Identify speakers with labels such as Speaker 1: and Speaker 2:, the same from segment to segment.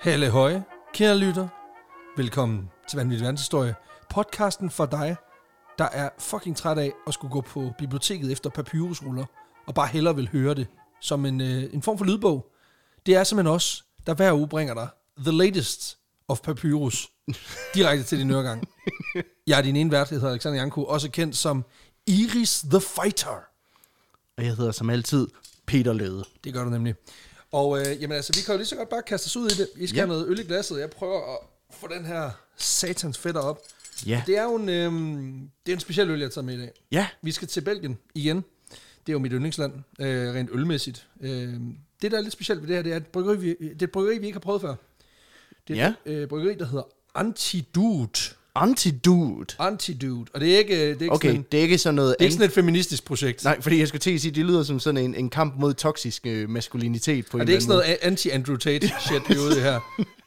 Speaker 1: Helle Høje, kære lytter. Velkommen til Vanvittig Verdenshistorie. Podcasten for dig, der er fucking træt af at skulle gå på biblioteket efter papyrusruller, og bare hellere vil høre det som en, øh, en form for lydbog. Det er simpelthen os, der hver uge bringer dig The Latest of Papyrus direkte til din øregang. Jeg er din ene vært, jeg hedder Alexander Janko, også kendt som Iris the Fighter.
Speaker 2: Og jeg hedder som altid Peter Løde.
Speaker 1: Det gør du nemlig. Og øh, jamen altså, vi kan jo lige så godt bare kaste os ud i det. I skal
Speaker 2: Ja.
Speaker 1: have noget øl i glasset. Jeg prøver at få den her satans fætter op.
Speaker 2: Ja.
Speaker 1: Det er jo en, øh, det er en speciel øl, jeg har taget med i dag.
Speaker 2: Ja.
Speaker 1: Vi skal til Belgien igen. Det er jo mit yndlingsland, øh, rent ølmæssigt. Øh, det, der er lidt specielt ved det her, det er et bryggeri, vi, det er et bryggeri, vi ikke har prøvet før. Det er
Speaker 2: Ja.
Speaker 1: et øh, bryggeri, der hedder Antidude.
Speaker 2: Antidude.
Speaker 1: Antidude. Og det er ikke, øh, det er ikke,
Speaker 2: Okay,
Speaker 1: sådan, en, det
Speaker 2: det er ikke sådan noget...
Speaker 1: er ikke sådan et feministisk projekt.
Speaker 2: Nej, fordi jeg skulle til at sige, det lyder som sådan en, en kamp mod toksisk øh, maskulinitet på en
Speaker 1: Og det er ikke sådan noget anti-Andrew Tate-shit, vi er ude i her.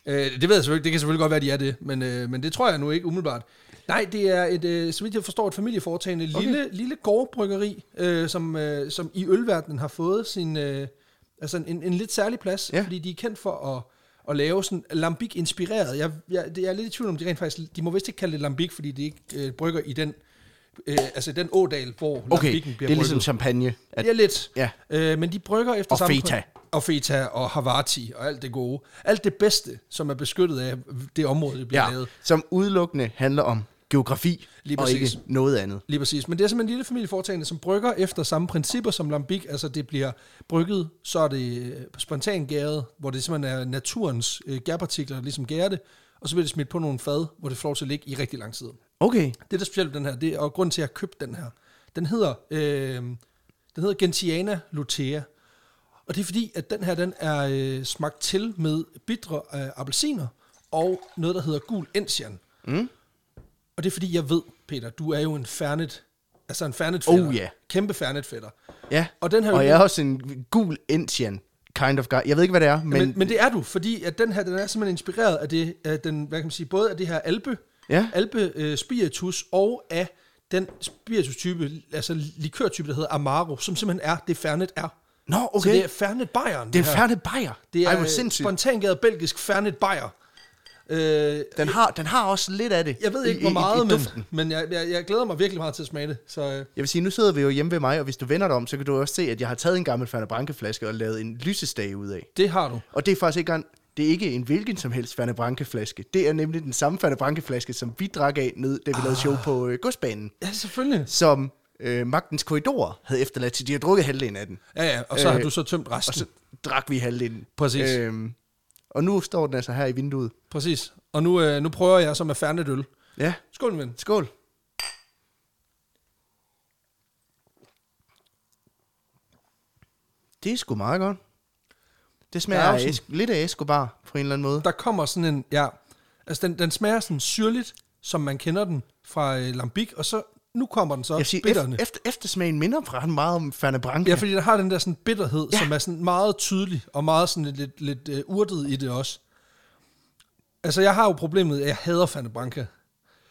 Speaker 1: Øh, det ved jeg selvfølgelig ikke. Det kan selvfølgelig godt være, de er det. Men, øh, men det tror jeg nu ikke umiddelbart. Nej, det er et, øh, så vidt jeg forstår, et familieforetagende okay. lille, lille gårdbryggeri, øh, som, øh, som i ølverdenen har fået sin, øh, altså en, en lidt særlig plads. Ja.
Speaker 2: Ja.
Speaker 1: Fordi de er kendt for at, at lave sådan lambic-inspireret. Jeg, jeg, det, jeg er lidt i tvivl om, de rent faktisk... De må vist ikke kalde det lambic, fordi de ikke øh, brygger i den... Øh, altså den ådal, hvor
Speaker 2: Okay,
Speaker 1: lambikken
Speaker 2: det
Speaker 1: bliver
Speaker 2: er
Speaker 1: brygget.
Speaker 2: ligesom champagne. At,
Speaker 1: Ja, lidt.
Speaker 2: Ja.
Speaker 1: Øh, men de brygger efter
Speaker 2: Og
Speaker 1: samme...
Speaker 2: feta.
Speaker 1: Og feta og Havarti og alt det gode. Alt det bedste, som er beskyttet af det område, det bliver ja.
Speaker 2: ja,
Speaker 1: lavet.
Speaker 2: som udelukkende handler om geografi,
Speaker 1: Lige
Speaker 2: og
Speaker 1: præcis.
Speaker 2: ikke noget andet.
Speaker 1: Lige præcis. Men det er simpelthen en lille familieforetagende, som brygger efter samme principper som Lambic. Altså det bliver brygget, så er det øh, spontant gæret, hvor det simpelthen er naturens øh, gærpartikler, der ligesom gærer det. Og så bliver det smidt på nogle fad, hvor det får lov til at ligge i rigtig lang tid.
Speaker 2: Okay,
Speaker 1: Det, der er specielt ved den her, det er, og grunden til, at jeg købte den her, den hedder, øh, den hedder Gentiana lutea. Og det er fordi, at den her, den er øh, smagt til med bitre øh, appelsiner og noget, der hedder gul enzian. Mm. Og det er fordi, jeg ved, Peter, du er jo en fernet, altså en fernet
Speaker 2: Oh, ja.
Speaker 1: Kæmpe fernet fætter.
Speaker 2: ja.
Speaker 1: Og den her øl-
Speaker 2: og jeg er også en gul Indian kind of guy. Jeg ved ikke, hvad det er, men...
Speaker 1: Men, men det er du, fordi at den her, den er simpelthen inspireret af det, af den, hvad kan man sige, både af det her albe,
Speaker 2: Ja.
Speaker 1: albe øh, spiritus, og af den spiritustype, altså likørtype, der hedder Amaro, som simpelthen er det Fernet er.
Speaker 2: Nå,
Speaker 1: Så
Speaker 2: okay.
Speaker 1: det er Fernet Bayern.
Speaker 2: det er
Speaker 1: her.
Speaker 2: Fernet Bayer.
Speaker 1: Det
Speaker 2: Ej,
Speaker 1: er
Speaker 2: hvor
Speaker 1: øh,
Speaker 2: sindssygt.
Speaker 1: spontangæret belgisk Fernet Bayer. Øh,
Speaker 2: Den har, den har også lidt af det.
Speaker 1: jeg ved
Speaker 2: i-
Speaker 1: ikke,
Speaker 2: i-
Speaker 1: hvor
Speaker 2: i-
Speaker 1: meget,
Speaker 2: i
Speaker 1: men, men jeg, jeg, jeg glæder mig virkelig meget til at smage det. Så øh,
Speaker 2: Jeg vil sige, nu sidder vi jo hjemme ved mig, og hvis du vender dig om, så kan du også se, at jeg har taget en gammel Fernet Branca-flaske og lavet en lysestage ud af.
Speaker 1: det har du.
Speaker 2: Og det er faktisk ikke en, det er ikke en hvilken som helst Fernet Branca-flaske. Det er nemlig den samme Fernet Branca-flaske, som vi drak af ned, da vi ah. lavede show på øh, godsbanen,
Speaker 1: Ja, selvfølgelig.
Speaker 2: som øh, Magtens Korridor havde efterladt til de har drukket halvdelen af den.
Speaker 1: Ja, ja, og så øh,
Speaker 2: Øh,
Speaker 1: har du så tømt resten.
Speaker 2: Og så drak vi halvdelen.
Speaker 1: Præcis.
Speaker 2: Øhm, og nu står den altså her i vinduet.
Speaker 1: Præcis. Og nu, øh, nu prøver jeg så med Fernet øl.
Speaker 2: Ja,
Speaker 1: Skål, min ven.
Speaker 2: skål. Det er sgu meget godt. Det smager
Speaker 1: Der er
Speaker 2: af
Speaker 1: jo sådan-
Speaker 2: es- lidt af Escobar på en eller anden måde.
Speaker 1: der kommer sådan en, ja, altså den, den smager sådan syrligt, som man kender den fra øh, Lambic, og så, nu kommer den så,
Speaker 2: Jeg siger,
Speaker 1: bitterne.
Speaker 2: eft- efter, eftersmagen minder fra meget om Fernet Branca.
Speaker 1: Ja, fordi den har den der sådan bitterhed, ja.
Speaker 2: Ja.
Speaker 1: som er sådan meget tydelig, og meget sådan lidt, lidt uh, urtet i det også. Altså, jeg har jo problemet, at jeg hader Fanta Branca.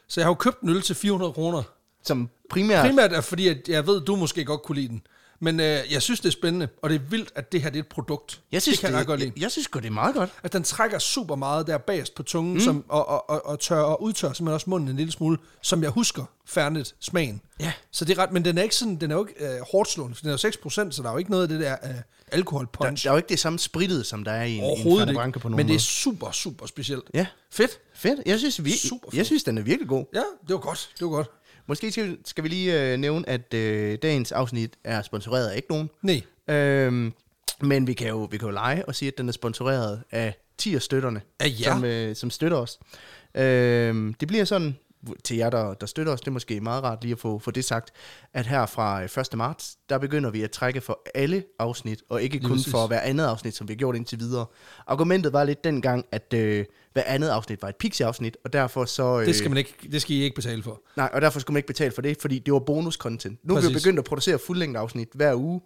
Speaker 1: Så jeg har jo købt en øl til 400 kroner.
Speaker 2: Som primært...
Speaker 1: Primært er fordi, at jeg ved, at du måske godt kunne lide den. Men øh, jeg synes, det er spændende, og det er vildt, at det her det er et produkt.
Speaker 2: jeg synes,
Speaker 1: det kan jeg ret godt lide.
Speaker 2: jeg, jeg synes godt, det er meget godt.
Speaker 1: at den trækker super meget der bagerst på tungen, mm. som, og, og, og, og tør og udtør simpelthen også munden en lille smule, som jeg husker færdigt smagen.
Speaker 2: Ja.
Speaker 1: Så det er ret, men den er ikke sådan, den er jo ikke øh, hårdt slående, for den er jo 6%, så der er jo ikke noget af det der øh,
Speaker 2: Der,
Speaker 1: alkoholpunch
Speaker 2: der er jo ikke det samme spritet, som der er i en, i en
Speaker 1: overhovedet
Speaker 2: Fernet
Speaker 1: ikke,
Speaker 2: Branca på nogen
Speaker 1: men det
Speaker 2: måde.
Speaker 1: er super, super specielt.
Speaker 2: Ja.
Speaker 1: Fedt.
Speaker 2: Fedt. Jeg synes, vi,
Speaker 1: Super
Speaker 2: jeg synes, den er virkelig god.
Speaker 1: Ja, det var godt, det var godt.
Speaker 2: Måske skal, skal vi lige øh, nævne, at øh, dagens afsnit er sponsoreret af ikke nogen.
Speaker 1: Nej,
Speaker 2: Øhm, men vi kan, jo, vi kan jo lege og sige, at den er sponsoreret af 10 støtterne,
Speaker 1: Af jer?
Speaker 2: som, øh, som støtter os. Øhm, det bliver sådan, til jer, der, der støtter os, det er måske meget rart lige at få, få det sagt, at her fra øh, 1. marts, der begynder vi at trække for alle afsnit, og ikke kun
Speaker 1: præcis.
Speaker 2: for hver andet afsnit, som vi har gjort indtil videre. Argumentet var lidt dengang, at øh, hver andet afsnit var et pixie-afsnit, og derfor så... Øh,
Speaker 1: det skal, man ikke, det skal I ikke betale for.
Speaker 2: Nej, og derfor skulle man ikke betale for det, fordi det var bonus-content. Nu er vi
Speaker 1: Præcis.
Speaker 2: begyndt at producere fuldlængde afsnit hver uge,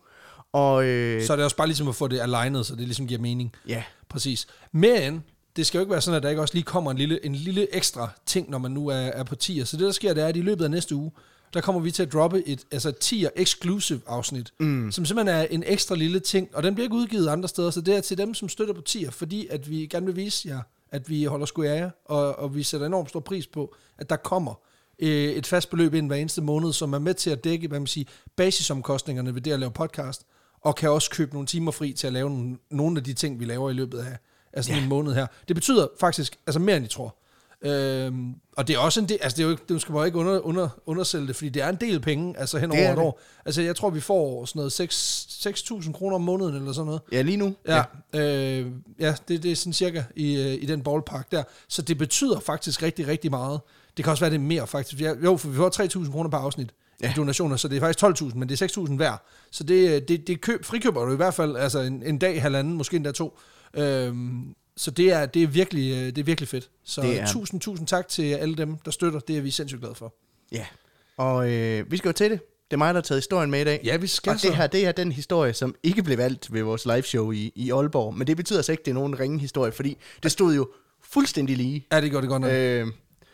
Speaker 2: og øh,
Speaker 1: Så er det også bare ligesom at få det alignet, så det ligesom giver mening.
Speaker 2: ja,
Speaker 1: Præcis. Men det skal jo ikke være sådan, at der ikke også lige kommer en lille, en lille ekstra ting, når man nu er, er på 10'er. Så det, der sker, det er, at i løbet af næste uge, der kommer vi til at droppe et altså et 10'er exclusive afsnit, mm. som simpelthen er en ekstra lille ting, og den bliver ikke udgivet andre steder, så det er til dem, som støtter på 10'er, fordi at vi gerne vil vise jer, at vi holder sgu af jer, og, og vi sætter enormt stor pris på, at der kommer øh, et fast beløb ind hver eneste måned, som er med til at dække, hvad man siger, basisomkostningerne ved det at lave podcast, og kan også købe nogle timer fri til at lave nogle, nogle af de ting, vi laver i løbet af, af sådan yeah. en måned her. Det betyder faktisk altså mere, end I tror. Øhm, og det er også en del, altså det er jo ikke, det skal man jo ikke under, under, undersælge det, fordi det er en del penge, altså hen
Speaker 2: Det
Speaker 1: over
Speaker 2: er
Speaker 1: et
Speaker 2: det.
Speaker 1: år. Altså jeg tror, vi får sådan noget 6 6.000 kroner om måneden eller sådan noget.
Speaker 2: Ja, lige nu.
Speaker 1: Ja, ja. Øh, ja det, det er sådan cirka i, øh, i den ballpark der. Så det betyder faktisk rigtig, rigtig meget. Det kan også være, det er mere faktisk. Ja, jo, for vi får 3.000 kroner per afsnit ja. i
Speaker 2: Ja.
Speaker 1: donationer, så det er faktisk 12.000, men det er 6.000 hver. Så det, øh, det, det køb, frikøber du i hvert fald altså en, en dag, halvanden, måske endda to. Øhm, så det er, det, er virkelig, øh, det er virkelig fedt. Så
Speaker 2: Det er-
Speaker 1: tusind, tusind tak til alle dem, der støtter. Det er vi sindssygt glade for.
Speaker 2: Ja. Og øh, vi skal jo til det. Det er mig, der har taget historien med i dag.
Speaker 1: Ja, vi skal
Speaker 2: og det her, det er den historie, som ikke blev valgt ved vores liveshow i, i Aalborg. Men det betyder altså ikke, at det er nogen ringe historie, fordi det stod jo fuldstændig lige.
Speaker 1: Ja, det gjorde det godt nok. Øh,
Speaker 2: Øh,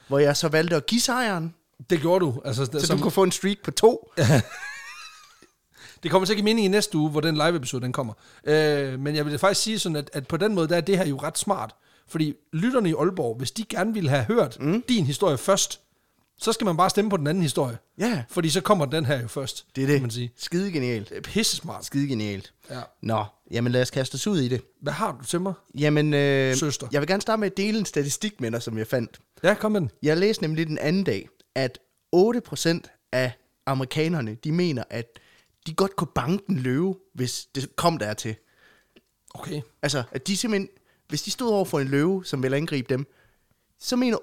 Speaker 2: hvor jeg så valgte at give sejren,
Speaker 1: det gjorde du. Altså,
Speaker 2: så
Speaker 1: som,
Speaker 2: du kunne få en streak på to.
Speaker 1: Det kommer til at give mening i næste uge, hvor den live-episode den kommer. Øh, men jeg vil faktisk sige sådan, at, at på den måde, der er det her jo ret smart. Fordi lytterne i Aalborg, hvis de gerne ville have hørt mm. din historie først, så skal man bare stemme på den anden historie.
Speaker 2: Ja,
Speaker 1: Fordi så kommer den her jo først,
Speaker 2: det er det.
Speaker 1: kan man sige.
Speaker 2: Skide genialt.
Speaker 1: Det er pissesmart.
Speaker 2: Skide genialt.
Speaker 1: Ja.
Speaker 2: Nå, jamen lad os kaste os ud i det.
Speaker 1: Hvad har du til mig?
Speaker 2: Jamen, øh,
Speaker 1: Søster.
Speaker 2: jeg vil gerne starte med at dele en statistik med dig, som jeg fandt.
Speaker 1: Ja, kom med den.
Speaker 2: Jeg læste nemlig den anden dag, at 8% af amerikanerne, de mener, at de godt kunne banke en løve, hvis det kom dertil.
Speaker 1: Okay.
Speaker 2: Altså, at de simpelthen, hvis de stod over for en løve, som ville angribe dem, så mener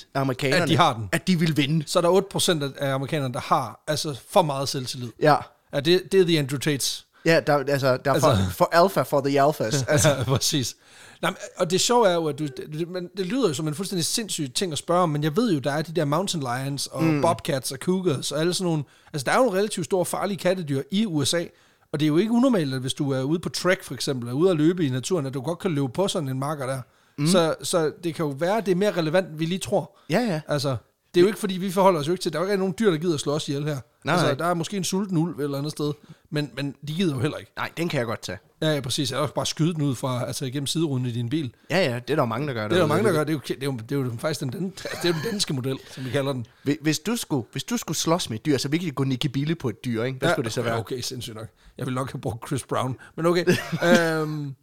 Speaker 2: 8% af amerikanerne,
Speaker 1: At de har den.
Speaker 2: at de vil vinde.
Speaker 1: Så er der 8% af amerikanerne, der har altså for meget selvtillid.
Speaker 2: Ja,
Speaker 1: Ja, det, det er The Andrew Tates.
Speaker 2: ja der, altså, der er for,
Speaker 1: Altså-
Speaker 2: for alpha for the alphas.
Speaker 1: Altså. Ja, præcis. Nej, men- og det sjove er jo, at du, det, det- men det lyder jo som en fuldstændig sindssyg ting at spørge om, men jeg ved jo, der er de der mountain lions og mm. bobcats og cougars og alle sådan nogle... Altså, der er jo nogle relativt store farlige kattedyr i USA, og det er jo ikke unormalt, at hvis du er ude på trek for eksempel, og ude at løbe i naturen, at du godt kan løbe på sådan en marker der. Mm. Så, så det kan jo være, at det er mere relevant, end vi lige tror.
Speaker 2: ja, ja.
Speaker 1: Altså, det er jo ikke, fordi vi forholder os jo ikke til, der er jo ikke nogen dyr, der gider at slå os ihjel her.
Speaker 2: Nej,
Speaker 1: altså,
Speaker 2: nej.
Speaker 1: der er måske en sulten ulv eller andet sted, men, men de gider jo heller ikke.
Speaker 2: Nej, den kan jeg godt tage.
Speaker 1: Ja, ja, præcis. Jeg også bare skyde den ud fra, altså igennem sideruden i din bil. Det
Speaker 2: Ja, ja, det er der jo mange, der gør.
Speaker 1: er der jo mange, der gør. Det er jo, det er jo, det er jo faktisk den, den, det er jo den danske model, som vi kalder den.
Speaker 2: Hvis- Hvis du, skulle, hvis du skulle slås med et dyr, så virkelig gå Nicky Bille på et dyr, ikke? Hvad
Speaker 1: ja,
Speaker 2: ja, skulle det så
Speaker 1: okay,
Speaker 2: være?
Speaker 1: Okay, sindssygt nok. Jeg ville nok have brugt Chris Brown. Men okay. øhm,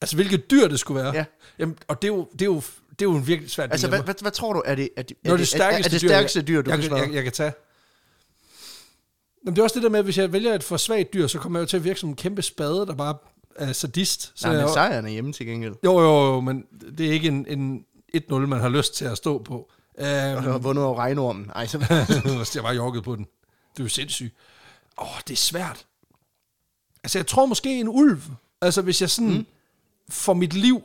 Speaker 1: altså, hvilket dyr det skulle være.
Speaker 2: Ja.
Speaker 1: Jamen, og det er jo, det er jo, det er jo en virkelig svært
Speaker 2: Altså, hvad,
Speaker 1: dilemma.
Speaker 2: hvad, hvad tror du, er det, er det,
Speaker 1: Nå,
Speaker 2: er det, er, er det
Speaker 1: dyr,
Speaker 2: stærkeste dyr, du
Speaker 1: jeg,
Speaker 2: kan
Speaker 1: jeg,
Speaker 2: slå?
Speaker 1: jeg, jeg kan tage. Jamen, det er også det der med, at hvis jeg vælger et for svagt dyr, så kommer jeg jo til at virke som en kæmpe spade, der bare er sadist. Så
Speaker 2: Nej,
Speaker 1: jeg,
Speaker 2: men sejren er hjemme til gengæld.
Speaker 1: Jo, jo, jo, men det er ikke en, en 1-0, man har lyst til at stå på. Uh,
Speaker 2: Og har vundet over regnormen. Ej, så...
Speaker 1: jeg var jorket på den. Det er jo sindssygt. Åh, oh, det er svært. Altså, jeg tror måske en ulv. Altså, hvis jeg sådan mm. for mit liv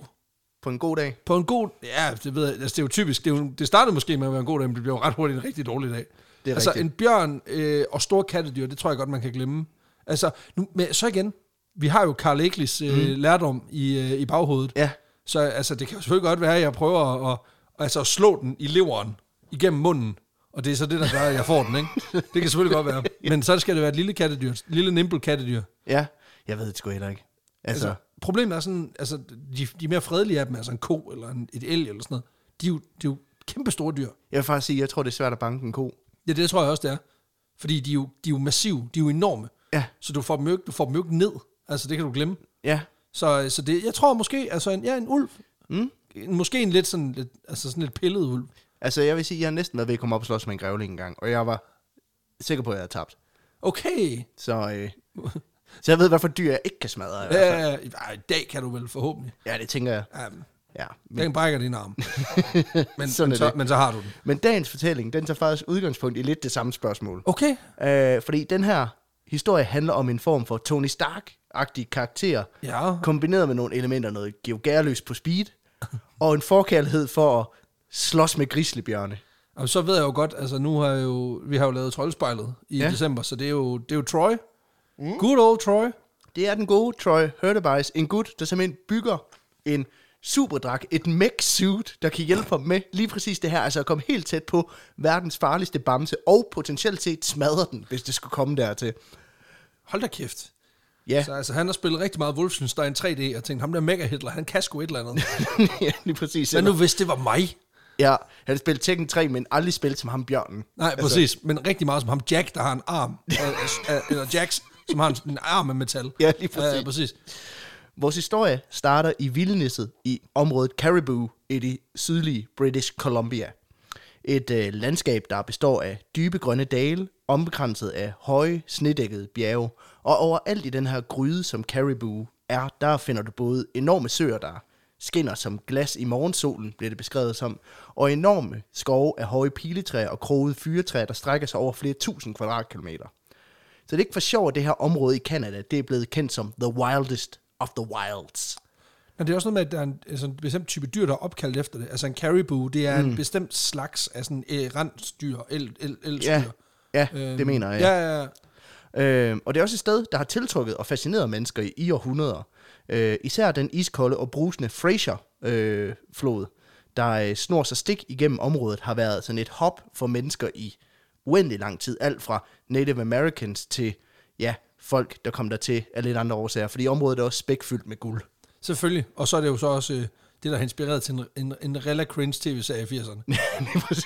Speaker 2: På en god dag.
Speaker 1: på en god... Ja, det ved jeg, altså, det er jo typisk. Det, er jo, det startede måske med at være en god dag, men det blev jo ret hurtigt en rigtig dårlig dag.
Speaker 2: Det er
Speaker 1: altså,
Speaker 2: rigtigt.
Speaker 1: en bjørn øh, og store kattedyr, det tror jeg godt, man kan glemme. Altså, nu, men så igen, vi har jo Karl Eklis øh, mm. lærdom i, øh, i baghovedet.
Speaker 2: Ja,
Speaker 1: Så altså, det kan jo selvfølgelig godt være, at jeg prøver at, at, altså, at slå den i leveren igennem munden. Og det er så det, der gør, at jeg får den, ikke? Det kan selvfølgelig godt være. Men så skal det være et lille kattedyr, et lille nimble kattedyr.
Speaker 2: ja. Jeg ved det sgu heller ikke. Altså,
Speaker 1: Altså, problemet er sådan, altså, de, de mere fredelige af dem, altså en ko eller en, et elg eller sådan noget, de er jo, de er jo kæmpe store dyr.
Speaker 2: jeg vil faktisk sige, jeg tror, det er svært at banke en ko.
Speaker 1: Ja, det tror jeg også, det er. Fordi de er jo, de er jo massive, de er jo enorme.
Speaker 2: Ja,
Speaker 1: Så du får dem jo ikke, du får dem jo ikke ned. Altså, det kan du glemme.
Speaker 2: ja.
Speaker 1: Så, så det, jeg tror måske, altså, en, ja, en ulv.
Speaker 2: Mm.
Speaker 1: Måske en lidt sådan, lidt, altså sådan lidt pillet ulv.
Speaker 2: Altså, jeg vil sige, jeg har næsten været ved at komme op og slås med en grævling engang, og jeg var sikker på, at jeg havde tabt.
Speaker 1: Okay,
Speaker 2: Så, øh, så jeg ved, hvad for dyr jeg ikke kan smadre. i hvert fald.
Speaker 1: Ja, Øh, ej, i dag kan du vel forhåbentlig.
Speaker 2: Ja, det tænker jeg.
Speaker 1: Um,
Speaker 2: Ja.
Speaker 1: den brækker din arm. Men,
Speaker 2: Sådan
Speaker 1: men,
Speaker 2: er
Speaker 1: så,
Speaker 2: det.
Speaker 1: men så har du den.
Speaker 2: Men dagens fortælling, den tager faktisk udgangspunkt i lidt det samme spørgsmål.
Speaker 1: Okay.
Speaker 2: Øh, fordi den her historie handler om en form for Tony Stark-agtig karakter,
Speaker 1: Ja.
Speaker 2: kombineret med nogle elementer, noget geogærløs på speed, og en forkærlighed for at slås med grislebjørne.
Speaker 1: Og så ved jeg jo godt, altså nu har jeg jo, vi har jo lavet troldspejlet i ja.
Speaker 2: Ja.
Speaker 1: december, så det er jo, det er jo Troy. Mm. Good old Troy.
Speaker 2: Det er den gode Troy Hurtebise, en gut, der simpelthen bygger en superdrag, et mech-suit, der kan hjælpe ham med lige præcis det her, altså at komme helt tæt på verdens farligste bamse, og potentielt set smadre den, hvis det skulle komme dertil.
Speaker 1: Hold da kæft.
Speaker 2: Ja,
Speaker 1: Så altså, han har spillet rigtig meget Wolfenstein 3D, og tænkt, ham der Mega Hitler, han kan sgu et eller andet.
Speaker 2: ja lige præcis.
Speaker 1: Hvad nu, hvis det var mig?
Speaker 2: Ja, han har spillet Tekken 3, men aldrig spillet som ham bjørnen.
Speaker 1: Nej, præcis. Men rigtig meget som ham Jack, der har en arm. og- og- Eller Jacks, som har en, en arm af metal.
Speaker 2: Ja, lige præcis.
Speaker 1: Ja, præcis.
Speaker 2: Vores historie starter i vildnisset i området Caribou i det sydlige British Columbia. Et øh, landskab, der består af dybe grønne dale, ombekranset af høje, snedækkede bjerge. Og overalt i den her gryde, som Caribou er, der finder du både enorme søer, der skinner som glas i morgensolen, bliver det beskrevet som, og enorme skove af høje piletræer og krogede fyretræer, der strækker sig over flere tusind kvadratkilometer. Så det er ikke for sjovt, at det her område i Kanada, det er blevet kendt som The Wildest of the Wilds.
Speaker 1: Men det er også noget med, at der er en, altså en bestemt type dyr, der er opkaldt efter det. Altså en caribou, det er mm. en bestemt slags af sådan eh, rensdyr, el, el, elsdyr.
Speaker 2: Ja, ja øhm, det mener jeg.
Speaker 1: Ja, ja, ja.
Speaker 2: Øhm, og det er også et sted, der har tiltrukket og fascineret mennesker i, i århundreder. Øh, især den iskolde og brusende Fraser-flod, øh, flod, der øh, snor sig stik igennem området, har været sådan et hop for mennesker i uendelig lang tid. Alt fra Native Americans til ja, folk, der kom der til af lidt andre årsager. Fordi området er også spækfyldt med guld.
Speaker 1: Selvfølgelig. Og så er det jo så også øh, det, der har inspireret til en, en, en rella cringe tv-serie i 80'erne.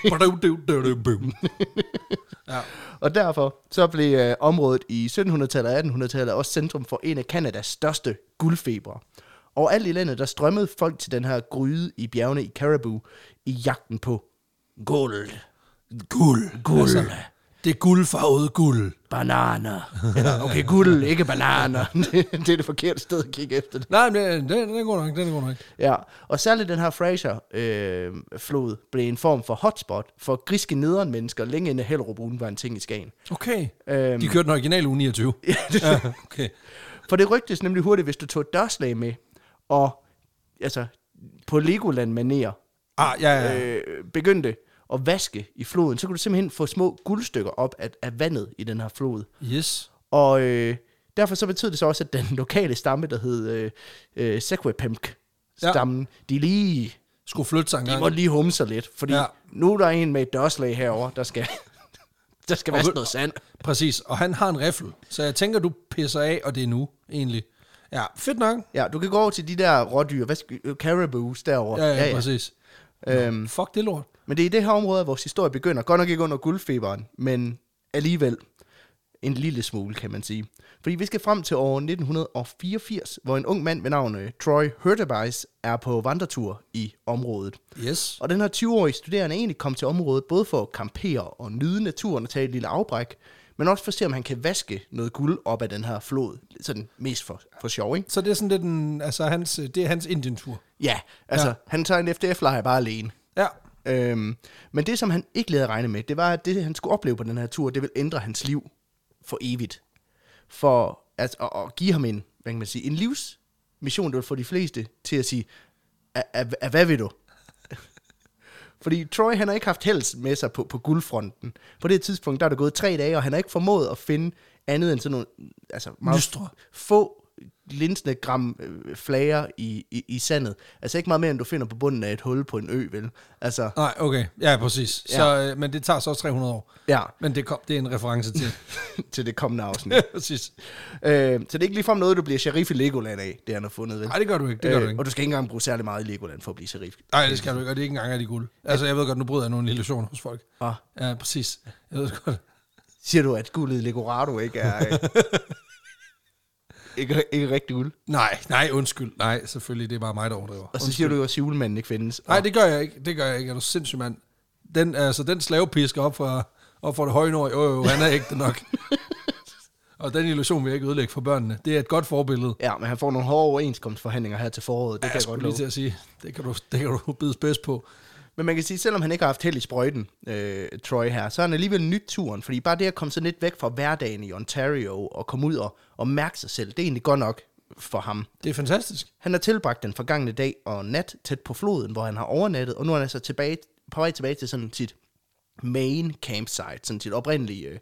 Speaker 1: Badum-dum-dum-dum. ja.
Speaker 2: Og derfor så blev øh, området i 1700-tallet og 1800-tallet også centrum for en af Kanadas største guldfebre. Og alt i landet, der strømmede folk til den her gryde i bjergene i Caribou i jagten på guld,
Speaker 1: Guld.
Speaker 2: Guld.
Speaker 1: Altså, det guldfarvede guld.
Speaker 2: bananer. Eller, okay, guld, ikke bananer. det, det er det forkerte sted at kigge efter det.
Speaker 1: Nej, men den, den, den er god nok, den er god nok.
Speaker 2: Ja, og særligt den her Fraser-flod øh, flod blev en form for hotspot for griske nederen mennesker længe inden Hellerup Ugen var en ting i Skagen.
Speaker 1: Okay.
Speaker 2: Øhm,
Speaker 1: De kørte den originale uge 29. ja, okay.
Speaker 2: For det rygtes nemlig hurtigt, hvis du tog et dørslag med, og altså på legoland manér
Speaker 1: Ah, ja, ja.
Speaker 2: øh, begyndte at vaske i floden, så kunne du simpelthen få små guldstykker op af, af vandet i den her flod.
Speaker 1: Yes.
Speaker 2: Og øh, derfor så betød det så også, at den lokale stamme, der hed øh, øh, Sequepemk-stammen, ja. de lige
Speaker 1: Skulle flytte sig en
Speaker 2: de
Speaker 1: gang.
Speaker 2: må lige humse sig lidt, fordi
Speaker 1: Ja.
Speaker 2: ja. nu er der en med et dørslag herover, der skal, der skal
Speaker 1: Og
Speaker 2: vaske
Speaker 1: ved-
Speaker 2: noget sand.
Speaker 1: Præcis, og han har en riffel. Så jeg tænker, du pisser af, og det er nu, egentlig. Ja, fedt nok.
Speaker 2: Ja, du kan gå over til de der rådyr, hvad skal, øh, caribous derovre.
Speaker 1: Ja, ja, ja. præcis.
Speaker 2: Øhm,
Speaker 1: Fuck det lort.
Speaker 2: Men det er i det her område, at vores historie begynder. Godt nok ikke under guldfeberen, men alligevel en lille smule, kan man sige. Fordi vi skal frem til år 1984, hvor en ung mand ved navn øh, Troy Hurtebeis er på vandretur i området.
Speaker 1: Yes.
Speaker 2: Og den her 20-årige studerende er egentlig kom til området både for at kampere og nyde naturen og tage et lille afbræk, men også for at se, om han kan vaske noget guld op af den her flod. Sådan mest for, for sjov, ikke?
Speaker 1: Så det er sådan lidt en, altså hans, det er hans Indien-tur.
Speaker 2: Ja, altså, ja. han tager en FDF-lejr bare alene.
Speaker 1: Ja.
Speaker 2: Øhm, men det, som han ikke lige havde regnet med, det var, at det, han skulle opleve på den her tur, det ville ændre hans liv for evigt. For at, at, at give ham en, hvad kan man sige, en livsmission, det vil få de fleste til at sige, "A- a- a- hvad vil du? Fordi Troy, han har ikke haft held med sig på, på guldfronten. På det tidspunkt, der er det gået tre dage, og han har ikke formået at finde andet end sådan nogle altså meget
Speaker 1: Lystre.
Speaker 2: få linsende gram øh, flager i, i, i sandet. Altså ikke meget mere, end du finder på bunden af et hul på en ø, vel? Altså,
Speaker 1: Nej, okay. Ja, præcis. Ja.
Speaker 2: Ja.
Speaker 1: Så, øh, men det tager så også 300 år.
Speaker 2: Ja,
Speaker 1: Men det, kom, det er en reference til.
Speaker 2: til det kommende afsnit.
Speaker 1: Ja, præcis.
Speaker 2: øh, så det er ikke ligefrem noget, du bliver sheriff i Legoland af, det han har fundet. Vel? Øh,
Speaker 1: Nej, det gør du ikke. Det gør du ikke.
Speaker 2: og du skal ikke engang bruge særlig meget i Legoland for at blive sheriff.
Speaker 1: Nej, det skal du ikke, og det er ikke engang af de guld. Altså, jeg ved godt, nu bryder jeg nogle illusioner hos folk.
Speaker 2: Ah,
Speaker 1: Ja, præcis. Jeg ved godt.
Speaker 2: siger du, at guldet i Legorado ikke er... Øh, ikke, ikke rigtig guld.
Speaker 1: Nej, nej, undskyld. Nej, selvfølgelig, det er bare mig, der overdriver.
Speaker 2: Og så siger du jo, at julemanden ikke findes. Og,
Speaker 1: Nej, det gør jeg ikke. Det gør jeg ikke. Er du sindssyg, mand? Den, altså, den slavepisker op fra, op fra det høje nord, jo, jo, han er ægte nok. og den illusion vil jeg ikke ødelægge for børnene. Det er et godt forbillede.
Speaker 2: Ja, men han får nogle hårde overenskomstforhandlinger her til foråret, det kan jeg godt
Speaker 1: skulle lige
Speaker 2: love.
Speaker 1: til at sige, det kan du, det kan du bide spids på.
Speaker 2: Men man kan sige, selvom han ikke har haft held i sprøjten, øh, Troy her, så har han alligevel nyt turen, fordi bare det at komme sådan lidt væk fra hverdagen i Ontario og komme ud og, og mærke sig selv, det er egentlig godt nok for ham.
Speaker 1: Det er fantastisk.
Speaker 2: Han har tilbragt den forgangne dag og nat tæt på floden, hvor han har overnattet, og nu er han altså tilbage, på vej tilbage til sådan sit main campsite, sådan sit oprindelige øh,
Speaker 1: Der,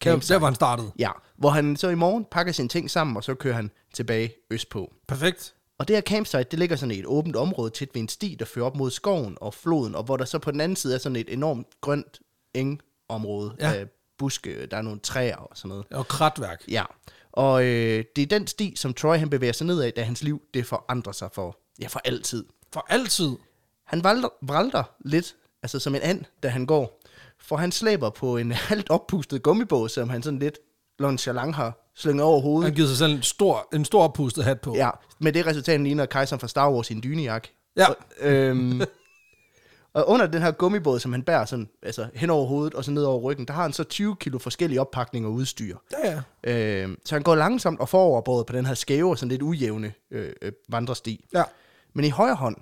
Speaker 2: campsite.
Speaker 1: der var han startet.
Speaker 2: Ja, hvor han så i morgen pakker sine ting sammen, og så kører han tilbage østpå.
Speaker 1: Perfekt.
Speaker 2: Og det her campsite, det ligger sådan i et åbent område tæt ved en sti, der fører op mod skoven og floden, og hvor der så på den anden side er sådan et enormt grønt engområde
Speaker 1: Ja.
Speaker 2: ja. af buske, øh, der er nogle træer og sådan noget.
Speaker 1: Og kratværk.
Speaker 2: Ja, og øh, det er den sti, som Troy han bevæger sig nedad, da hans liv det forandrer sig for, ja, for altid.
Speaker 1: For altid.
Speaker 2: Han valter, vralter lidt, altså som en and, da han går, for han slæber på en halvt oppustet gummibåd, som han sådan lidt nonchalant har slynget over hovedet.
Speaker 1: Han har givet sig selv en stor, en stor pustet hat på.
Speaker 2: Ja, med det resultat han ligner kejseren fra Star Wars i en dynejakke.
Speaker 1: Ja.
Speaker 2: Og, øhm, og under den her gummibåd, som han bærer sådan, altså hen over hovedet og så ned over ryggen, der har han så 20 kilo forskellige oppakninger og udstyr.
Speaker 1: Ja, ja.
Speaker 2: Øhm, så han går langsomt og forover både på den her skæve og sådan lidt ujævne øh, øh, vandresti.
Speaker 1: ja.
Speaker 2: Men i højre hånd,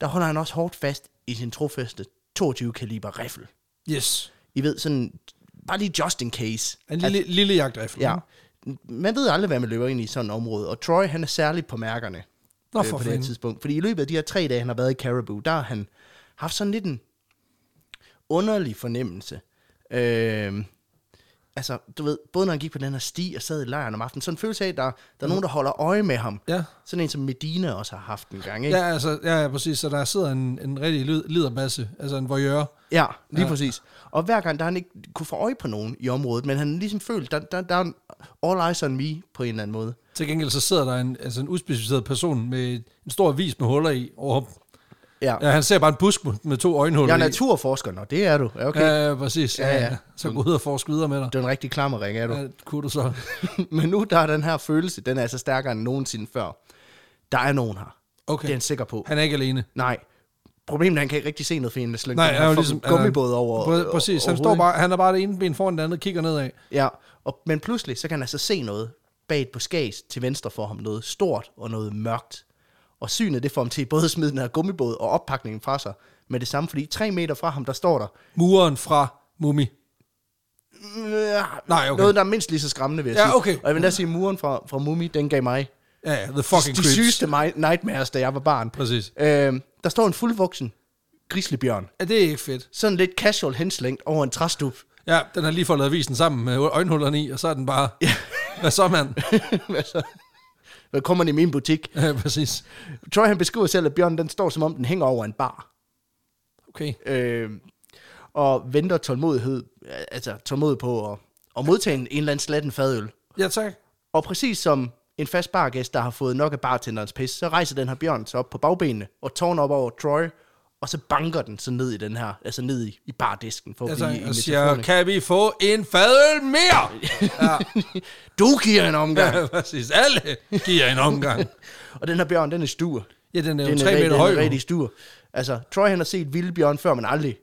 Speaker 2: der holder han også hårdt fast i sin trofaste 22 kaliber riffel.
Speaker 1: Yes.
Speaker 2: I ved, sådan bare lige just in case.
Speaker 1: En lille, lille jagtrifle.
Speaker 2: Ja. Man ved aldrig, hvad man løber ind i sådan et område, og Troy, han er særligt på mærkerne
Speaker 1: Nå, for
Speaker 2: øh, på det her
Speaker 1: fanden.
Speaker 2: tidspunkt. Fordi i løbet af de her tre dage, han har været i Caribou, der har han haft sådan lidt en underlig fornemmelse. Øh, altså, du ved, både når han gik på den her sti og sad i lejren om aftenen, sådan en følelse af, at der, der er nogen, der holder øje med ham.
Speaker 1: Mm. Ja.
Speaker 2: Sådan en, som Medina også har haft en gang, ikke?
Speaker 1: Ja, altså, ja, ja, præcis. Så der sidder en, en rigtig lid- liderbasse, altså en voyeur.
Speaker 2: Ja, lige
Speaker 1: Ja.
Speaker 2: ja. præcis. Og hver gang, der han ikke kunne få øje på nogen i området, men han ligesom følte, der, der, der er en all eyes on me på en eller anden måde.
Speaker 1: Til gengæld så sidder der en, altså en uspecificeret person med en stor avis med huller i. Over,
Speaker 2: Ja.
Speaker 1: ja, han ser bare en busk med- med to øjenhuller
Speaker 2: Jeg er
Speaker 1: i.
Speaker 2: naturforsker, nå, det er du. Ja, okay. Ja.
Speaker 1: Ja, ja, præcis. Ja,
Speaker 2: Ja,
Speaker 1: ja.
Speaker 2: ja.
Speaker 1: Så gå ud og forske videre med dig.
Speaker 2: Du er en rigtig klammering, er du. Ja.
Speaker 1: Ja, kunne du så.
Speaker 2: men nu, der er den her følelse, den er altså stærkere end nogensinde før. Der er nogen her.
Speaker 1: Okay.
Speaker 2: Det er han sikker på.
Speaker 1: Han er ikke alene.
Speaker 2: Nej. Problemet er, han kan ikke rigtig se noget, fordi han er slynget
Speaker 1: Nej,
Speaker 2: den
Speaker 1: han
Speaker 2: her
Speaker 1: er jo
Speaker 2: fucking
Speaker 1: ligesom...
Speaker 2: gummibåd over.
Speaker 1: Præ- Præcis, han, står
Speaker 2: overhovedet.
Speaker 1: bare, han er bare det ene ben foran det andet, kigger nedad.
Speaker 2: Ja, og, men pludselig så kan han altså se noget bag et buskads til venstre for ham. Noget stort og noget mørkt. Og synet det får ham til både at smide den her gummibåd og oppakningen fra sig med det samme, fordi tre meter fra ham, der står der
Speaker 1: Muren fra Mumi.
Speaker 2: øh,
Speaker 1: Nej, okay.
Speaker 2: noget, der er mindst lige så skræmmende, vil jeg
Speaker 1: Ja,
Speaker 2: sige.
Speaker 1: okay.
Speaker 2: Og jeg vil da sige, muren fra, fra Mumi, den gav mig
Speaker 1: Ja, ja, The Fucking
Speaker 2: de
Speaker 1: Creeps.
Speaker 2: sygeste mi- nightmares, da jeg var barn.
Speaker 1: Præcis.
Speaker 2: Øh, der står en fuldvoksen grizzlybjørn,
Speaker 1: Ja, det er ikke fedt.
Speaker 2: sådan lidt casual henslængt over en træstup.
Speaker 1: Ja, den har lige foldet avisen sammen med øjenhullerne i, og så er den bare... Ja. Hvad så, mand?
Speaker 2: altså, der kommer den i min butik.
Speaker 1: Ja, præcis.
Speaker 2: Troy han beskriver selv, at bjørnen den står som om den hænger over en bar.
Speaker 1: Okay.
Speaker 2: Øh, og venter tålmodighed, altså tålmodighed på at, at modtage en, en eller anden slatten fadøl.
Speaker 1: Ja, tak.
Speaker 2: Og præcis som en fast bargæst, der har fået nok af bartenderens pis, så rejser den her bjørn sig op på bagbenene og tårner op over Troy, og så banker den så ned i den her, altså ned i, i bardisken, for at
Speaker 1: Jeg, tak.
Speaker 2: blive i
Speaker 1: jeg
Speaker 2: metaforen,
Speaker 1: siger,
Speaker 2: ikke?
Speaker 1: Altså, kan vi få en fadøl mere? Ja,
Speaker 2: Du giver en omgang!
Speaker 1: ja præcis. Alle giver en omgang.
Speaker 2: Og den her bjørn, den er stur.
Speaker 1: Ja, den er jo
Speaker 2: Den er,
Speaker 1: tre
Speaker 2: re-
Speaker 1: meter
Speaker 2: den
Speaker 1: høj.
Speaker 2: er
Speaker 1: jo.
Speaker 2: rigtig stur. Altså, Troy han har set vilde bjørn før, men aldrig,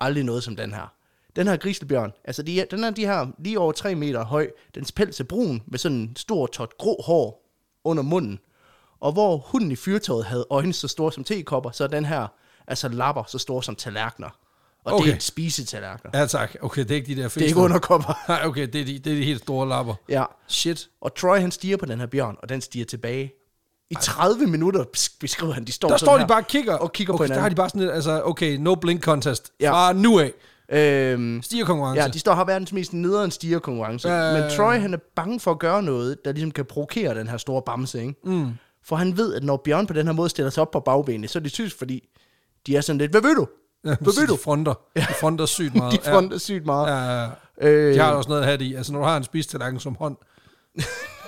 Speaker 2: aldrig noget som den her. Den her griselbjørn, altså de, er- den er de her lige over 3 meter høj. Dens pels er brun med sådan en stor tot grå hår under munden. Og hvor hunden i fyrtøjet havde øjne så store som tekopper, så er den her altså lapper så store som tallerkener. Og okay. det
Speaker 1: Okay.
Speaker 2: er et spisetallerkener.
Speaker 1: Ja, tak. Okay, det er ikke de der fisk.
Speaker 2: Det er ikke underkopper.
Speaker 1: Nej, okay, det er de, det er de helt store lapper.
Speaker 2: Ja.
Speaker 1: Shit.
Speaker 2: Og Troy han stiger på den her bjørn, og den stiger tilbage. I 30 minutter bes- beskriver han, de står
Speaker 1: Der
Speaker 2: sådan
Speaker 1: står de
Speaker 2: her
Speaker 1: bare og kigger.
Speaker 2: Og kigger
Speaker 1: okay,
Speaker 2: på
Speaker 1: Der
Speaker 2: hinanden.
Speaker 1: har de bare sådan lidt, altså, okay, no blink contest. Ja.
Speaker 2: Ja.
Speaker 1: Fra nu af.
Speaker 2: Øhm,
Speaker 1: Stiger konkurrence.
Speaker 2: ja, de står og har verdens mest nederen stigerkonkurrence.
Speaker 1: Ja, ja,
Speaker 2: Øh.
Speaker 1: ja.
Speaker 2: Men Troy, han er bange for at gøre noget, der ligesom kan provokere den her store bamse, ikke? Mm. For han ved, at når Bjørn på den her måde stiller sig op på bagbenet, så er det tysk, fordi de er sådan lidt, hvad vil du?
Speaker 1: Ja,
Speaker 2: Hvad vil
Speaker 1: de
Speaker 2: du?
Speaker 1: fronter. De fronter sygt meget.
Speaker 2: De fronter sygt meget.
Speaker 1: Ja,
Speaker 2: Ja.
Speaker 1: ja, ja.
Speaker 2: Øh,
Speaker 1: De har også noget at have det i. Altså, når du har en spistallerken som hånd.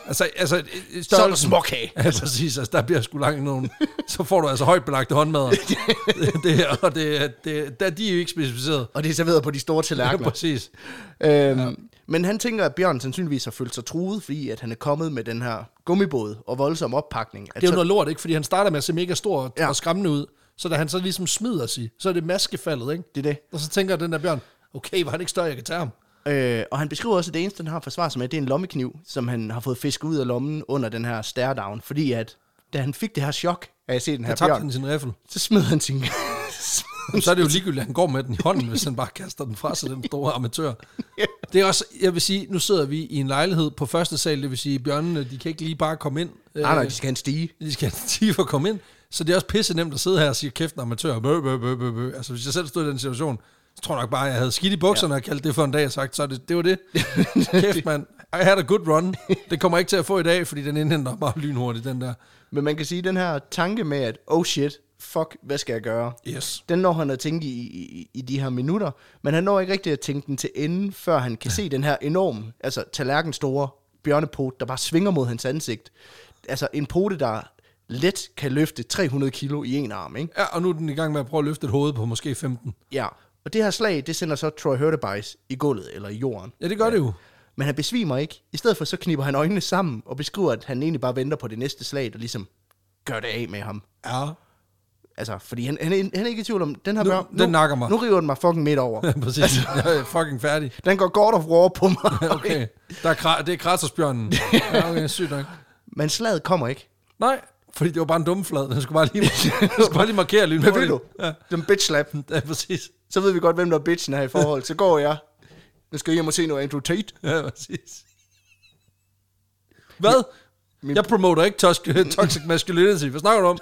Speaker 1: altså, altså øh, øh,
Speaker 2: så er det
Speaker 1: størrelsen.
Speaker 2: småkage.
Speaker 1: Ja, præcis. Altså, der bliver sgu langt nogen. Så får du altså højt belagte håndmadder. det, det, her, og det, er- det, der, de er jo ikke specificeret.
Speaker 2: Og det er serveret på de store
Speaker 1: Ja,
Speaker 2: tallerkener.
Speaker 1: præcis.
Speaker 2: Øhm, ja. Men han tænker, at Bjørn sandsynligvis har følt sig truet, fordi at han er kommet med den her gummibåd og voldsom oppakning. At
Speaker 1: Det er jo
Speaker 2: så-
Speaker 1: noget lort, ikke? Fordi han starter med at se mega stor og, ja.
Speaker 2: Ja.
Speaker 1: og skræmmende ud. Så da han så ligesom smider sig, så er det maskefaldet, ikke?
Speaker 2: det er det.
Speaker 1: Og så tænker den der bjørn, okay, var han ikke større, jeg kan tage ham.
Speaker 2: Øh, og han beskriver også, at det eneste, han har forsvar sig med, det er en lommekniv, som han har fået fisket ud af lommen under den her stare-down. Fordi at, da han fik det her chok af at se den her
Speaker 1: Jeg tabte Øh.
Speaker 2: bjørn,
Speaker 1: han sin riffel.
Speaker 2: så smed han sin...
Speaker 1: Så er det jo ligegyldigt, at han går med den i hånden, hvis han bare kaster den fra sig, den store amatør. Det er også, jeg vil sige, nu sidder vi i en lejlighed på første sal, det vil sige, bjørnene, de kan ikke lige bare komme ind.
Speaker 2: nej, nej, de skal have en stige.
Speaker 1: de skal have en time for at komme ind. Så det er også pisse nemt at sidde her og sige, kæft en amatør, bø, bø, bø, bø, bø. Altså, hvis jeg selv stod i den situation, så tror jeg nok bare, at jeg havde skidt i bukserne ja. og kaldt det for en dag og sagt, så er det, det var det. kæft, mand. I had a good run. Det kommer jeg ikke til at få i dag, fordi den indhenter bare lynhurtigt, den der.
Speaker 2: Men man kan sige, at den her tanke med, at oh shit, fuck, hvad skal jeg gøre?
Speaker 1: Yes.
Speaker 2: Den når han at tænke i, i, i de her minutter, men han når ikke rigtig at tænke den til ende, før han kan se den her enorme, altså tallerken store bjørnepote, der bare svinger mod hans ansigt. Altså en pote, der let kan løfte 300 kilo i en arm, ikke?
Speaker 1: Ja, og nu er den i gang med at prøve at løfte et hoved på måske 15.
Speaker 2: Ja, og det her slag, det sender så Troy Hurtebice i gulvet eller i jorden.
Speaker 1: Ja, det gør ja. det jo.
Speaker 2: Men han besvimer ikke. I stedet for så kniber han øjnene sammen og beskriver, at han egentlig bare venter på det næste slag, der ligesom gør det af med ham.
Speaker 1: Ja.
Speaker 2: Altså, fordi han, han, er- han er ikke i tvivl om, den her
Speaker 1: Nu-
Speaker 2: bør,
Speaker 1: den nakker mig.
Speaker 2: Nu river den mig fucking midt over.
Speaker 1: Præcis. Jeg er fucking færdig.
Speaker 2: den går God of War på mig.
Speaker 1: Altså. Okay. Der er, kra- det er kratersbjørnen. Ja, okay, sygt nok.
Speaker 2: Men slaget kommer ikke.
Speaker 1: Nej, fordi det var bare en dumflad. Den skulle bare lige, den skulle bare lige markere lidt.
Speaker 2: Hvad vil du?
Speaker 1: Ja,
Speaker 2: Den bitch slap.
Speaker 1: ja, præcis.
Speaker 2: Så ved vi godt, hvem der er bitchen her i forhold. Så går jeg. Nu skal jeg hjem og se noget Andrew Tate.
Speaker 1: Ja, præcis. Hvad? Min, jeg promoter ikke toxic, toxic masculinity. Hvad snakker du om?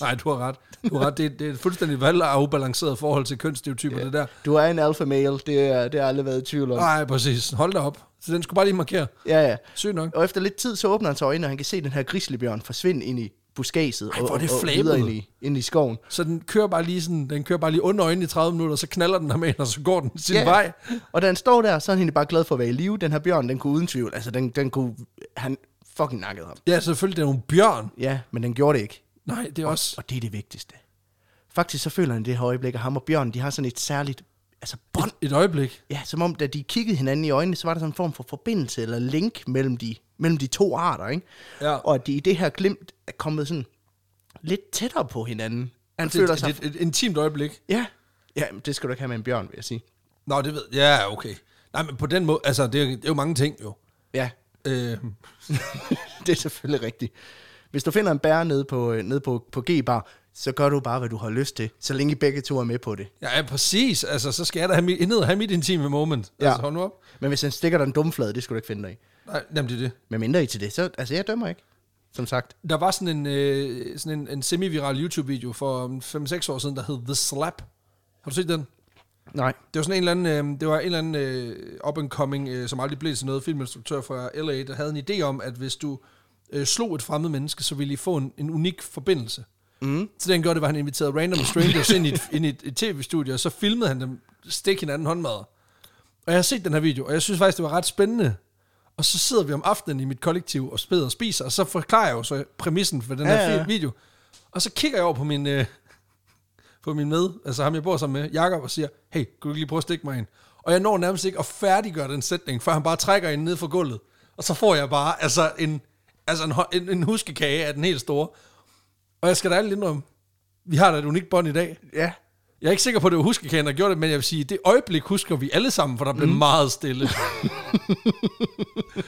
Speaker 1: Nej, du har ret. Du har ret. Det, er- det er et fuldstændig valg afbalanceret forhold til kønsstereotyper, yeah. det der.
Speaker 2: Du er en alpha male. Det, er, det har jeg aldrig været i tvivl om.
Speaker 1: Nej, præcis. Hold da op. Så den skulle bare lige markere.
Speaker 2: Ja, ja.
Speaker 1: Ah. Sygt nok.
Speaker 2: Og efter lidt tid, så åbner han sig øjnene, og han kan se den her grislebjørn forsvinde ind i buskaget.
Speaker 1: Ej, hvor er det
Speaker 2: og, og
Speaker 1: flabet.
Speaker 2: videre ind i, ind i skoven.
Speaker 1: Så den kører bare lige sådan, den kører bare lige under øjnene i 30 minutter, så knaller den ham ind, og så går den sin
Speaker 2: Ja.
Speaker 1: yeah. vej.
Speaker 2: Og da han står der, så er han egentlig bare glad for at være i live. Den her bjørn, den kunne uden tvivl. Altså, den, den kunne... Han fucking nakkede ham.
Speaker 1: Ja, selvfølgelig, det er nogle bjørn.
Speaker 2: Ja, men den gjorde det ikke.
Speaker 1: Nej, det er også
Speaker 2: Og det er det vigtigste. Faktisk så føler han i det her øjeblik, at ham og Bjørn, de har sådan et særligt altså bånd.
Speaker 1: et, et øjeblik.
Speaker 2: Ja, som om, da de kiggede hinanden i øjnene, så var der sådan en form for forbindelse eller link mellem de, mellem de to arter, ikke?
Speaker 1: Ja.
Speaker 2: Og at de i det her glimt er kommet sådan lidt tættere på hinanden. Han
Speaker 1: Det
Speaker 2: føler
Speaker 1: er
Speaker 2: sig...
Speaker 1: et, et, et intimt øjeblik.
Speaker 2: Ja. ja, men det skal du ikke have med en bjørn, vil jeg sige.
Speaker 1: Nå, det ved Ja, okay. Nej, men på den måde, altså, det er, det er jo mange ting, jo.
Speaker 2: Ja,
Speaker 1: Øh,
Speaker 2: det er selvfølgelig rigtigt. Hvis du finder en bær nede på, øh, nede på, på G-bar, så gør du bare, hvad du har lyst til, så længe I begge to er med på det.
Speaker 1: ja, ja, præcis. Altså, så skal jeg da have mit, ned have mit intime moment.
Speaker 2: Ja.
Speaker 1: Altså, hold nu op.
Speaker 2: Men hvis han stikker dig en dumflade, det skal du ikke finde dig i.
Speaker 1: Nej, jamen, det er det.
Speaker 2: Men mindre I til det, så... Altså, jeg dømmer ikke, som sagt.
Speaker 1: Der var sådan en, øh, sådan en, en semi-viral YouTube-video for 5-6 år siden, der hed The Slap. Har du set den?
Speaker 2: Nej.
Speaker 1: Det var sådan en eller anden, øh, det var en eller anden øh, up and coming, øh, som aldrig blev til noget, filminstruktør fra LA, der havde en idé om, at hvis du øh, slog et fremmed menneske, så ville I få en, en unik forbindelse.
Speaker 2: Mm-hmm.
Speaker 1: Mm. Så den gjorde det, var, at han inviterede random strangers ind i et, ind i et, et tv-studie, og så filmede han dem stikke hinanden håndmadder. Og jeg har set den her video, og jeg synes faktisk, det var ret spændende. Og så sidder vi om aftenen i mit kollektiv og spæder og spiser, og så forklarer jeg jo så præmissen for den her
Speaker 2: Ja,
Speaker 1: ja,
Speaker 2: ja.
Speaker 1: ja. video. Og så kigger jeg over på min, øh, på min med, altså ham jeg bor sammen med, Jakob og siger, hey, kan du ikke lige prøve at stikke mig ind? Og jeg når nærmest ikke at færdiggøre den sætning, før han bare trækker en ned fra gulvet. Og så får jeg bare altså en, altså en, hå- en, en huskekage af den helt store. Og jeg skal da ærligt indrømme, vi har da et unikt bånd i dag.
Speaker 2: Ja.
Speaker 1: Jeg er ikke sikker på, at det var huskekagen, der gjorde det, men jeg vil sige, det øjeblik husker vi alle sammen, for der blev mm. meget stille.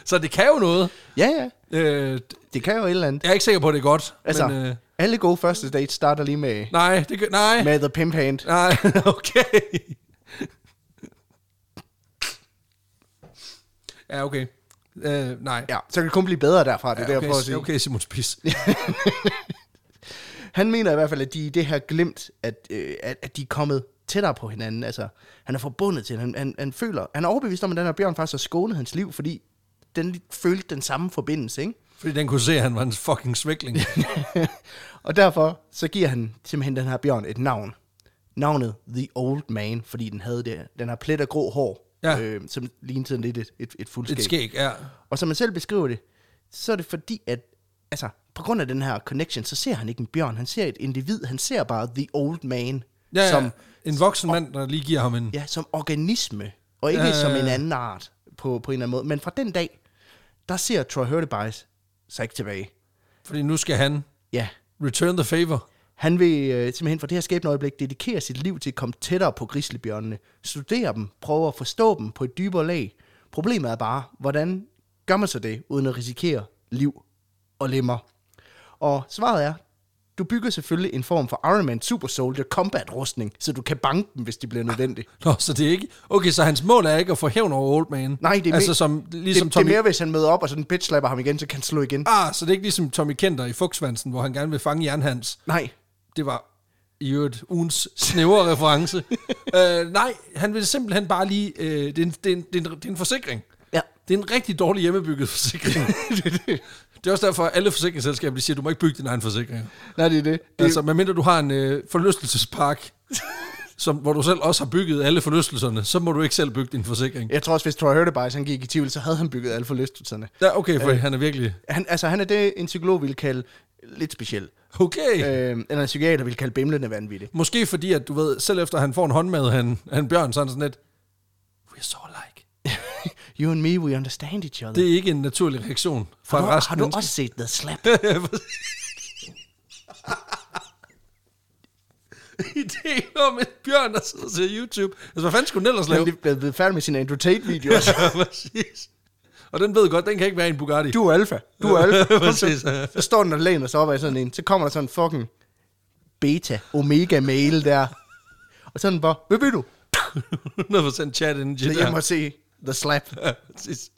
Speaker 1: så det kan jo noget.
Speaker 2: Ja, ja.
Speaker 1: Øh,
Speaker 2: Det kan jo et eller andet.
Speaker 1: jeg er ikke sikker på, at det er godt.
Speaker 2: Altså,
Speaker 1: men, øh,
Speaker 2: alle gode første dates starter lige med,
Speaker 1: nej, det, gør- nej.
Speaker 2: med The Pimp Hand.
Speaker 1: Nej, okay. ja, okay. Øh, nej.
Speaker 2: Ja, så kan det kun blive bedre derfra, det er ja,
Speaker 1: okay,
Speaker 2: derfor at sige.
Speaker 1: okay, Simon Spies.
Speaker 2: Han mener i hvert fald, at de i det her glemt, at, øh, at, at de er kommet tættere på hinanden. Altså, han er forbundet til, han, han, han føler, han er overbevist om, at den her bjørn faktisk har skånet hans liv, fordi den lige følte den samme forbindelse, ikke?
Speaker 1: Fordi den kunne se, at han var en fucking svikling.
Speaker 2: og derfor så giver han simpelthen den her bjørn et navn. Navnet The Old Man, fordi den havde det, den har plet af grå hår,
Speaker 1: Ja.
Speaker 2: øh, som lignede sådan lidt et, et, et fuldskæg.
Speaker 1: Et skæg, ja.
Speaker 2: Og som man selv beskriver det, så er det fordi, at altså, på grund af den her connection, så ser han ikke en bjørn, han ser et individ, han ser bare The Old Man,
Speaker 1: ja
Speaker 2: som,
Speaker 1: som, en voksen mand, der lige giver ham en...
Speaker 2: ja, som organisme, og ikke
Speaker 1: Ja,
Speaker 2: ja,
Speaker 1: ja,
Speaker 2: som en
Speaker 1: ja.
Speaker 2: anden art på, på en eller anden måde. Men fra den dag, der ser Troy Hurtebice sig ikke tilbage.
Speaker 1: Fordi nu skal han
Speaker 2: Ja,
Speaker 1: return the favor.
Speaker 2: han vil øh, simpelthen fra det her skæbneøjeblik dedikere sit liv til at komme tættere på grislebjørnene, studere dem, prøve at forstå dem på et dybere lag. Problemet er bare, hvordan gør man så det, uden at risikere liv og lemmer? Og svaret er, du bygger selvfølgelig en form for Iron Man Super Soldier Combat rustning, så du kan banke dem, hvis de bliver nødvendige.
Speaker 1: Nå, så det er ikke... Okay, så hans mål er ikke at få hævn over Old Man.
Speaker 2: Nej, det er,
Speaker 1: altså,
Speaker 2: mere,
Speaker 1: som, ligesom
Speaker 2: det, det
Speaker 1: Tommy...
Speaker 2: er mere, hvis han møder op og sådan bitch slapper ham igen, så kan han slå igen.
Speaker 1: Ah, så det er ikke ligesom Tommy Kenter i Fugtsvansen, hvor han gerne vil fange jernhans.
Speaker 2: Nej,
Speaker 1: Det var i øvrigt ugens snævre reference. øh, nej, han vil simpelthen bare lige... Øh, det, er en, det, er en, det, er en, det er en forsikring.
Speaker 2: ja,
Speaker 1: Det er en rigtig dårlig hjemmebygget forsikring. det er også derfor, at alle forsikringsselskaber de siger, at du må ikke bygge din egen forsikring.
Speaker 2: Nej, det er det. det
Speaker 1: Altså, medmindre du har en øh, forlystelsespark, som, hvor du selv også har bygget alle forlystelserne, så må du ikke selv bygge din forsikring.
Speaker 2: jeg tror også, hvis Troy Hurtebise, han gik i tvivl, så havde han bygget alle forlystelserne.
Speaker 1: Ja, okay, for øh. han er virkelig...
Speaker 2: Han, altså, han er det, en psykolog ville kalde lidt speciel.
Speaker 1: Okay. Øh.
Speaker 2: Øh, eller en psykiater ville kalde bimlende vanvittig.
Speaker 1: Måske fordi, at du ved, selv efter han får en håndmad af en, af en bjørn, så er han sådan lidt... We're so alike.
Speaker 2: You and me, we understand each other.
Speaker 1: Det er ikke en naturlig reaktion fra
Speaker 2: har,
Speaker 1: en
Speaker 2: du,
Speaker 1: rask
Speaker 2: har du
Speaker 1: menneske.
Speaker 2: også set The Slap?
Speaker 1: idé om en bjørn, der sidder og ser YouTube. Altså, hvad fanden skulle den ellers lave?
Speaker 2: Han er blevet- blevet færdig med sin Andrew Tate-video. altså.
Speaker 1: Ja, præcis. Og den ved godt, den kan ikke være i en Bugatti.
Speaker 2: du er alfa. Du er alfa. Kom så,
Speaker 1: Præcis.
Speaker 2: så står den og læner sig op af sådan en. Så kommer der sådan en fucking beta, omega mail der. Og sådan bare, hvad ved du?
Speaker 1: 100% chat engine.
Speaker 2: Så jeg må se The Slap.
Speaker 1: Ja, præcis.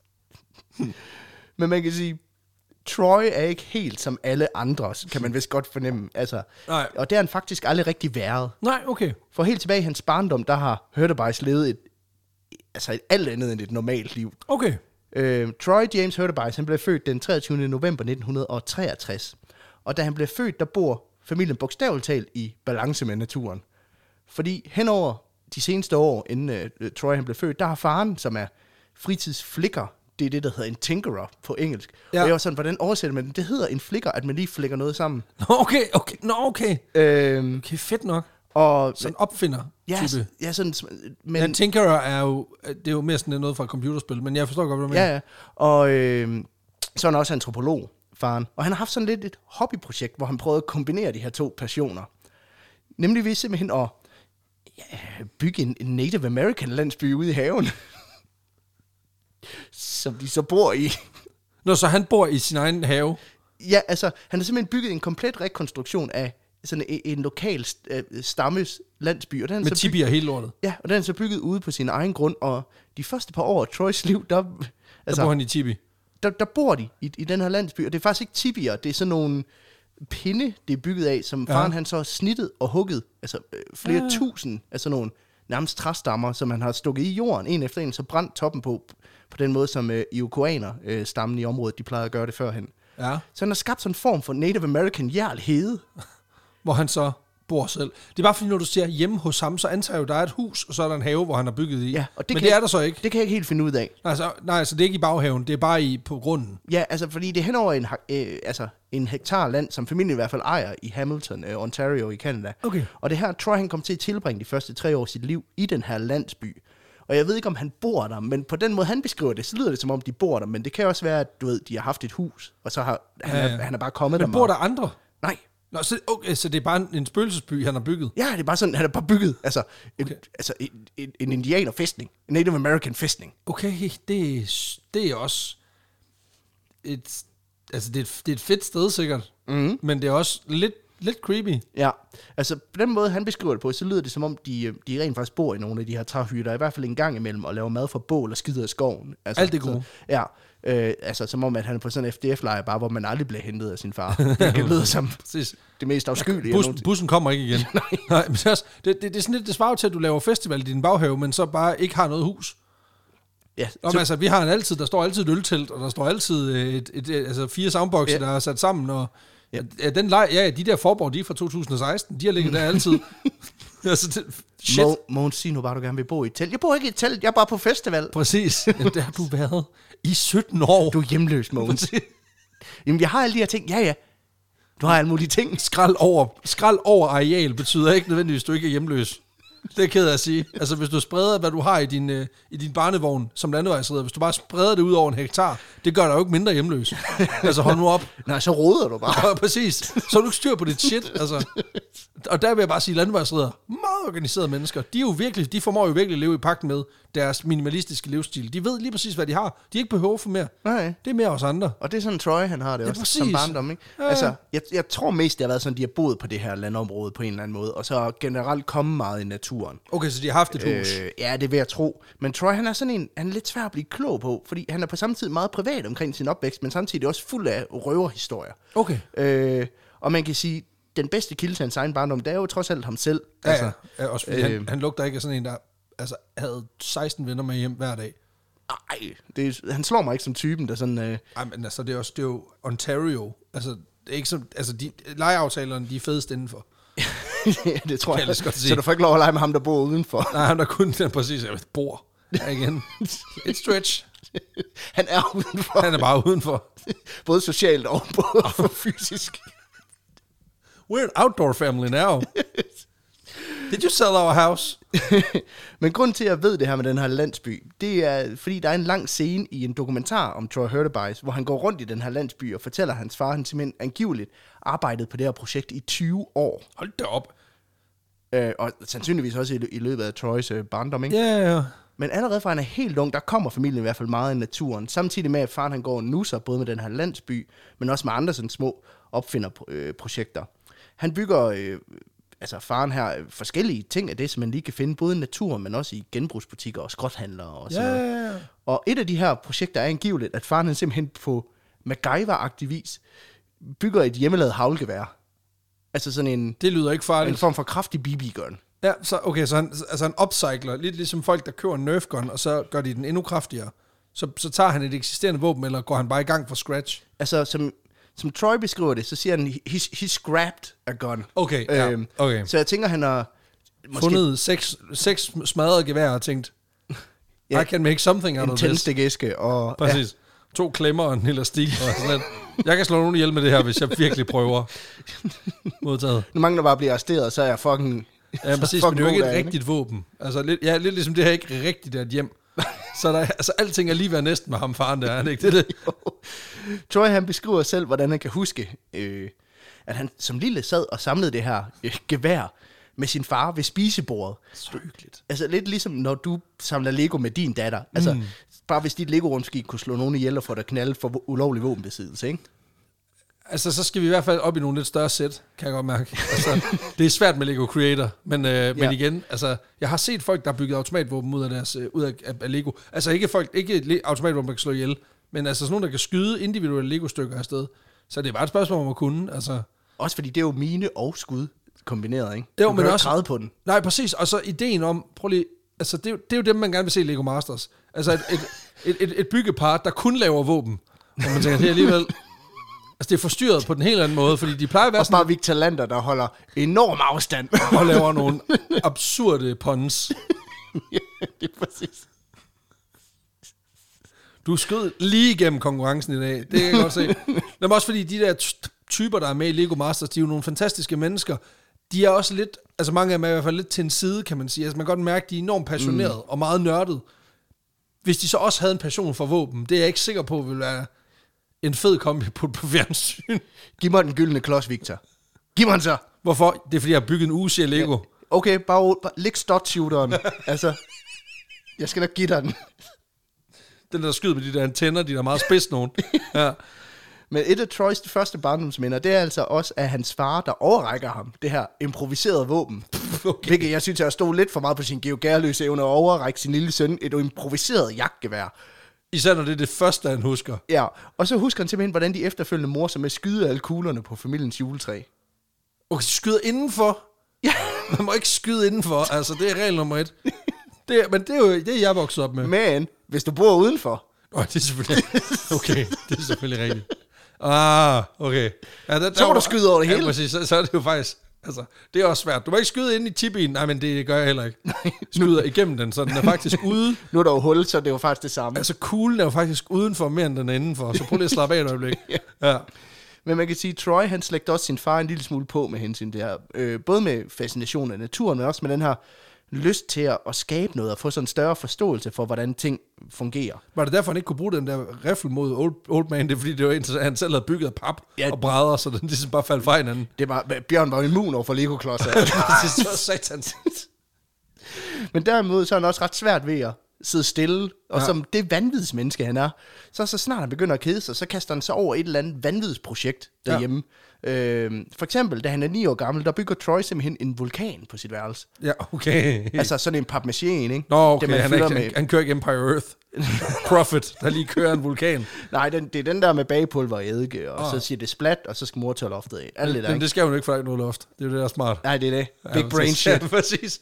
Speaker 2: Men man kan sige, Troy er ikke helt som alle andre, kan man vist godt fornemme. Altså,
Speaker 1: Nej.
Speaker 2: Og det har han faktisk aldrig rigtig været.
Speaker 1: Nej, okay.
Speaker 2: For helt tilbage i hans barndom, der har Hurtebise levet et, altså et alt andet end et normalt liv.
Speaker 1: Okay.
Speaker 2: Øh, Troy James Hurtebise, han blev født den 23. november 1963. Og da han blev født, der bor familien bogstaveligt talt i balance med naturen. Fordi henover de seneste år, inden øh, Troy han blev født, der har faren, som er fritidsflikker, det er det, der hedder en tinkerer på engelsk.
Speaker 1: Ja.
Speaker 2: Ja. Og jeg var sådan, hvordan oversætter man det? Det hedder en flikker, at man lige flikker noget sammen.
Speaker 1: Nå, okay, okay. Nå, okay.
Speaker 2: Øhm,
Speaker 1: Okay, fedt nok.
Speaker 2: og
Speaker 1: Sådan en opfinder
Speaker 2: ja,
Speaker 1: type.
Speaker 2: s- ja, sådan, men,
Speaker 1: Men ja, Tinkerer er jo, det er jo mere sådan noget fra et computerspil, men jeg forstår godt, hvad du mener.
Speaker 2: Ja, ja. Og øh, så er han også antropolog, faren. Og han har haft sådan lidt et hobbyprojekt, hvor han prøvede at kombinere de her to passioner. Nemlig ved simpelthen at ja, bygge en en Native American landsby ude i haven. som de så bor i.
Speaker 1: Nå, så han bor i sin egen have.
Speaker 2: Ja, altså, han har simpelthen bygget en komplet rekonstruktion af sådan en, en lokal st- øh, stammes landsby. Og den er
Speaker 1: Med
Speaker 2: så
Speaker 1: tibi og hele lortet.
Speaker 2: Ja, og den er så bygget ude på sin egen grund, og de første par år af Troys liv, der... altså,
Speaker 1: Der bor han i tibi.
Speaker 2: der, der bor de i, i den her landsby, og det er faktisk ikke tibier, det er sådan nogle pinde, det er bygget af, som
Speaker 1: Ja.
Speaker 2: ja. faren han så har snittet og hugget, altså øh, flere ja. tusind af sådan nogle nærmest træstammer, som han har stukket i jorden, en efter en, så brændt toppen på, på den måde, som øh, iukoaner, øh, stammen i området, de plejede at gøre det førhen.
Speaker 1: Ja.
Speaker 2: Så han har skabt sådan en form for Native American jarl hede.
Speaker 1: hvor han så bor selv. Det er bare fordi, når du siger hjemme hos ham, så antager jeg jo, der er et hus, og så er der en have, hvor han har bygget i.
Speaker 2: Ja, og det
Speaker 1: Men
Speaker 2: kan
Speaker 1: det er
Speaker 2: jeg-
Speaker 1: der så ikke.
Speaker 2: Det kan jeg ikke helt finde ud af.
Speaker 1: Nej, så, nej, så det er ikke i baghaven, det er bare i på grunden.
Speaker 2: Ja, altså fordi det er henover en, ha- øh, altså, en hektar land, som familien i hvert fald ejer i Hamilton, øh, Ontario i Canada.
Speaker 1: Okay.
Speaker 2: Og det her, Troy han kom til at tilbringe de første tre år af sit liv i den her landsby. Og jeg ved ikke, om han bor der, men på den måde, han beskriver det, så lyder det som om, de bor der. Men det kan også være, at du ved, de har haft et hus, og så har han,
Speaker 1: Ja,
Speaker 2: ja,
Speaker 1: ja.
Speaker 2: ja. han er bare kommet
Speaker 1: Men
Speaker 2: der.
Speaker 1: bor der
Speaker 2: meget.
Speaker 1: andre?
Speaker 2: Nej.
Speaker 1: Nå, så, okay, så det er bare en, en spøgelsesby, han har bygget.
Speaker 2: Ja, det er bare sådan, han er bare bygget. Altså, okay.
Speaker 1: Okay.
Speaker 2: en, altså en, en, en indianerfæstning. En Native American fæstning.
Speaker 1: Okay, det, er s- det er også et... Altså, det er, et- det er et fedt sted, sikkert.
Speaker 2: Mhm.
Speaker 1: Mm. Men det er også lidt, lidt creepy.
Speaker 2: Ja, altså på den måde, han beskriver det på, så lyder det som om, de, øh, de rent faktisk bor i nogle af de her træhytter, i hvert fald en gang imellem, og laver mad fra bål og skider i skoven. Altså,
Speaker 1: Alt det gode.
Speaker 2: Så, ja, øh, altså som om, at han er på sådan en FDF-lejr, bare hvor man aldrig bliver hentet af sin far. Det kan lyde som
Speaker 1: Præcis.
Speaker 2: det mest afskyelige. jeg
Speaker 1: Bus,
Speaker 2: nogensinde-
Speaker 1: bussen kommer ikke igen. Nej. Nej men det, er også, det, det, det, er sådan lidt, det svarer jo til, at du laver festival i din baghave, men så bare ikke har noget hus.
Speaker 2: Ja,
Speaker 1: Nå, men
Speaker 2: så,
Speaker 1: altså, vi har en altid, der står altid et øltelt, og der står altid øh, et, et, et, altså fire soundboxer,
Speaker 2: Ja.
Speaker 1: der er sat sammen, og ja. Ja, den leg, ja, de der forborg, de er fra 2016, de har ligget der altid. altså, det, shit,
Speaker 2: Mo, Mogens, sig nu bare, du gerne vil bo i et telt. Jeg bor ikke i et telt, jeg er bare på festival.
Speaker 1: præcis. Jamen, der har du været i 17 år.
Speaker 2: Du er hjemløs, Mogens. Jamen, jeg har alle de her ting. Ja, ja. Du har alle mulige ting.
Speaker 1: Skrald over, skrald over areal betyder ikke nødvendigvis, at du ikke er hjemløs. Det er ked af at sige. Altså, hvis du spreder, hvad du har i din, øh, i din barnevogn som landevejsreder, hvis du bare spreder det ud over en hektar, det gør dig jo ikke mindre hjemløs. altså, hold nu op.
Speaker 2: Nej, så roder du bare.
Speaker 1: Ja, præcis. Så har du ikke styr på dit shit, altså. Og der vil jeg bare sige, landvejsredder, meget organiserede mennesker, de, er jo virkelig, de formår jo virkelig at leve i pagt med deres minimalistiske livsstil. De ved lige præcis, hvad de har. De er ikke behøver for mere.
Speaker 2: Nej.
Speaker 1: Det er mere os andre.
Speaker 2: Og det er sådan, Troy han har det
Speaker 1: Ja,
Speaker 2: ja, også
Speaker 1: præcis.
Speaker 2: som barndom, ikke?
Speaker 1: Ja,
Speaker 2: Ja,
Speaker 1: ja.
Speaker 2: Altså, jeg, jeg tror mest, det har været sådan, de har boet på det her landområde på en eller anden måde, og så generelt kommet meget i naturen.
Speaker 1: Okay, så de har haft et hus.
Speaker 2: Øh, ja, det er ved at tro. Men Troy, han er sådan en, han er lidt svær at blive klog på, fordi han er på samme tid meget privat omkring sin opvækst, men samtidig også fuld af røverhistorier.
Speaker 1: Okay.
Speaker 2: Øh, og man kan sige, den bedste kilde til hans egen barndom, det er jo trods alt ham selv. Altså,
Speaker 1: Ja, altså, ja. ja også fordi øh, han,
Speaker 2: øh.
Speaker 1: han lugter ikke af sådan en, der altså, havde 16 venner med hjem hver dag.
Speaker 2: Ej, det, er- han slår mig ikke som typen, der sådan... Øh,
Speaker 1: Ej, men altså, det er, også, det er jo Ontario. Altså, det er ikke som, altså de, lejeaftalerne, de er fedest indenfor.
Speaker 2: ja, det tror
Speaker 1: Kan jeg
Speaker 2: jeg.
Speaker 1: ellers godt
Speaker 2: så
Speaker 1: sige.
Speaker 2: du får ikke lov at lege med ham, der bor udenfor.
Speaker 1: Nej, han er kun den præcis, jeg bor. Ja, igen. Et stretch.
Speaker 2: han er udenfor.
Speaker 1: Han er bare udenfor.
Speaker 2: både socialt og både fysisk.
Speaker 1: We're an outdoor family now. Did you sell our house?
Speaker 2: Men grund til, at jeg ved det her med den her landsby, det er, fordi der er en lang scene i en dokumentar om Troy Hurtebise, hvor han går rundt i den her landsby og fortæller, at hans far, han simpelthen angiveligt arbejdede på det her projekt i 20 år.
Speaker 1: Hold da op.
Speaker 2: Øh, og sandsynligvis også i, lø- i løbet af Troys øh, barndom, ikke?
Speaker 1: Ja, ja, ja.
Speaker 2: Men allerede fra han er helt ung, der kommer familien i hvert fald meget i naturen. Samtidig med, at faren han går og nuser, både med den her landsby, men også med andre sådan små opfinderprojekter. Han bygger, øh, altså faren her, øh, forskellige ting af det, som man lige kan finde, både i naturen, men også i genbrugsbutikker og skrothandlere og
Speaker 1: Ja,
Speaker 2: sådan noget.
Speaker 1: ja, ja.
Speaker 2: Og et af de her projekter er angiveligt, at faren han simpelthen på MacGyver-agtig vis bygger et hjemmelavet havlgevær. Altså sådan en,
Speaker 1: Det lyder ikke
Speaker 2: en
Speaker 1: farligt.
Speaker 2: form for kraftig BB-gun.
Speaker 1: Ja, så, okay, så han, altså han upcycler, lidt ligesom folk, der køber en Nerf gun, og så gør de den endnu kraftigere. Så, så tager han et eksisterende våben, eller går han bare i gang fra scratch?
Speaker 2: altså som, som Troy beskriver det, så siger han, he's, he's grabbed a gun. Øhm,
Speaker 1: Okay, ja, okay.
Speaker 2: Så jeg tænker, han har...
Speaker 1: Øhm, Måske. Fundet seks, seks smadrede geværer og tænkt,
Speaker 2: Ja.
Speaker 1: I can make something out
Speaker 2: en
Speaker 1: of this.
Speaker 2: tændstikæske, og ja,
Speaker 1: Præcis. To klemmer og en elastik. Og sådan lidt. Jeg kan slå nogen ihjel med det her, hvis jeg virkelig prøver. Modtaget.
Speaker 2: nu mangler bare at blive arresteret, og så er jeg fucking...
Speaker 1: Ja,
Speaker 2: så
Speaker 1: præcis, men
Speaker 2: fucking
Speaker 1: det er jo ikke
Speaker 2: god
Speaker 1: et
Speaker 2: derinde,
Speaker 1: rigtigt våben. Altså, lidt, ja, lidt ligesom det her ikke rigtigt er et hjem. Så der, er- altså, alting er lige ved næsten med ham faren der, er det ikke det? det?
Speaker 2: Troy han beskriver selv, hvordan han kan huske, øh, at han som lille sad og samlede det her øh, gevær med sin far ved spisebordet.
Speaker 1: Så hyggeligt.
Speaker 2: Altså lidt ligesom, når du samler Lego med din datter. Altså, mm. bare hvis dit Lego-rundskib kunne slå nogen ihjel og få dig knaldet for ulovlig våbenbesiddelse, ikke?
Speaker 1: Altså, så skal vi i hvert fald op i nogle lidt større sæt, kan jeg godt mærke. Altså, det er svært med Lego Creator, men, øh, ja. men igen, altså, jeg har set folk, der har bygget automatvåben ud af, deres, øh, ud af, af, af Lego. Altså ikke folk, ikke le- automatvåben, der kan slå ihjel, men altså sådan nogen, der kan skyde individuelle Lego-stykker afsted. Så det er bare et spørgsmål om at kunne, altså.
Speaker 2: Også fordi det er jo mine og skud kombineret, ikke?
Speaker 1: Jo,
Speaker 2: du
Speaker 1: men
Speaker 2: kan jo ikke
Speaker 1: også-
Speaker 2: træde på den.
Speaker 1: Nej, præcis. Og så ideen om, prøv lige, altså det, er jo- det er jo dem, man gerne vil se i Lego Masters. Altså et, et, et, et, et byggepar, der kun laver våben. Og man tænker, det er alligevel... Altså det er forstyrret på den helt anden måde, fordi de plejer at være
Speaker 2: Også
Speaker 1: sådan,
Speaker 2: bare Victor Lander, der holder enorm afstand.
Speaker 1: og laver nogle absurde puns.
Speaker 2: ja, det er præcis.
Speaker 1: Du skød lige igennem konkurrencen i dag. Det kan jeg godt se. Men også fordi de der ty- typer, der er med i Lego Masters, de er jo nogle fantastiske mennesker. De er også lidt, altså mange af dem er i hvert fald lidt til en side, kan man sige. Altså man kan godt mærke, de er enormt passionerede mm. og meget nørdede. Hvis de så også havde en passion for våben, det er jeg ikke sikker på ville være en fed kombi på, på fjernsyn.
Speaker 2: Giv mig den gyldne klods, Victor. Giv mig den så.
Speaker 1: Hvorfor? Det er fordi, jeg har bygget en uge af Lego.
Speaker 2: Okay, bare, bare læg stot-shooteren. altså, jeg skal nok give dig den.
Speaker 1: Den der skyder med de der antenner, de der meget spids nogen. Ja.
Speaker 2: Men et af Troys første barndomsminder, det er altså også, at hans far, der overrækker ham det her improviserede våben. Okay. Hvilket jeg synes, jeg stod lidt for meget på sin geogærløse evne at overrække sin lille søn et improviseret jagtgevær.
Speaker 1: Især når det er det første, han husker.
Speaker 2: Ja, og så husker han simpelthen, hvordan de efterfølgende mor som er skyde alle kuglerne på familiens juletræ.
Speaker 1: Okay, skyder indenfor.
Speaker 2: Ja.
Speaker 1: Man må ikke skyde indenfor. Altså, det er regel nummer et. Det er, men det er jo det, er jeg vokset op med.
Speaker 2: Men hvis du bor udenfor,
Speaker 1: Nå, det er selvfølgelig... Okay, det er selvfølgelig rigtigt. Ah, okay. Ja, der,
Speaker 2: Så må du skyde over det hele.
Speaker 1: Ja, præcis. Så, så er det jo faktisk... Altså, det er også svært. Du må ikke skyde ind i tibien. Nej, men det gør jeg heller ikke. Skyder igennem den, så den er faktisk ude.
Speaker 2: nu er der jo hul, så det er jo faktisk det samme.
Speaker 1: Altså, kuglen er jo faktisk udenfor mere, end den er indenfor. Så prøv lige at slappe af et øjeblik. Ja.
Speaker 2: Men man kan sige, at Troy han slægte også sin far en lille smule på med hensyn til det her. Øh, både med fascination af naturen, men også med den her lyst til at, at skabe noget og få sådan en større forståelse for, hvordan ting fungerer.
Speaker 1: Var det derfor, han ikke kunne bruge den der riffel mod old, old Man? Det er fordi, det var en, så han selv havde bygget af pap
Speaker 2: Ja.
Speaker 1: ja. og brædder, så den ligesom bare faldt fra hinanden.
Speaker 2: Det var, Bjørn var jo immun over for Lego-klodser.
Speaker 1: det er så satans.
Speaker 2: men derimod så er han også ret svært ved at sidde stille, og ja. som det vanvidsmenneske, han er, så så snart han begynder at kede sig, så kaster han sig over et eller andet vanvidsprojekt derhjemme. Ja. Øhm, for eksempel, da han er ni år gammel, der bygger Troy simpelhen en vulkan på sit værelse.
Speaker 1: Ja, okay.
Speaker 2: Altså sådan en papmaché, ikke?
Speaker 1: Nå, okay,
Speaker 2: Det, man
Speaker 1: han, er
Speaker 2: fylder
Speaker 1: ikke, han, han kører ikke Empire Earth. Prophet, der lige kører en vulkan.
Speaker 2: Nej, den, det er den der med bagepulver og eddike, og så siger det splat, og så skal mor tørre loftet af. Alt det der,
Speaker 1: Men
Speaker 2: ikke?
Speaker 1: det skal hun jo ikke, for der er ikke noget loft. Det er jo det, der er smart.
Speaker 2: Nej, det er det.
Speaker 1: Ja,
Speaker 2: Big
Speaker 1: præcis.
Speaker 2: brain shit.
Speaker 1: Ja, præcis.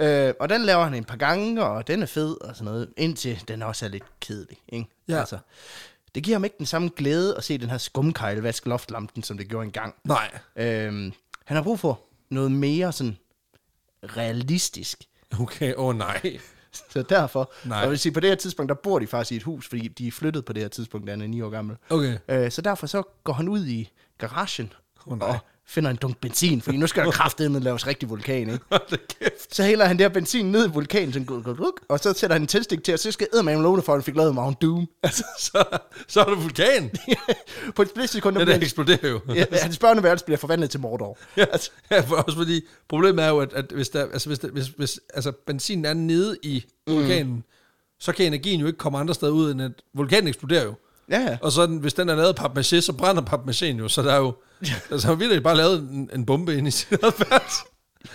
Speaker 2: Øh, og den laver han et par gange, og den er fed og sådan noget, indtil den også er lidt kedelig. Ikke? Altså,
Speaker 1: Ja.
Speaker 2: det giver ham ikke den samme glæde at se den her skumkejle vaske loftlampen, som det gjorde engang.
Speaker 1: Nej.
Speaker 2: Øhm, han har brug for noget mere sådan realistisk.
Speaker 1: Okay, åh oh, nej.
Speaker 2: Så derfor,
Speaker 1: Nej.
Speaker 2: Nej. og jeg vil sige, på det her tidspunkt, der bor de faktisk i et hus, fordi de er flyttet på det her tidspunkt, da han er 9 år gammel.
Speaker 1: Okay.
Speaker 2: Øh, så derfor så går han ud i garagen
Speaker 1: Åh,
Speaker 2: oh,
Speaker 1: nej.
Speaker 2: og finder en dunk benzin, fordi nu skal der kraftedeme laves rigtig vulkan, ikke?
Speaker 1: Hold da kæft.
Speaker 2: Så hælder han der benzin ned i vulkanen, sådan, gluk, gluk, gluk, og så sætter han en tændstik til, og så skal eddermame låne for, at han fik lavet Mount Doom.
Speaker 1: Altså, så, så er der vulkan.
Speaker 2: på et split sekund, der
Speaker 1: Den der
Speaker 2: bliver hans,
Speaker 1: eksploderer jo.
Speaker 2: ja, hans børneværelse bliver forvandlet til Mordor.
Speaker 1: Ja, altså, ja, for også fordi, problemet er jo, at, at hvis, der, altså, hvis, der, hvis, hvis altså, benzinen er nede i vulkanen, så kan energien jo ikke komme andre steder ud, end at vulkanen eksploderer jo.
Speaker 2: Ja, ja.
Speaker 1: Og så den, hvis den er lavet af papmaché, så brænder papmachéen jo, så der er jo... Altså, han virkelig bare lavet en, en bombe ind i sin adfærd.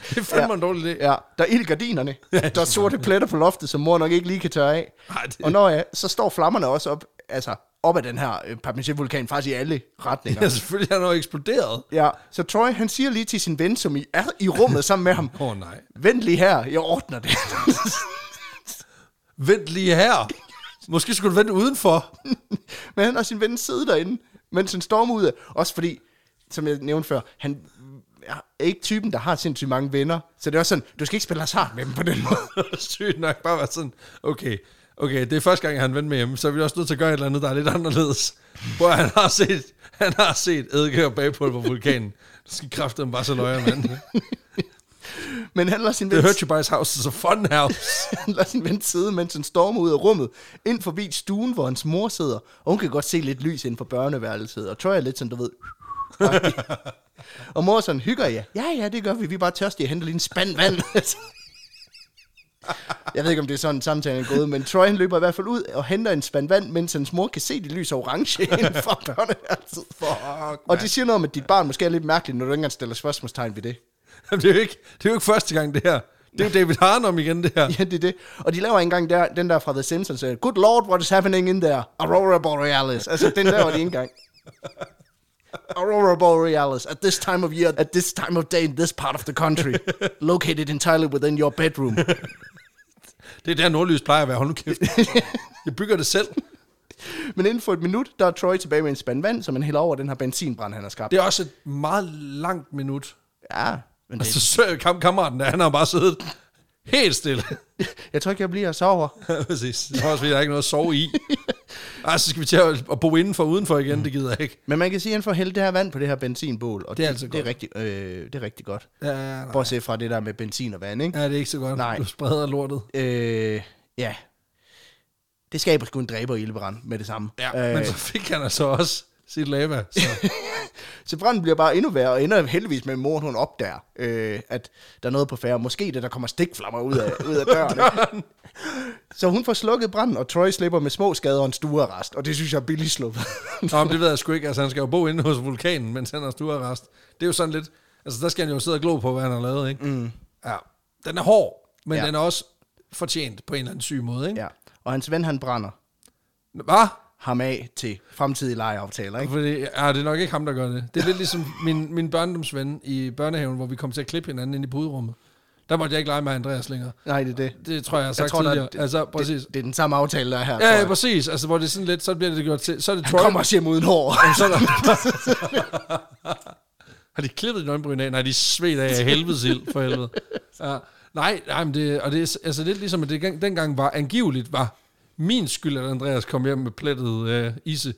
Speaker 1: Det er fandme ja. en dårlig idé.
Speaker 2: Ja, der er ild i gardinerne. Der er sorte pletter på loftet, som mor nok ikke lige kan tørre af.
Speaker 1: Ej, det-
Speaker 2: Og når jeg, så står flammerne også op, altså op af den her øh, Parmentier-vulkan, faktisk i alle retninger.
Speaker 1: Ja, selvfølgelig han har han jo eksploderet.
Speaker 2: Ja, så Troy, han siger lige til sin ven, som I er i rummet sammen med ham,
Speaker 1: Åh oh, nej.
Speaker 2: vent lige her, jeg ordner det.
Speaker 1: Vent lige her. Måske skulle du vente udenfor.
Speaker 2: Men han og sin ven sidder derinde, mens han stormer ud af, også fordi, som jeg nævnte før, han er ikke typen, der har sindssygt mange venner. Så det er også sådan, du skal ikke spille hasard med dem på den måde.
Speaker 1: Sygt nok bare være sådan, okay, okay, det er første gang, han vendte med hjemme, så er vi også nødt til at gøre et eller andet, der er lidt anderledes. Hvor han har set, han har set eddike og bagpulver på vulkanen. Du skal kræfte dem bare så løjer, mand.
Speaker 2: Men han lader sin ven
Speaker 1: The Hurtubies House is a fun house.
Speaker 2: Han lader sin ven sidde, mens han stormer ud af rummet, ind forbi stuen, hvor hans mor sidder. Og hun kan godt se lidt lys inden for børneværelset, og Troy er lidt sådan, du ved... og mor er sådan, hygger jeg? Ja, ja, det gør vi. Vi er bare tørstige og henter lige en spand vand. jeg ved ikke, om det er sådan, samtalen er gået, men Troy han løber i hvert fald ud og henter en spand vand, mens hans mor kan se det lys orange inden for børneværelset.
Speaker 1: Fuck,
Speaker 2: Og det siger noget om, at dit barn måske er lidt mærkeligt, når du ikke engang stiller spørgsmålstegn ved det.
Speaker 1: Jamen, det, er jo ikke, det er jo ikke første gang, det her. Det er jo David Harnum igen, det her.
Speaker 2: Ja, det er det. Og de laver ikke engang der, den der fra The Simpsons. øh, Good lord, what is happening in there? Aurora Borealis. Altså, den laver de ikke engang. Aurora Borealis, at this time of year, at this time of day in this part of the country. Located entirely within your bedroom.
Speaker 1: Det er der nordlys plejer at være. Hold nu kæft. Jeg bygger det selv.
Speaker 2: Men inden for et minut, der er Troy tilbage med en spand vand, som han hælder over den her benzinbrand, han har skabt.
Speaker 1: Det er også et meget langt minut.
Speaker 2: Ja, men
Speaker 1: Og så
Speaker 2: det,
Speaker 1: søger kam- kammeraten, der han har bare siddet helt stille.
Speaker 2: jeg tror ikke, jeg bliver sover.
Speaker 1: Præcis. Det er også, fordi der er ikke noget at sove i. Ej, så skal vi til at, at bo indenfor og udenfor igen, det gider jeg ikke.
Speaker 2: Men man kan sige, at han får hældt det her vand på det her benzinbål,
Speaker 1: Det
Speaker 2: og det
Speaker 1: er
Speaker 2: er,
Speaker 1: altså
Speaker 2: det, det
Speaker 1: godt.
Speaker 2: er, rigtig, øh, det er rigtig godt.
Speaker 1: Ja, ja, nej.
Speaker 2: Bortset fra det der med benzin og vand, ikke?
Speaker 1: ja det er ikke så godt.
Speaker 2: Nej.
Speaker 1: Du spreder lortet.
Speaker 2: Øh, ja. Det skaber sgu en dræber i ildebrand med det samme.
Speaker 1: Ja, øh. men så fik han altså også sit lava. Så.
Speaker 2: Så branden bliver bare endnu værre, og ender heldigvis med, at moren hun opdager, øh, at der er noget på færre. Måske det, der kommer stikflammer ud af, ud af døren. ikke? så hun får slukket branden, og Troy slipper med små skader og en stuearrest. Og det synes jeg er billigt sluppet.
Speaker 1: Nå, men det ved jeg sgu ikke. Altså, han skal jo bo inde hos vulkanen, mens han har stuerrest. Det er jo sådan lidt... Altså, der skal han jo sidde og glo på, hvad han har lavet, ikke? Mm. Ja. Den er hård, men ja.
Speaker 2: Ja.
Speaker 1: den er også fortjent på en eller anden syg måde, ikke?
Speaker 2: ja. Og hans ven, han brænder
Speaker 1: Hvad?
Speaker 2: ham af til fremtidige lejeaftaler, ikke?
Speaker 1: Fordi, ja, det er nok ikke ham, der gør det. Det er lidt ligesom min, min børndomsven i børnehaven, hvor vi kom til at klippe hinanden ind i puderummet. Der måtte jeg ikke lege med Andreas længere.
Speaker 2: Nej, det er det.
Speaker 1: Det tror jeg, jeg har sagt
Speaker 2: Jeg tror, der,
Speaker 1: tidligere.
Speaker 2: det,
Speaker 1: altså, præcis.
Speaker 2: det, det, er den samme aftale, der er her.
Speaker 1: ja, ja,
Speaker 2: tror jeg.
Speaker 1: præcis. Altså, hvor det er sådan lidt, så bliver det gjort til. Så er det
Speaker 2: Han
Speaker 1: Troy.
Speaker 2: kommer også hjem uden hår.
Speaker 1: Så er der... har de klippet din øjenbryn af? Nej, de er svedt af af helvedes ild, for helvede. Ja. Nej, nej, men det, og det er altså lidt ligesom, at det gang- dengang var angiveligt, var min skyld, at Andreas kom hjem med plettet øh, isse.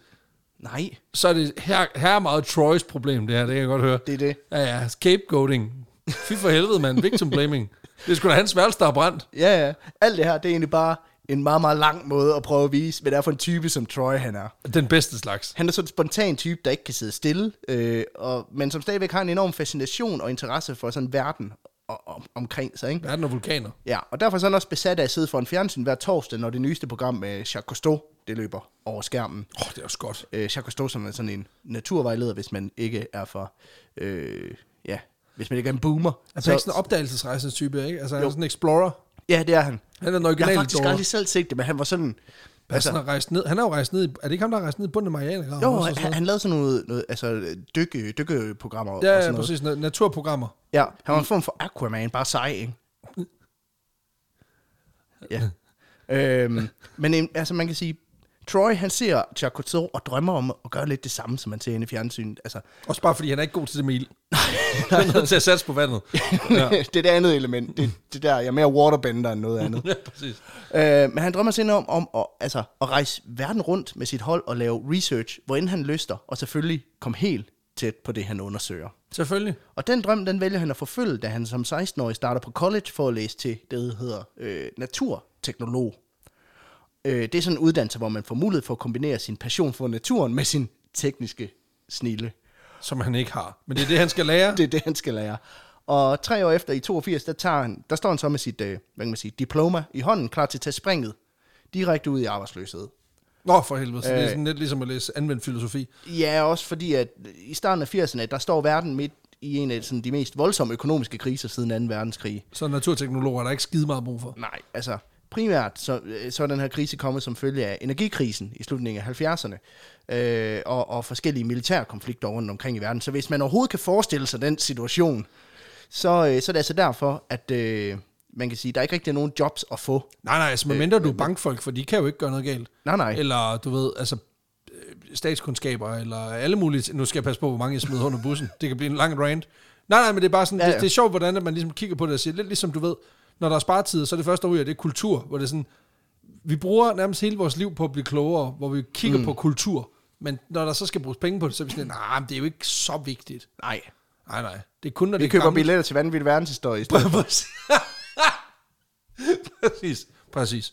Speaker 2: Nej,
Speaker 1: Så er det her, her er meget Troys problem, det her, det kan jeg godt høre.
Speaker 2: det er det.
Speaker 1: Ja, ja, scapegoating. Fy for helvede, mand. Victim blaming. Det er sgu da hans værelse, der er brændt.
Speaker 2: Ja, ja. Alt det her, det er egentlig bare en meget, meget lang måde at prøve at vise, hvad det er for en type, som Troy han er.
Speaker 1: Den bedste slags.
Speaker 2: Han er sådan en spontan type, der ikke kan sidde stille, øh, og, men som stadigvæk har en enorm fascination og interesse for sådan verden og, om, omkring sig. Ikke?
Speaker 1: Verden og vulkaner.
Speaker 2: Ja, og derfor så er han også besat af at sidde foran fjernsyn hver torsdag, når det nyeste program med Jacques Cousteau, det løber over skærmen.
Speaker 1: Åh, oh, det er også godt.
Speaker 2: Øh, Jacques Cousteau, som er sådan en naturvejleder, hvis man ikke er for... Øh, ja, hvis man ikke er en boomer.
Speaker 1: Altså, så, ikke sådan en opdagelsesrejsens type, ikke? Altså, han er sådan en explorer.
Speaker 2: ja, det er han.
Speaker 1: Han er den
Speaker 2: Jeg
Speaker 1: originale
Speaker 2: har faktisk aldrig selv set det, men han var sådan...
Speaker 1: altså. han, er rejst ned. han er jo rejst ned. i- Er det ikke ham, der har rejst ned i bunden af Mariana?
Speaker 2: Jo, han, han, han lavede sådan noget, noget altså, dykke, dykkeprogrammer og
Speaker 1: Ja,
Speaker 2: sådan
Speaker 1: ja,
Speaker 2: noget.
Speaker 1: præcis. Na- Naturprogrammer.
Speaker 2: Ja, han var en form for Aquaman, bare sej, ikke? Ja. øhm, men en- altså, man kan sige, Troy, han ser Charcotero og drømmer om at gøre lidt det samme, som man ser inde i fjernsynet. Altså,
Speaker 1: Også bare fordi, han er ikke god til det med ild. Han er nødt til at satse på vandet.
Speaker 2: ja. det er det andet element. Det, det der, jeg er mere waterbender end noget andet.
Speaker 1: Ja, præcis.
Speaker 2: Øh, men han drømmer sig om, om at, altså, at rejse verden rundt med sit hold og lave research, hvorend han lyster, og selvfølgelig komme helt tæt på det, han undersøger.
Speaker 1: Selvfølgelig.
Speaker 2: Og den drøm, den vælger han at forfølge, da han som 16-årig starter på college for at læse til det, der hedder øh, naturteknolog. Øh, det er sådan en uddannelse, hvor man får mulighed for at kombinere sin passion for naturen med sin tekniske snille.
Speaker 1: Som han ikke har. Men det er det, han skal lære.
Speaker 2: Det er det, han skal lære. Og tre år efter, i 82, der, tager han, der står han så med sit øh, hvad kan man sige, diploma i hånden, klar til at tage springet direkte ud i arbejdsløshed.
Speaker 1: Nå, for helvede. Så det er
Speaker 2: Øh.
Speaker 1: sådan lidt ligesom at læse anvendt filosofi.
Speaker 2: Ja, også fordi, at i starten af 80'erne, der står verden midt i en af sådan, de mest voldsomme økonomiske kriser siden 2. verdenskrig. Så,
Speaker 1: Så naturteknologer er der ikke skide meget brug for.
Speaker 2: nej, altså primært så, øh, så er den her krise kommet som følge af energikrisen i slutningen af 70'erne øh, og, og forskellige militære konflikter rundt omkring i verden. Så hvis man overhovedet kan forestille sig den situation, så, øh, så er det altså derfor, at øh, man kan sige, at der ikke rigtig er nogen jobs at få.
Speaker 1: Nej, nej,
Speaker 2: Øh,
Speaker 1: altså medmindre du er bankfolk, for de kan jo ikke gøre noget galt.
Speaker 2: Nej, nej.
Speaker 1: Eller, du ved, altså øh, statskundskaber, eller alle mulige... t- Nu skal jeg passe på, hvor mange jeg smider under bussen. Det kan blive en lang rant. Nej, nej, men det er bare sådan, ja,
Speaker 2: Ja,
Speaker 1: ja.
Speaker 2: ja.
Speaker 1: Det, det er sjovt, hvordan at man ligesom kigger på det og siger, lidt ligesom du ved, når der er sparetider, så er det første, der ryger, det er kultur, hvor det er sådan, vi bruger nærmest hele vores liv på at blive klogere, hvor vi kigger mm. på kultur, men når der så skal bruges penge på det, så er vi sådan, nej, men det er jo ikke så vigtigt.
Speaker 2: Nej.
Speaker 1: Nej, nej, det er kun, når
Speaker 2: Vi
Speaker 1: det er
Speaker 2: køber
Speaker 1: gammelt.
Speaker 2: billetter til vanvittig verdenshistorie i stedet.
Speaker 1: Præcis. Præcis. Præcis.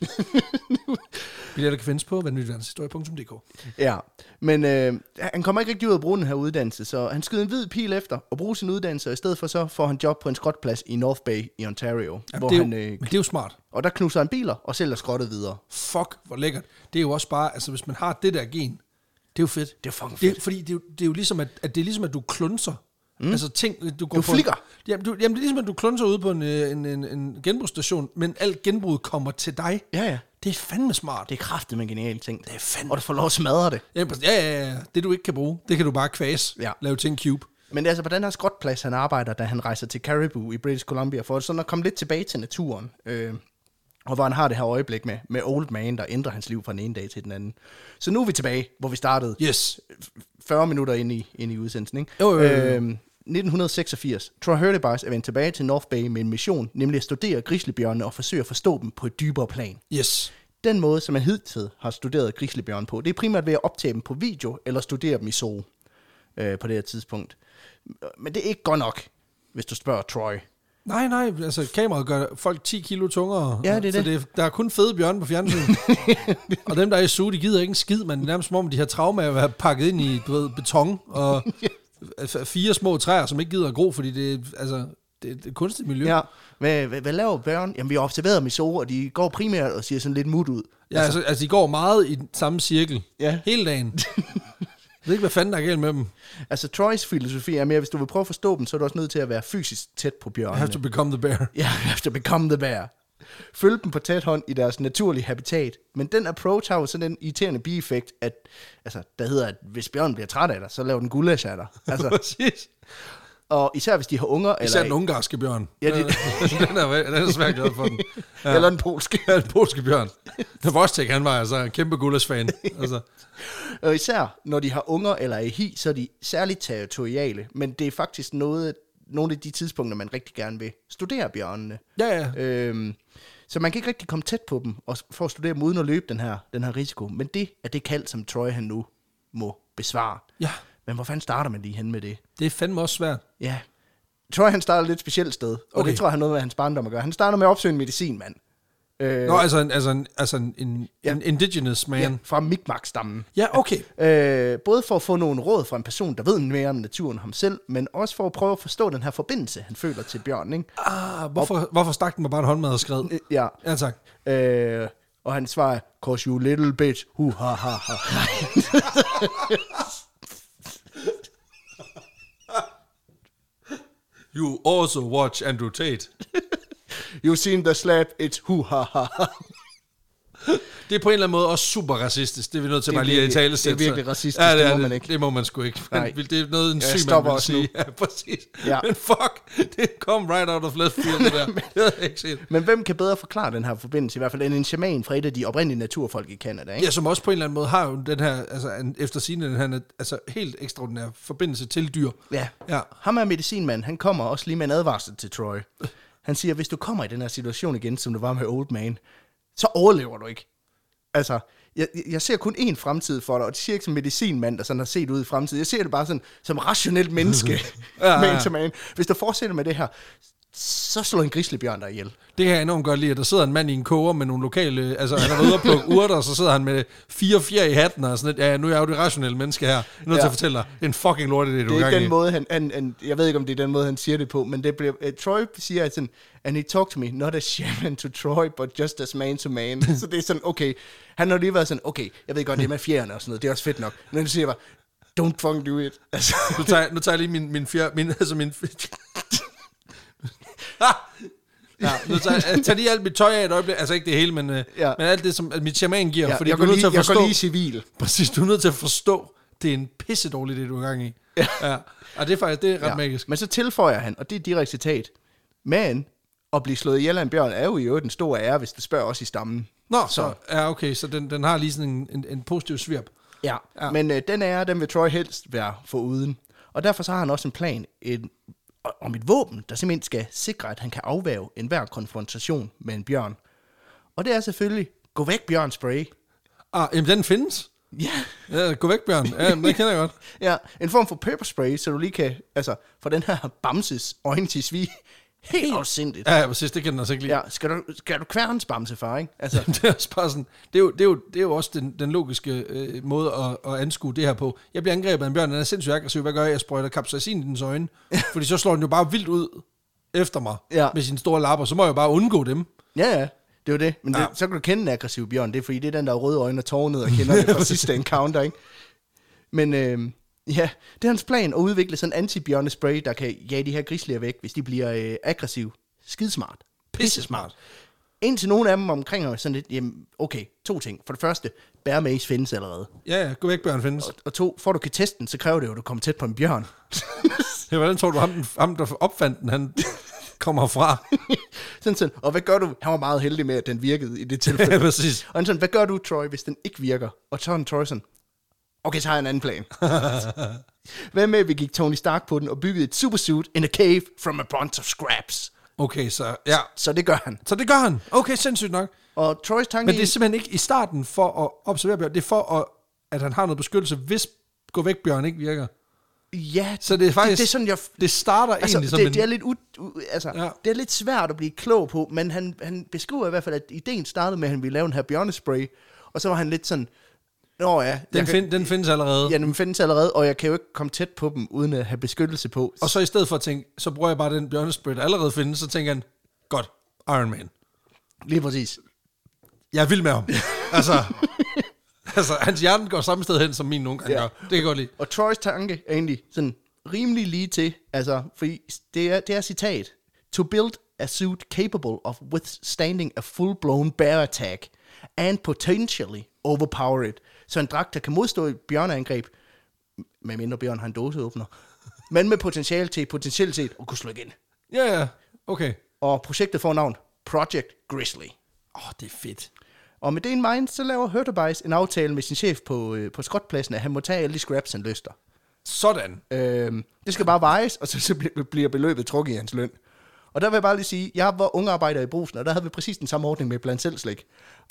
Speaker 1: Billetter kan findes på vanvittigverdenshistorie.dk.
Speaker 2: Ja, men øh, han kommer ikke rigtig ud af at bruge den her uddannelse, så han skyder en hvid pil efter og bruger sin uddannelse, og i stedet for så får han job på en skrotplads i North Bay i Ontario, Jamen, hvor
Speaker 1: det er
Speaker 2: han,
Speaker 1: jo,
Speaker 2: øh,
Speaker 1: men det er jo smart.
Speaker 2: og der knuser han biler og sælger skrottet videre.
Speaker 1: Fuck, hvor lækkert. Det er jo også bare, altså hvis man har det der gen, det er jo fedt.
Speaker 2: Det er fucking
Speaker 1: Det, fordi det er, jo, det er jo ligesom, at, at det er ligesom, at du klunser. Mm. Altså ting, du går
Speaker 2: Du
Speaker 1: på
Speaker 2: flikker.
Speaker 1: En, jamen, du, jamen, det er ligesom, at du klunser ude på en, øh, en, en, en genbrugsstation, men alt genbrud kommer til dig.
Speaker 2: Ja, ja.
Speaker 1: Det er fandme smart.
Speaker 2: Det er kraftigt med genial ting. Det er fandme. Og du får lov at smadre det.
Speaker 1: Ja, præcis. ja, ja, ja. Det du ikke kan bruge, det kan du bare kvæse.
Speaker 2: Ja.
Speaker 1: Lave til en cube.
Speaker 2: Men det er altså på den her skrotplads, han arbejder, da han rejser til Caribou i British Columbia, for sådan at komme lidt tilbage til naturen. Øh, og hvor han har det her øjeblik med, med Old Man, der ændrer hans liv fra den ene dag til den anden. Så nu er vi tilbage, hvor vi startede.
Speaker 1: Yes.
Speaker 2: 40 minutter ind i, ind i udsendelsen, ikke?
Speaker 1: Jo, jo, jo, jo.
Speaker 2: Øhm, 1986. Troy Hurleybice er vendt tilbage til North Bay med en mission, nemlig at studere grislebjørnene og forsøge at forstå dem på et dybere plan.
Speaker 1: Yes.
Speaker 2: Den måde, som man hidtil har studeret grislebjørn på, det er primært ved at optage dem på video eller studere dem i zoo øh, på det her tidspunkt. Men det er ikke godt nok, hvis du spørger Troy.
Speaker 1: Nej, nej, altså kameraet gør folk 10 kilo tungere.
Speaker 2: Ja, det er
Speaker 1: så
Speaker 2: det.
Speaker 1: det. Der er kun fede bjørne på fjernsynet. og dem, der er i suge, de gider ikke en skid, men det er nærmest som om, de har travme af at være pakket ind i du ved, beton og f- fire små træer, som ikke gider at gro, fordi det, er- altså, det, det er et kunstigt miljø.
Speaker 2: Ja. Hvad, hvad, hvad laver børn? Jamen, vi har observeret dem i zoo, og de går primært og ser sådan lidt mut ud.
Speaker 1: Ja, altså, altså, de går meget i den samme cirkel.
Speaker 2: Ja.
Speaker 1: Hele dagen. Jeg ved ikke, hvad fanden der er galt med dem.
Speaker 2: Altså, Troys filosofi er mere, hvis du vil prøve at forstå dem, så er du også nødt til at være fysisk tæt på
Speaker 1: I
Speaker 2: bjørnene.
Speaker 1: have to become the bear.
Speaker 2: Ja, efter become the bear. Følg dem på tæt hånd i deres naturlige habitat. Men den approach har jo sådan en irriterende bieffekt, at, altså, der hedder, at hvis bjørnen bliver træt af dig, så laver den gulasch af dig. Altså,
Speaker 1: Præcis.
Speaker 2: og især hvis de har unger,
Speaker 1: Især
Speaker 2: eller,
Speaker 1: den ungarske bjørn.
Speaker 2: Ja, det-
Speaker 1: den, er, den, er, den er svært glad for den.
Speaker 2: ja. eller en polsk.
Speaker 1: Ja, den polske bjørn. Den Vostek, han var altså en kæmpe gulasfan. Altså,
Speaker 2: Og især når de har unger eller er i hi, så er de særligt territoriale. Men det er faktisk noget, nogle af de tidspunkter, man rigtig gerne vil studere bjørnene.
Speaker 1: ja, ja.
Speaker 2: Øhm, så man kan ikke rigtig komme tæt på dem og s- for at studere dem uden at løbe den her, den her risiko. Men det er det kald, som Troy han nu må besvare.
Speaker 1: Ja,
Speaker 2: Men hvor fanden starter man lige hen med det?
Speaker 1: det er fandme også svært.
Speaker 2: Ja. Troy han starter et lidt specielt sted, og okay.
Speaker 1: Okay.
Speaker 2: det tror jeg har noget med hans barndom at gøre. Han starter med at opsøge en medicinmand. Øh,
Speaker 1: Nå, altså en, altså en, altså en, en, ja. en indigenous man.
Speaker 2: ja,
Speaker 1: Ja,
Speaker 2: fra Mi'kmaq-stammen.
Speaker 1: ja okay.
Speaker 2: Øh, både for at få nogle råd fra en person, der ved mere om naturen end ham selv, men også for at prøve at forstå den her forbindelse, han føler til bjørnen. Ikke?
Speaker 1: Ah, hvorfor, hvorfor stak den mig bare en håndmad og skred?
Speaker 2: Øh, ja.
Speaker 1: Ja, tak.
Speaker 2: Øh, og han svarer, cause you little bitch, hu ha ha ha.
Speaker 1: You also watch Andrew Tate.
Speaker 2: You seen the slap, it's hu ha ha ha.
Speaker 1: Det er på en eller anden måde også super racistisk. Det er vi nødt til
Speaker 2: Det er
Speaker 1: bare lige at i
Speaker 2: virkelig-
Speaker 1: tale
Speaker 2: det er virkelig racistisk.
Speaker 1: Ja, det,
Speaker 2: Det
Speaker 1: er
Speaker 2: må
Speaker 1: det.
Speaker 2: man ikke.
Speaker 1: Det må man sgu ikke. Men
Speaker 2: Nej.
Speaker 1: Det er noget, en
Speaker 2: Jeg
Speaker 1: syg mand
Speaker 2: stopper
Speaker 1: vil
Speaker 2: også nu.
Speaker 1: sige. Ja, præcis.
Speaker 2: Ja.
Speaker 1: Men fuck, det kom right out of left field, det der. det havde jeg ikke set.
Speaker 2: Men hvem kan bedre forklare den her forbindelse, i hvert fald end en shaman fra et af de oprindelige naturfolk i Kanada, ikke?
Speaker 1: Ja, som også på en eller anden måde har jo den her, altså en, efter sine den her altså, helt ekstraordinær forbindelse til dyr.
Speaker 2: Ja.
Speaker 1: Ja.
Speaker 2: Ham er medicinmand, han kommer også lige med en advarsel til Troy. Han siger, hvis du kommer i den her situation igen, som du var med Old Man, så overlever du ikke. Altså, jeg, jeg- jeg ser kun én fremtid for dig, og det siger jeg ikke som medicinmand, der sådan har set ud i fremtiden. Jeg ser det bare sådan, som rationelt menneske,
Speaker 1: Ja, ja.
Speaker 2: man to man. Hvis du fortsætter med det her, så slår en grislebjørn dig ihjel.
Speaker 1: Det kan jeg enormt godt lide, at der sidder en mand i en koger med nogle lokale, altså han er ude og plukke urter, og så sidder han med fire fjer i hatten og sådan lidt, ja, nu er jeg jo det rationelle menneske her. Jeg er nødt ja. til
Speaker 2: Ja.
Speaker 1: at fortælle dig, det er en fucking lorte, det du er
Speaker 2: Det er
Speaker 1: gang
Speaker 2: ikke
Speaker 1: i.
Speaker 2: den måde, han, han, han, jeg ved ikke, om det er den måde, han siger det på, men det bliver, uh, Troy siger at sådan, and he talked to me, not as shaman to Troy, but just as man to man. så det er sådan, okay, han har lige været sådan, okay, jeg ved godt, det er med fjerne og sådan noget, det er også fedt nok. Men han siger bare, don't fucking do it. Altså,
Speaker 1: Nu tager, jeg- nu tager jeg lige min, min fjer... Min, altså min... ah! Ja, nu tager, jeg tager lige alt mit tøj af et øjeblik. Altså ikke det hele, men, ja.
Speaker 2: Ja.
Speaker 1: men alt det, som at mit shaman giver. Ja,
Speaker 2: ja,
Speaker 1: fordi
Speaker 2: jeg,
Speaker 1: du er
Speaker 2: går
Speaker 1: nødt til
Speaker 2: lige,
Speaker 1: at
Speaker 2: jeg
Speaker 1: forstå...
Speaker 2: går lige civil.
Speaker 1: Præcis, du er nødt til at forstå, det er en pisse dårlig idé, du er i gang i. Ja. ja. Og det er faktisk det er ret ja. magisk.
Speaker 2: Men så tilføjer han, og det er direkte citat, man at blive slået ihjel af en bjørn er jo i øvrigt en stor ære, hvis du spørger os i stammen.
Speaker 1: Nå, så. så ja, okay, så den, den har lige sådan en, en, en positiv svirp.
Speaker 2: Ja, ja. men øh, den ære, den vil Troy helst være for uden. Og derfor så har han også en plan en, om et våben, der simpelthen skal sikre, at han kan afværge enhver konfrontation med en bjørn. Og det er selvfølgelig, gå væk bjørn spray.
Speaker 1: Ah, jamen den findes.
Speaker 2: Ja.
Speaker 1: Ja, gå væk, Bjørn. Ja, jamen, det kender jeg godt.
Speaker 2: ja, en form for pepper spray, så du lige kan, altså, få den her bamses øjne til svig. Helt afsindigt.
Speaker 1: Ja, ja, præcis, det kan den altså ikke lide.
Speaker 2: Ja, skal du, skal du kværnes bamse, far, ikke? Altså,
Speaker 1: det er også bare sådan, det er jo, det er jo, det er jo også den, den logiske øh, måde at, at anskue det her på. Jeg bliver angrebet af en bjørn, den er sindssygt aggressiv. Hvad gør jeg? Jeg sprøjter kapsacin i dens øjne. Fordi så slår den jo bare vildt ud efter mig ja.
Speaker 2: Ja.
Speaker 1: med sine store lapper. Så må jeg jo bare undgå dem.
Speaker 2: Ja, ja. Det er jo det. Men det,
Speaker 1: Ja.
Speaker 2: så kan du kende en aggressiv bjørn. Det er fordi, det er den, der har røde øjne og tårnet og kender det fra sidste encounter, ikke? Men øh, ja, det er hans plan at udvikle sådan en anti-bjørnespray, der kan jage de her grislier væk, hvis de bliver øh, aggressive. Skidesmart.
Speaker 1: Pisse smart.
Speaker 2: Indtil nogle af dem omkring ham er sådan lidt, jamen okay, to ting. For det første, bear mace findes allerede.
Speaker 1: Ja, ja, gå væk, bjørn findes.
Speaker 2: Og, og to, for at du kan teste den, så kræver det jo, at du kommer tæt på en bjørn.
Speaker 1: Ja, hvordan tror du, ham, den- ham der opfandt den, han kommer fra?
Speaker 2: sådan sådan, og hvad gør du? Han var meget heldig med, at den virkede i det tilfælde.
Speaker 1: ja, præcis.
Speaker 2: Og han sådan, hvad gør du, Troy, hvis den ikke virker? Og Tom Troy sådan, okay, så har jeg en anden plan. hvad med, at vi gik Tony Stark på den og byggede et supersuit in a cave from a bunch of scraps?
Speaker 1: Okay, så ja.
Speaker 2: Så det gør han.
Speaker 1: Så det gør han. Okay, sindssygt nok.
Speaker 2: Og Troys tanke
Speaker 1: Men det er simpelthen ikke i starten for at observere bjørn. Det er for, at, at han har noget beskyttelse, hvis gå væk, bjørn ikke virker.
Speaker 2: ja,
Speaker 1: Så det er faktisk...
Speaker 2: det, det er sådan, jeg...
Speaker 1: Det starter altså,
Speaker 2: Altså,
Speaker 1: egentlig som
Speaker 2: det,
Speaker 1: en...
Speaker 2: det, er lidt u, u, altså,
Speaker 1: Ja.
Speaker 2: ja. det er lidt svært at blive klog på, men han, han beskriver i hvert fald, at ideen startede med, at han ville lave den her bjørnespray, og så var han lidt sådan, Nå ja,
Speaker 1: den,
Speaker 2: jeg kan,
Speaker 1: find, den findes allerede. Ja.
Speaker 2: ja, den findes allerede, og jeg kan jo ikke komme tæt på dem, uden at have beskyttelse på.
Speaker 1: Og så i stedet for at tænke, så bruger jeg bare den bjørnespray, der allerede findes, så tænker han, godt, Iron Man.
Speaker 2: Lige præcis.
Speaker 1: Jeg er vild med ham. altså, altså, hans hjerne går samme sted hen, som min nogle gange
Speaker 2: Ja.
Speaker 1: ja. gør. Det kan jeg godt lide.
Speaker 2: Og Troys tanke er egentlig sådan rimelig lige til, altså, fordi det er, det er citat. To build a suit capable of withstanding a full-blown bear attack and potentially overpower it. Så en dragt, der kan modstå et bjørneangreb, med mindre bjørn har en dåseåbner, men med potentiale til potentielt set at kunne slå igen.
Speaker 1: Ja, ja, okay.
Speaker 2: Og projektet får navn Project Grizzly.
Speaker 1: Åh, oh, det er fedt.
Speaker 2: Og med det in mind, så laver Hurtubise en aftale med sin chef på, øh, på skrotpladsen, at han må tage alle de scraps, han lyster.
Speaker 1: Sådan.
Speaker 2: Øhm, det skal bare vejes, og så, så bl- bliver beløbet trukket i hans løn. Og der vil jeg bare lige sige, jeg var unge arbejder i brusen, og der havde vi præcis den samme ordning med blandt selv slik.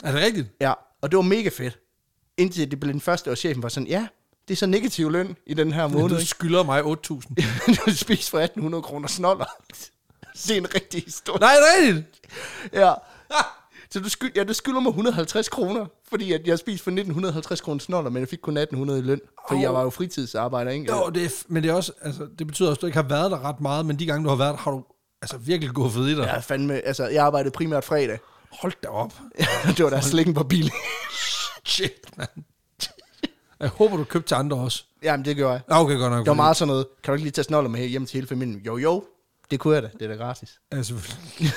Speaker 1: Er det rigtigt?
Speaker 2: Ja, og det var mega fedt. Indtil det blev den første, og chefen var sådan, ja, det er så negativ løn i den her måned.
Speaker 1: Du skylder mig 8.000.
Speaker 2: ikke? du spiser for 1800 kroner snoller. det er en rigtig historie.
Speaker 1: Nej, er det rigtigt?
Speaker 2: Ja.
Speaker 1: Ah,
Speaker 2: Så du, skyld, ja, du skylder mig 150 kroner, fordi at jeg spiste for 1950 kroner snoller, men jeg fik kun 1800 i løn, fordi jeg var jo fritidsarbejder, ikke?
Speaker 1: jo, det er, f- men det, er også, altså, det betyder også, at du ikke har været der ret meget, men de gange, du har været der, har du altså, virkelig guffet i dig.
Speaker 2: Jeg
Speaker 1: Ja.
Speaker 2: er fandme, altså, jeg arbejdede primært fredag.
Speaker 1: Hold da op.
Speaker 2: det var der slikken på bilen.
Speaker 1: Shit, mand. Jeg håber, du købte til andre også.
Speaker 2: Jamen, det gjorde jeg.
Speaker 1: Ah, Okay, godt nok.
Speaker 2: Det var meget sådan noget. Kan du ikke lige tage snoller med hjem til hele familien? Jo, jo. Det kunne jeg da. Det er da gratis.
Speaker 1: Ja, selvfølgelig.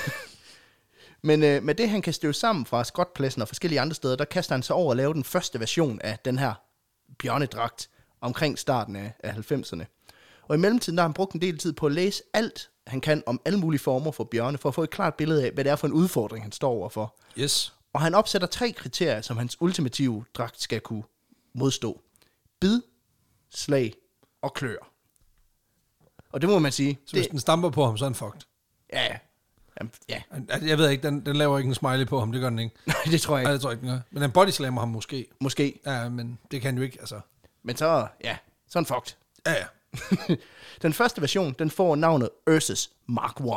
Speaker 2: Men øh, med det, han kan støve sammen fra skotpladsen og forskellige andre steder, der kaster han sig over at lave den første version af den her bjørnedragt omkring starten af, af 90'erne. Og i mellemtiden der har han brugt en del tid på at læse alt, han kan om alle mulige former for bjørne, for at få et klart billede af, hvad det er for en udfordring, han står overfor.
Speaker 1: Yes.
Speaker 2: Og han opsætter tre kriterier, som hans ultimative dragt skal kunne modstå. Bid, slag og klør. Og det må man sige.
Speaker 1: Så hvis
Speaker 2: Det,
Speaker 1: den stamper på ham, så er han fucked.
Speaker 2: ja, ja. Jamen, ja.
Speaker 1: Altså, Jeg ved ikke, den, den laver ikke en smiley på ham, det gør den ikke.
Speaker 2: Nej, det tror jeg
Speaker 1: Nej,
Speaker 2: ikke.
Speaker 1: det tror jeg ikke, den gør. Men han bodyslammer ham måske.
Speaker 2: Måske.
Speaker 1: Ja, men det kan han jo ikke, altså.
Speaker 2: Men så, ja, så er han fucked.
Speaker 1: Ja, ja.
Speaker 2: den første version, den får navnet Ursus Mark 1.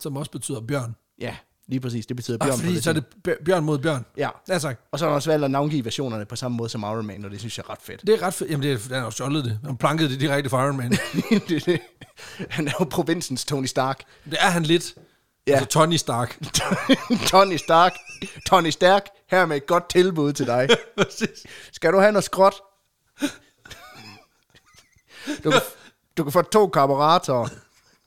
Speaker 1: Som også betyder bjørn.
Speaker 2: Ja, lige præcis. Det betyder bjørn
Speaker 1: bjørn ah, fordi
Speaker 2: på
Speaker 1: så er det bj- bjørn mod bjørn.
Speaker 2: Ja.
Speaker 1: Ja, tak.
Speaker 2: Og så har han også valgt at navngive versionerne på samme måde som Iron Man, og det synes jeg er ret fedt.
Speaker 1: Det er ret fedt. Jamen, det er, han har jo stjålet det. Han plankede det direkte fra Iron Man.
Speaker 2: Det er det. han er jo provinsens Tony Stark.
Speaker 1: det er han lidt.
Speaker 2: Ja.
Speaker 1: Ja. Altså Tony Stark.
Speaker 2: Tony Stark. Tony Stark, her med et godt tilbud til dig.
Speaker 1: Præcis.
Speaker 2: Skal du have noget skråt? Du kan, du kan få to karburatorer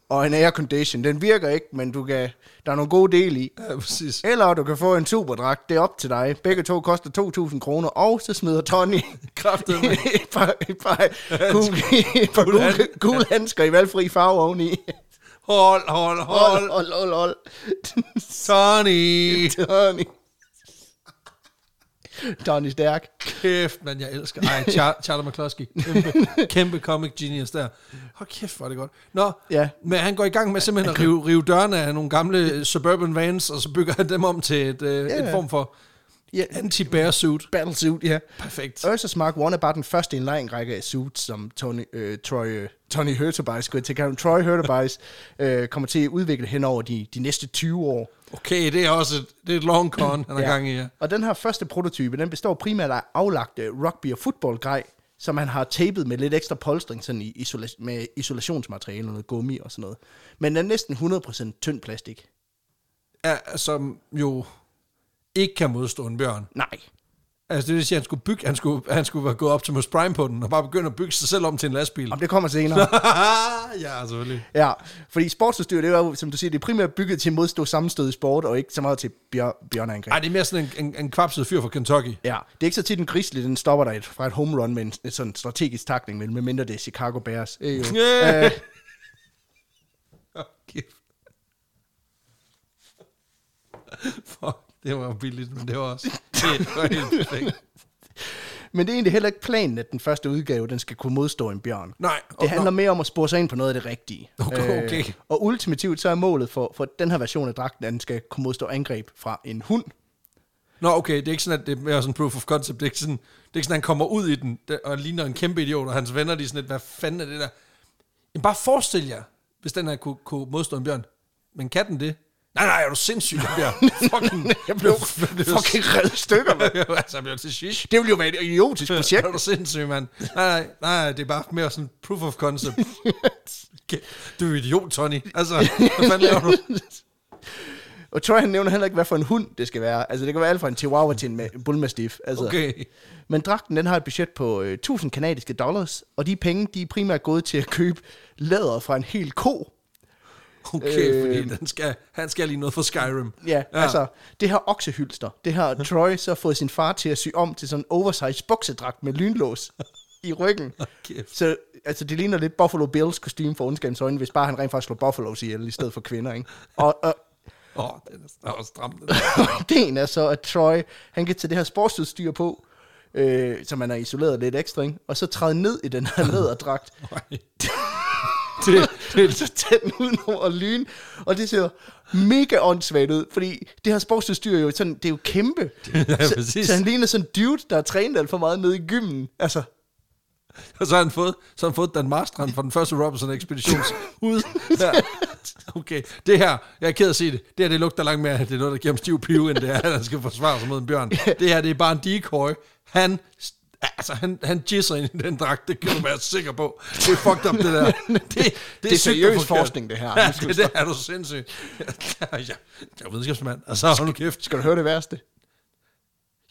Speaker 2: og en aircondition. Den virker ikke, men du kan, der er nogle gode dele i.
Speaker 1: Ja, præcis.
Speaker 2: Eller du kan få en superdragt, det er op til dig. Begge to koster 2.000 kroner, og så smider Tony
Speaker 1: Kraftedeme.
Speaker 2: et par, et par, gule, et par
Speaker 1: Gule
Speaker 2: gule, gule handsker i valgfri farve oveni.
Speaker 1: Hold, hold, hold.
Speaker 2: Hold, hold, hold, hold.
Speaker 1: Tony.
Speaker 2: Tony. Tony Stærk.
Speaker 1: Kæft, man, jeg elsker. Ej, Char- Charlie McCluskey. Kæmpe, kæmpe comic genius der. Hold kæft, hvor er det godt. Nå,
Speaker 2: Ja.
Speaker 1: men han går i gang med simpelthen at rive, rive dørene af nogle gamle suburban vans, og så bygger han dem om til et, øh,
Speaker 2: Ja,
Speaker 1: en
Speaker 2: ja.
Speaker 1: form for
Speaker 2: Ja,
Speaker 1: anti-bear suit.
Speaker 2: battlesuit, ja.
Speaker 1: Perfekt.
Speaker 2: Ursus Mark 1 er bare den første i en lang række af suits, som Tony, øh, Troy, øh, Tony Hurtubise, skulle jeg til at kalde ham, Troy Hurtubise, øh, kommer til at udvikle hen over de, de næste 20 år.
Speaker 1: Okay, det er også et, det er et long con, han har
Speaker 2: Ja.
Speaker 1: gang i. Ja.
Speaker 2: Og den her første prototype, den består primært af aflagt øh, rugby- og fodboldgrej, som han har tapet med lidt ekstra polstring sådan i isola- med isolationsmateriale, noget gummi og sådan noget. Men den er næsten 100% tynd plastik.
Speaker 1: Ja, som jo ikke kan modstå en bjørn.
Speaker 2: Nej.
Speaker 1: Altså det vil sige, at han skulle, bygge, han skulle, han skulle være gået op til Optimus Prime på den, og bare begynde at bygge sig selv om til en lastbil.
Speaker 2: Om det kommer senere.
Speaker 1: ja, selvfølgelig.
Speaker 2: ja, fordi sportsudstyr, det er jo, som du siger, det er primært bygget til at modstå sammenstød i sport, og ikke så meget til bjør- bjørneangreb.
Speaker 1: Ej, det er mere sådan en, en, en kvapset fyr fra Kentucky.
Speaker 2: Ja, det er ikke så tit en grizzly, den stopper dig et, fra et home run med en, en sådan strategisk takning, men medmindre det er Chicago Bears. Øh, jo.
Speaker 1: Yeah. Fuck, det var billigt, men det var også det var helt perfekt.
Speaker 2: Men det er egentlig heller ikke planen, at den første udgave, den skal kunne modstå en bjørn.
Speaker 1: Nej,
Speaker 2: Det handler mere om at spore sig ind på noget af det rigtige. Øh,
Speaker 1: Okay, okay.
Speaker 2: og ultimativt så er målet for, for den her version af dragten, at den skal kunne modstå angreb fra en hund.
Speaker 1: Nå, okay, det er ikke sådan, at det er mere sådan proof of concept. Det er ikke sådan, det er ikke sådan at han kommer ud i den der- og ligner en kæmpe idiot, og hans venner, de er sådan lidt, hvad fanden er det der? Men bare forestil jer, hvis den her kunne, kunne modstå en bjørn. Men kan den det? Nej, nej, er du sindssyg, jeg bliver fucking...
Speaker 2: Jeg blev fucking reddet i stykker, mand.
Speaker 1: altså, jeg blev til shish.
Speaker 2: Det ville jo være et idiotisk projekt.
Speaker 1: Er du sindssyg, mand? Nej, nej, nej, nej, det er bare mere sådan proof of concept. Okay. Du er en idiot, Tony. Altså, hvad fanden laver du?
Speaker 2: Og Troy han nævner heller ikke, hvad for en hund det skal være. Altså det kan være alt fra en chihuahua til en ma- bullmastiff. Altså.
Speaker 1: Okay.
Speaker 2: Men dragten den har et budget på øh, 1000 kanadiske dollars, og de penge de er primært gået til at købe læder fra en hel ko.
Speaker 1: Okay, øh, fordi
Speaker 2: Øh.
Speaker 1: den skal, han skal lige noget for Skyrim.
Speaker 2: Ja, ja, altså det her oksehylster, det har Troy så fået sin far til at sy om til sådan en oversized buksedragt med lynlås i ryggen.
Speaker 1: Kæft.
Speaker 2: Så altså, det ligner lidt Buffalo Bills kostume for ondskabens øjne, hvis bare han rent faktisk slår Buffaloes ihjel i stedet for kvinder, ikke? Og, og
Speaker 1: Åh, oh, den er også stram. Den.
Speaker 2: ideen er så, at Troy, han kan tage det her sportsudstyr på, øh, som man har isoleret lidt ekstra, ikke? og så træde ned i den her læderdragt,
Speaker 1: Nej. det, det,
Speaker 2: så tage den ud og lyn, og det ser mega åndssvagt ud, fordi det her sportsudstyr er jo sådan, det er jo kæmpe.
Speaker 1: ja,
Speaker 2: så,
Speaker 1: præcis.
Speaker 2: så han ligner sådan en dude, der har trænet alt for meget nede i gymmen. Altså,
Speaker 1: og så har han fået, så har han fået Dan Marstrand fra den første Robinson-ekspeditions ud. Ja. Okay, det her, jeg er ked af at sige det, det her det lugter langt mere, at det er noget, der giver ham stiv pive, end det er, at han skal forsvare sig mod en bjørn. Det her, det er bare en decoy. Han, altså, han, han jisser ind i den dragt, det kan du være sikker på. Det er fucked up, det der. Det, det, det
Speaker 2: er
Speaker 1: sygt
Speaker 2: seriøs
Speaker 1: forkert.
Speaker 2: forskning, det her.
Speaker 1: Ja,
Speaker 2: Nu skal vi
Speaker 1: det, det er du sindssyg. Ja, jeg, jeg er videnskabsmand, altså hold nu kæft.
Speaker 2: skal du høre det værste?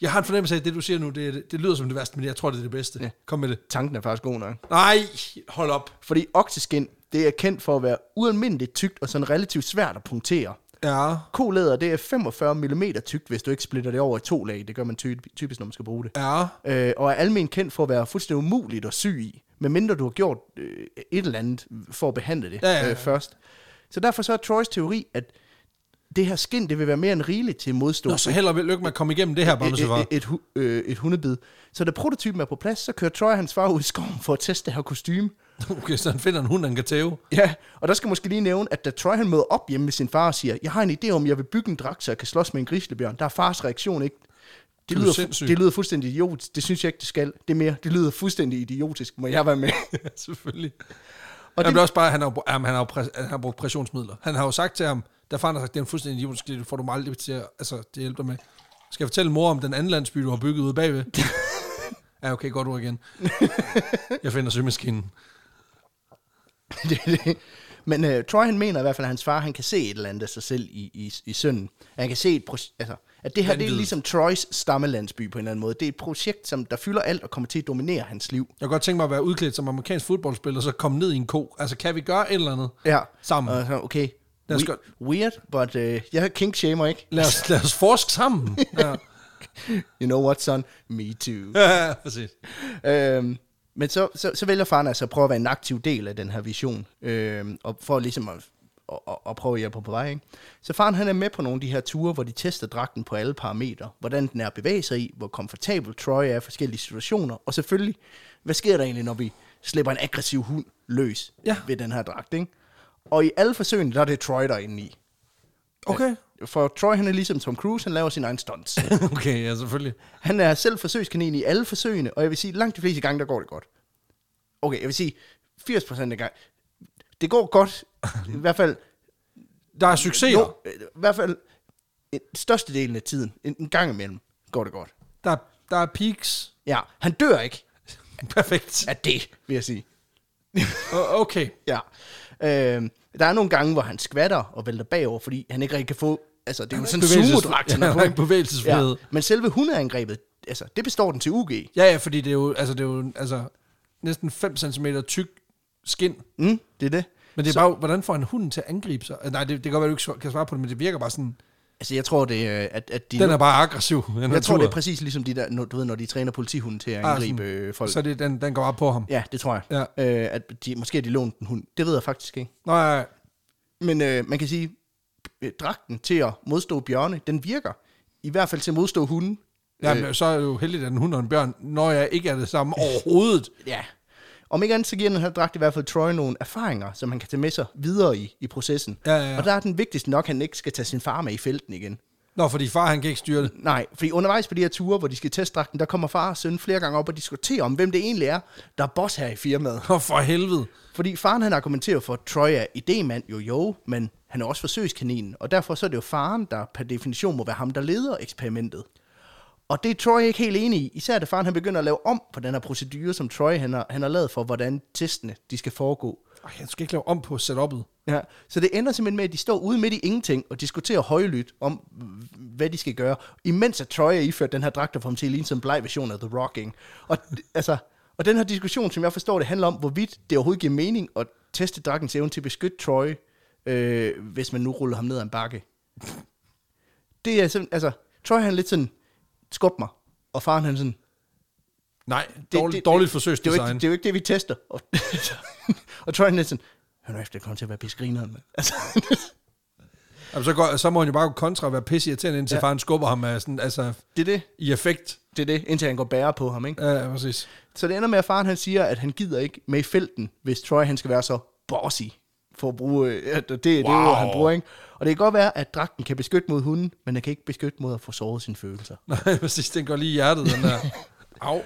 Speaker 1: Jeg har en fornemmelse af, at det, du siger nu, det, er- det lyder som det værste, men jeg tror, det er det bedste.
Speaker 2: Ja.
Speaker 1: Ja. Kom med det.
Speaker 2: Tanken er faktisk god nok.
Speaker 1: Nej, hold op.
Speaker 2: Fordi okseskin, det er kendt for at være ualmindeligt tykt og sådan relativt svært at punktere.
Speaker 1: Ja,
Speaker 2: Kolæder, det er 45 mm tykt, hvis du ikke splitter det over i to lag. Det gør man ty- typisk, når man skal bruge det.
Speaker 1: ja.
Speaker 2: Øh, og er almen kendt for at være fuldstændig umuligt at sy i, medmindre du har gjort øh, et eller andet for at behandle det
Speaker 1: Ja, ja, ja.
Speaker 2: Øh, først. Så derfor så er Troys teori, at det her skin, det vil være mere end rigeligt til at modstå
Speaker 1: Nå, så held og lykke med at komme igennem det her, bare du så var.
Speaker 2: et, et, hu- øh, et hundebid. Så da prototypen er på plads, så kører Troy og hans far ud i skoven for at teste det her kostume.
Speaker 1: Okay, så han finder en hund, han kan tæve.
Speaker 2: Ja, og der skal jeg måske lige nævne, at da Troy han møder op hjemme med sin far og siger, jeg har en idé om, jeg vil bygge en dragt, så jeg kan slås med en grislebjørn, der er fars reaktion ikke.
Speaker 1: Det
Speaker 2: Det
Speaker 1: er
Speaker 2: lyder, fu-
Speaker 1: sindssygt.
Speaker 2: det lyder fuldstændig idiotisk. Det synes jeg ikke, det skal. Det er mere, det lyder fuldstændig idiotisk. Må jeg være med?
Speaker 1: Selvfølgelig. Og
Speaker 2: Og
Speaker 1: det,
Speaker 2: det-
Speaker 1: det, også bare, han har, jo br- jamen, han, har jo pres, han har brugt pressionsmidler. Han har jo sagt til ham, da faren har sagt, det er en fuldstændig idiotisk, idé, det får du mig aldrig til at, altså, det hjælper dig med. Skal jeg fortælle mor om den anden landsby, du har bygget ude bagved? ja, okay, godt ord igen. Jeg finder sømaskinen.
Speaker 2: det, er det. Men uh, Troy han mener i hvert fald, at hans far han kan se et eller andet af sig selv i, i, i sønnen. At han kan se et pro- altså, at det her det er
Speaker 1: Vanvittigt.
Speaker 2: ligesom Troys stammelandsby på en eller anden måde. Det er et projekt, som der fylder alt og kommer til at dominere hans liv.
Speaker 1: Jeg kunne godt tænke mig at være udklædt som amerikansk fodboldspiller, og så komme ned i en ko. Altså, kan vi gøre et eller andet?
Speaker 2: Ja. Øh.
Speaker 1: Sammen.
Speaker 2: Og så, okay.
Speaker 1: Lad os gøre-
Speaker 2: We- weird, but uh, jeg kink shamer ikke.
Speaker 1: Lad os, lad os forske sammen. Ja,
Speaker 2: You know what, son? Me too.
Speaker 1: ja præcis.
Speaker 2: øhm, men så, så, så vælger faren altså at prøve at være en aktiv del af den her vision, øhm, og for ligesom at, at, at, at prøve at hjælpe på vej. Ikke? Så faren han er med på nogle af de her ture, hvor de tester dragten på alle parametre. Hvordan den er at bevæge sig i, hvor komfortabel Troy er i forskellige situationer, og selvfølgelig, hvad sker der egentlig, når vi slipper en aggressiv hund løs
Speaker 1: Ja.
Speaker 2: ja. ved den her dragt, ikke? Og i alle forsøgene, der er det Troy, der er inde i.
Speaker 1: Okay.
Speaker 2: For Troy, han er ligesom Tom Cruise, han laver sin egen stunts.
Speaker 1: Okay, ja, selvfølgelig.
Speaker 2: Han er selv forsøgskanin i alle forsøgene, og jeg vil sige, langt de fleste gange, der går det godt. Okay, jeg vil sige, 80% af gang. Det går godt, i hvert fald...
Speaker 1: Der er succeser.
Speaker 2: Jo, øh, I hvert fald øh, størstedelen af tiden, en, en gang imellem, går det godt.
Speaker 1: Der, er- der er peaks.
Speaker 2: Ja, han dør ikke
Speaker 1: Perfekt.
Speaker 2: af det, vil jeg sige.
Speaker 1: O- Okay.
Speaker 2: Ja. Øh, der er nogle gange, hvor han skvatter og vælter bagover, fordi han ikke rigtig kan få... Altså, det er jo
Speaker 1: har
Speaker 2: sådan en
Speaker 1: ikke bevægelsesfri-
Speaker 2: sumodragt, han
Speaker 1: Ja,
Speaker 2: har
Speaker 1: han
Speaker 2: på.
Speaker 1: har ikke bevægelsesfrihed.
Speaker 2: Men selve hundeangrebet, altså, det består den til UG.
Speaker 1: Ja, ja, fordi det er jo, altså, det er jo altså, næsten 5 cm tyk skin.
Speaker 2: Mm, det er det.
Speaker 1: Men det er så... bare, hvordan får en hund til at angribe sig? Nej, det, det kan godt være, du ikke kan svare på det, men det virker bare sådan,
Speaker 2: Altså, jeg tror, det er, at, at de
Speaker 1: den er bare aggressiv. Den
Speaker 2: Jeg tror, det er præcis ligesom de der, når- du ved, når de træner politihunden til at
Speaker 1: Ah,
Speaker 2: angribe
Speaker 1: sådan.
Speaker 2: ah, folk.
Speaker 1: Så det, den, den går bare på ham.
Speaker 2: Ja, det tror jeg.
Speaker 1: Ja.
Speaker 2: Øh, at de, måske har de lånt en hund. Det ved jeg faktisk ikke.
Speaker 1: Nå, ja, ja.
Speaker 2: Men øh, man kan sige, øh, dragten til at modstå bjørne, den virker. I hvert fald til at modstå hunden.
Speaker 1: Jamen, så er det jo heldigt, at en hund og en bjørn, når jeg ikke er det samme overhovedet.
Speaker 2: Ja. Om ikke andet, så giver den her dragt i hvert fald Troy nogle erfaringer, som han kan tage med sig videre i, i processen.
Speaker 1: Ja, ja, ja.
Speaker 2: Og der er den vigtigste nok, at han ikke skal tage sin far med i felten igen.
Speaker 1: Nå, fordi far, han kan ikke styre det.
Speaker 2: Nej, fordi undervejs på de her ture, hvor de skal teste dragten, der kommer far og søn flere gange op og diskuterer om, hvem det egentlig er, der er boss her i firmaet.
Speaker 1: Nå, for helvede.
Speaker 2: Fordi faren han argumenterer for, at Troy er idémand jo jo, men han er også forsøgskaninen, og derfor så er det jo faren, der per definition må være ham, der leder eksperimentet. Og det er Troy ikke helt enig i, især da faren han begynder at lave om på den her procedure, som Troy han har, han har lavet for, hvordan testene de skal foregå.
Speaker 1: Ej, jeg skal ikke lave om på setup'et.
Speaker 2: Ja, så det ender simpelthen med, at de står ude midt i ingenting og diskuterer højlydt om, hvad de skal gøre, imens at Troy er iført den her dragt, der får ham til at ligne sådan en bleg version af The Rocking. Og, altså, og den her diskussion, som jeg forstår det, handler om, hvorvidt det overhovedet giver mening at teste dragtens evne til at beskytte Troy, øh, hvis man nu ruller ham ned ad en bakke. Det er sådan, altså, Troy han er lidt sådan, skub mig, og faren han er sådan,
Speaker 1: Nej, dårligt, dårligt forsøgsdesign.
Speaker 2: Det, er jo ikke- det er jo ikke det, vi tester. Og, og Troy han er sådan, hør nu efter, det kommer til at være pissegrineren, mand. Altså,
Speaker 1: Jamen, så, går, så må han jo bare gå kontra og være pisse irriterende, indtil ja. faren skubber ham af sådan, altså,
Speaker 2: Det er det.
Speaker 1: i effekt.
Speaker 2: Det er det, indtil han går bære på ham, ikke?
Speaker 1: Ja, ja, præcis.
Speaker 2: Så det ender med, at faren han siger, at han gider ikke med i felten, hvis Troy han skal være så bossy for at bruge, øh, at det, det er jo,
Speaker 1: Wow.
Speaker 2: han bruger, ikke? Og det kan godt være, at dragten kan beskytte mod hunden, men den kan ikke beskytte mod at få såret sine følelser.
Speaker 1: Nej, præcis, den går lige i hjertet, den der. Au.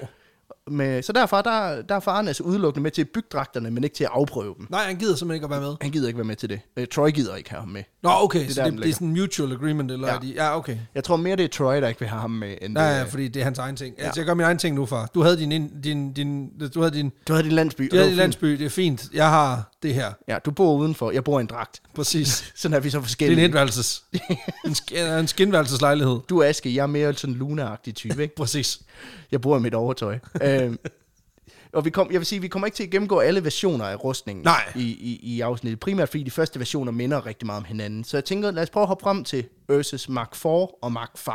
Speaker 2: Men, så derfor der, der er faren altså udelukkende med til at bygge dragterne, men ikke til at afprøve dem.
Speaker 1: Nej, han gider simpelthen ikke at være med.
Speaker 2: Han gider ikke være med til det. Øh, Troy gider ikke have ham med.
Speaker 1: Nå, okay, det
Speaker 2: er
Speaker 1: så
Speaker 2: der,
Speaker 1: det,
Speaker 2: den
Speaker 1: det er sådan en mutual agreement, eller ja.
Speaker 2: Ja.
Speaker 1: Er de, ja, okay.
Speaker 2: Jeg tror mere, det er Troy, der ikke vil have ham med, end
Speaker 1: Nej,
Speaker 2: det,
Speaker 1: ja,
Speaker 2: er-
Speaker 1: fordi det er hans egen ting. Ja. Altså, jeg gør min egen ting nu, far. Du havde din, ind- din, din, du havde din,
Speaker 2: Du havde din landsby. og
Speaker 1: du
Speaker 2: det var
Speaker 1: havde din
Speaker 2: fint.
Speaker 1: landsby, det er fint. Jeg har det her.
Speaker 2: Ja, du bor udenfor. Jeg bor i en dragt.
Speaker 1: Præcis.
Speaker 2: Sådan er vi så
Speaker 1: Det er
Speaker 2: forskellige.
Speaker 1: en etværelses. en, sk- en skinværelseslejlighed.
Speaker 2: du er Aske, jeg er mere sådan en luna-agtig type, ikke?
Speaker 1: Præcis.
Speaker 2: Jeg bruger mit overtøj. øh, Og vi kom, jeg vil sige, vi kommer ikke til at gennemgå alle versioner af rustningen
Speaker 1: Nej.
Speaker 2: I, i, i afsnittet. Primært fordi de første versioner minder rigtig meget om hinanden. Så jeg tænker, lad os prøve at hoppe frem til Ursus Mark 4 og Mark 5.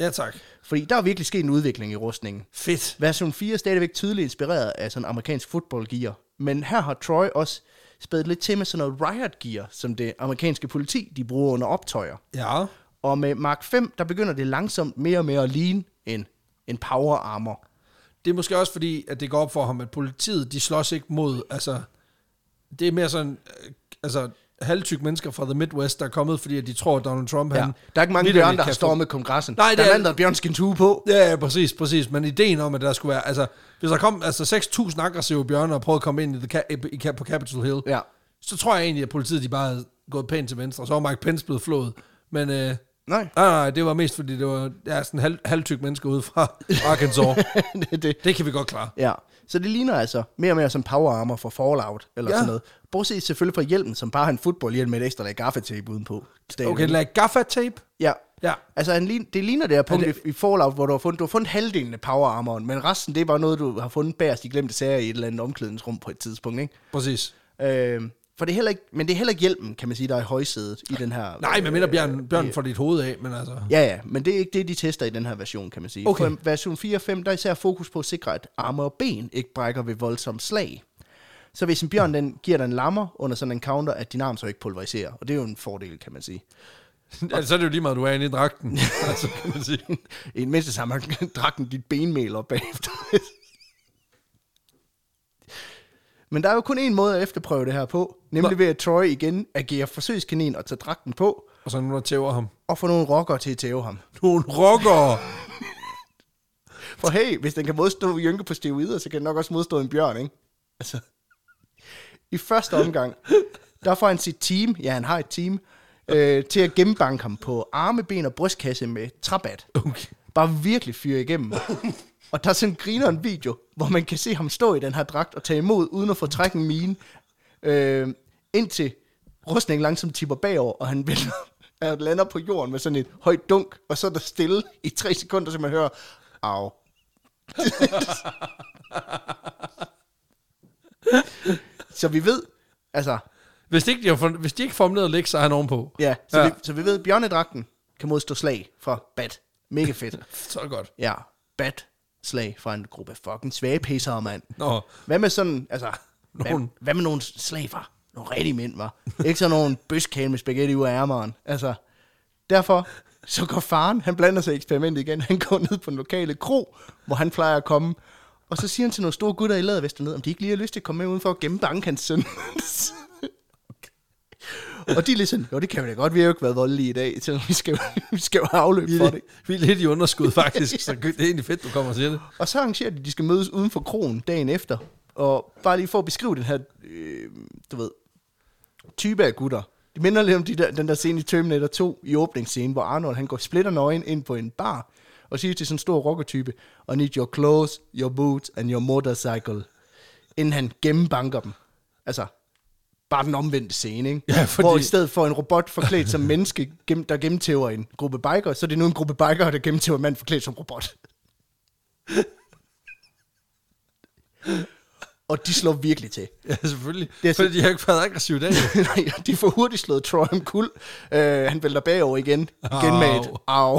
Speaker 1: Ja, tak.
Speaker 2: Fordi der er virkelig sket en udvikling i rustningen.
Speaker 1: Fedt.
Speaker 2: Version 4 er stadigvæk tydeligt inspireret af sådan amerikansk fodboldgear, men her har Troy også spædet lidt til med sådan noget riot gear, som det amerikanske politi de bruger under optøjer.
Speaker 1: Ja.
Speaker 2: Og med Mark 5, der begynder det langsomt mere og mere at ligne en, en power armor.
Speaker 1: Det er måske også fordi, at det går op for ham, at politiet, de slås ikke mod, altså, det er mere sådan, øh, altså, halvtyk mennesker fra The Midwest, der er kommet, fordi at de tror, at Donald Trump, ja.
Speaker 2: Ja.
Speaker 1: han...
Speaker 2: Der er ikke mange
Speaker 1: vidderligt
Speaker 2: bjørn, der har
Speaker 1: kan få-
Speaker 2: stormet kongressen.
Speaker 1: Nej, det
Speaker 2: der
Speaker 1: er-
Speaker 2: er mand, der har Bjørn Skintue på.
Speaker 1: Ja, ja, præcis, præcis. Men ideen om, at der skulle være... Altså, hvis der kom altså, 6.000 aggressive bjørne og prøvede at komme ind i the ca- i, i, på Capitol Hill,
Speaker 2: Ja.
Speaker 1: så tror jeg egentlig, at politiet de bare havde gået pænt til venstre, og så var Mike Pence blevet flået. Men øh, nej,
Speaker 2: Nej,
Speaker 1: nej, nej, det var mest, fordi det var ja, sådan halv, halvtyk mennesker ude fra Arkansas.
Speaker 2: det, det,
Speaker 1: det kan vi godt klare.
Speaker 2: Ja, så det ligner altså mere og mere som power armor fra Fallout, eller
Speaker 1: Ja.
Speaker 2: ja. sådan noget. Bortset selvfølgelig fra hjelmen, som bare har en fodboldhjelm med et ekstra lag gaffatape udenpå. Stadig.
Speaker 1: Okay, lag gaffatape.
Speaker 2: Ja.
Speaker 1: Ja.
Speaker 2: Altså, han lign, det ligner det her punkt
Speaker 1: det-
Speaker 2: det... i Fallout, hvor du har fundet, du har fundet halvdelen af power armoren, men resten, det er bare noget, du har fundet bagerst i glemte sager i et eller andet omklædningsrum på et tidspunkt, ikke?
Speaker 1: Præcis.
Speaker 2: Øh, for det er heller ikke, men det er heller ikke hjelmen, kan man sige, der er i højsædet i den her...
Speaker 1: Nej, men mindre bjørn, bjørn
Speaker 2: øh,
Speaker 1: får dit hoved af, men altså...
Speaker 2: Ja, ja, men det er ikke det, de tester i den her version, kan man sige.
Speaker 1: Okay.
Speaker 2: For version 4 og 5, der er især fokus på at sikre, at arme og ben ikke brækker ved voldsomme slag. Så hvis en bjørn den giver dig en lammer under sådan en counter, at din arm så ikke pulveriserer. Og det er jo en fordel, kan man sige.
Speaker 1: altså, så er det jo lige meget, du er inde i dragten. altså, kan man sige.
Speaker 2: I det mindste så har man drakken dit benmel op bagefter. Men der er jo kun en måde at efterprøve det her på, nemlig
Speaker 1: Nå.
Speaker 2: ved at Troy igen agerer forsøgskanin og tager dragten på,
Speaker 1: Og så er der nogen, der tæver ham.
Speaker 2: og får nogle rockere til at tæve ham.
Speaker 1: Nogle rockere!
Speaker 2: For hey, hvis den kan modstå jynke på steroider, så kan den nok også modstå en bjørn, ikke? Altså, I første omgang, der får han sit team, ja, han har et team, øh, til at gennembanke ham på arme, ben og brystkasse med trabat.
Speaker 1: Okay.
Speaker 2: Bare virkelig fyre igennem. Og der er sådan en grineren video, hvor man kan se ham stå i den her dragt og tage imod, uden at få trækken en mine, øh, indtil rustningen langsomt tipper bagover, og han vender han lander på jorden med sådan et højt dunk, og så er der stille i tre sekunder, så man hører, au, Så vi ved, altså,
Speaker 1: Hvis de ikke, de har fund- hvis de ikke får ham ned og lægge, så er han ovenpå.
Speaker 2: ja, så,
Speaker 1: Ja.
Speaker 2: ja. Vi, så vi ved, at bjørnedragten kan modstå slag fra bat. Mega fedt.
Speaker 1: Så er det godt.
Speaker 2: Ja, bat slag fra en gruppe fucking svage pissere, mand.
Speaker 1: Nå,
Speaker 2: Hvad med sådan, altså, hvad,
Speaker 1: Nogen-
Speaker 2: hvad med nogle slag fra? Nogle rigtige mænd, var. Ikke sådan nogle bøskale med spaghetti ud af ærmeren. Altså, derfor, så går faren, han blander sig i eksperimentet igen. Han går ned på den lokale kro, hvor han plejer at komme. Og så siger han til nogle store gutter i Lædervest ned, om de ikke lige har lyst til at komme med udenfor og gemme banke hans søn. og de er lidt sådan, jo, det kan vi da godt, vi har jo ikke været voldelige i dag, så vi skal, jo- vi skal jo have afløb
Speaker 1: vi
Speaker 2: for
Speaker 1: er,
Speaker 2: det.
Speaker 1: lidt, vi er lidt i underskud faktisk, så det er egentlig fedt, du kommer og siger det.
Speaker 2: Og så arrangerer de, at de skal mødes uden for kronen dagen efter. Og bare lige for at beskrive den her, øh, du ved, type af gutter. Det minder lidt om de der, den der scene i Terminator 2 i åbningsscenen, hvor Arnold han går splitter nøgen ind på en bar og siger til sådan en stor rockertype, I need your clothes, your boots and your motorcycle, inden han gennembanker dem. Altså, bare den omvendte scene, ikke?
Speaker 1: Ja, fordi-
Speaker 2: Hvor i stedet for en robot forklædt som menneske, gem- der gennemtæver en gruppe bikere, så er det nu en gruppe bikere, der gennemtæver en mand forklædt som robot. Og de slår virkelig til.
Speaker 1: Ja, selvfølgelig.
Speaker 2: Det
Speaker 1: Det
Speaker 2: er
Speaker 1: er
Speaker 2: så-
Speaker 1: fordi de har ikke været aggressive i dag. jo.
Speaker 2: Nej, de får hurtigt slået Troy om kul. Uh, han vælter bagover igen. Igen med et au.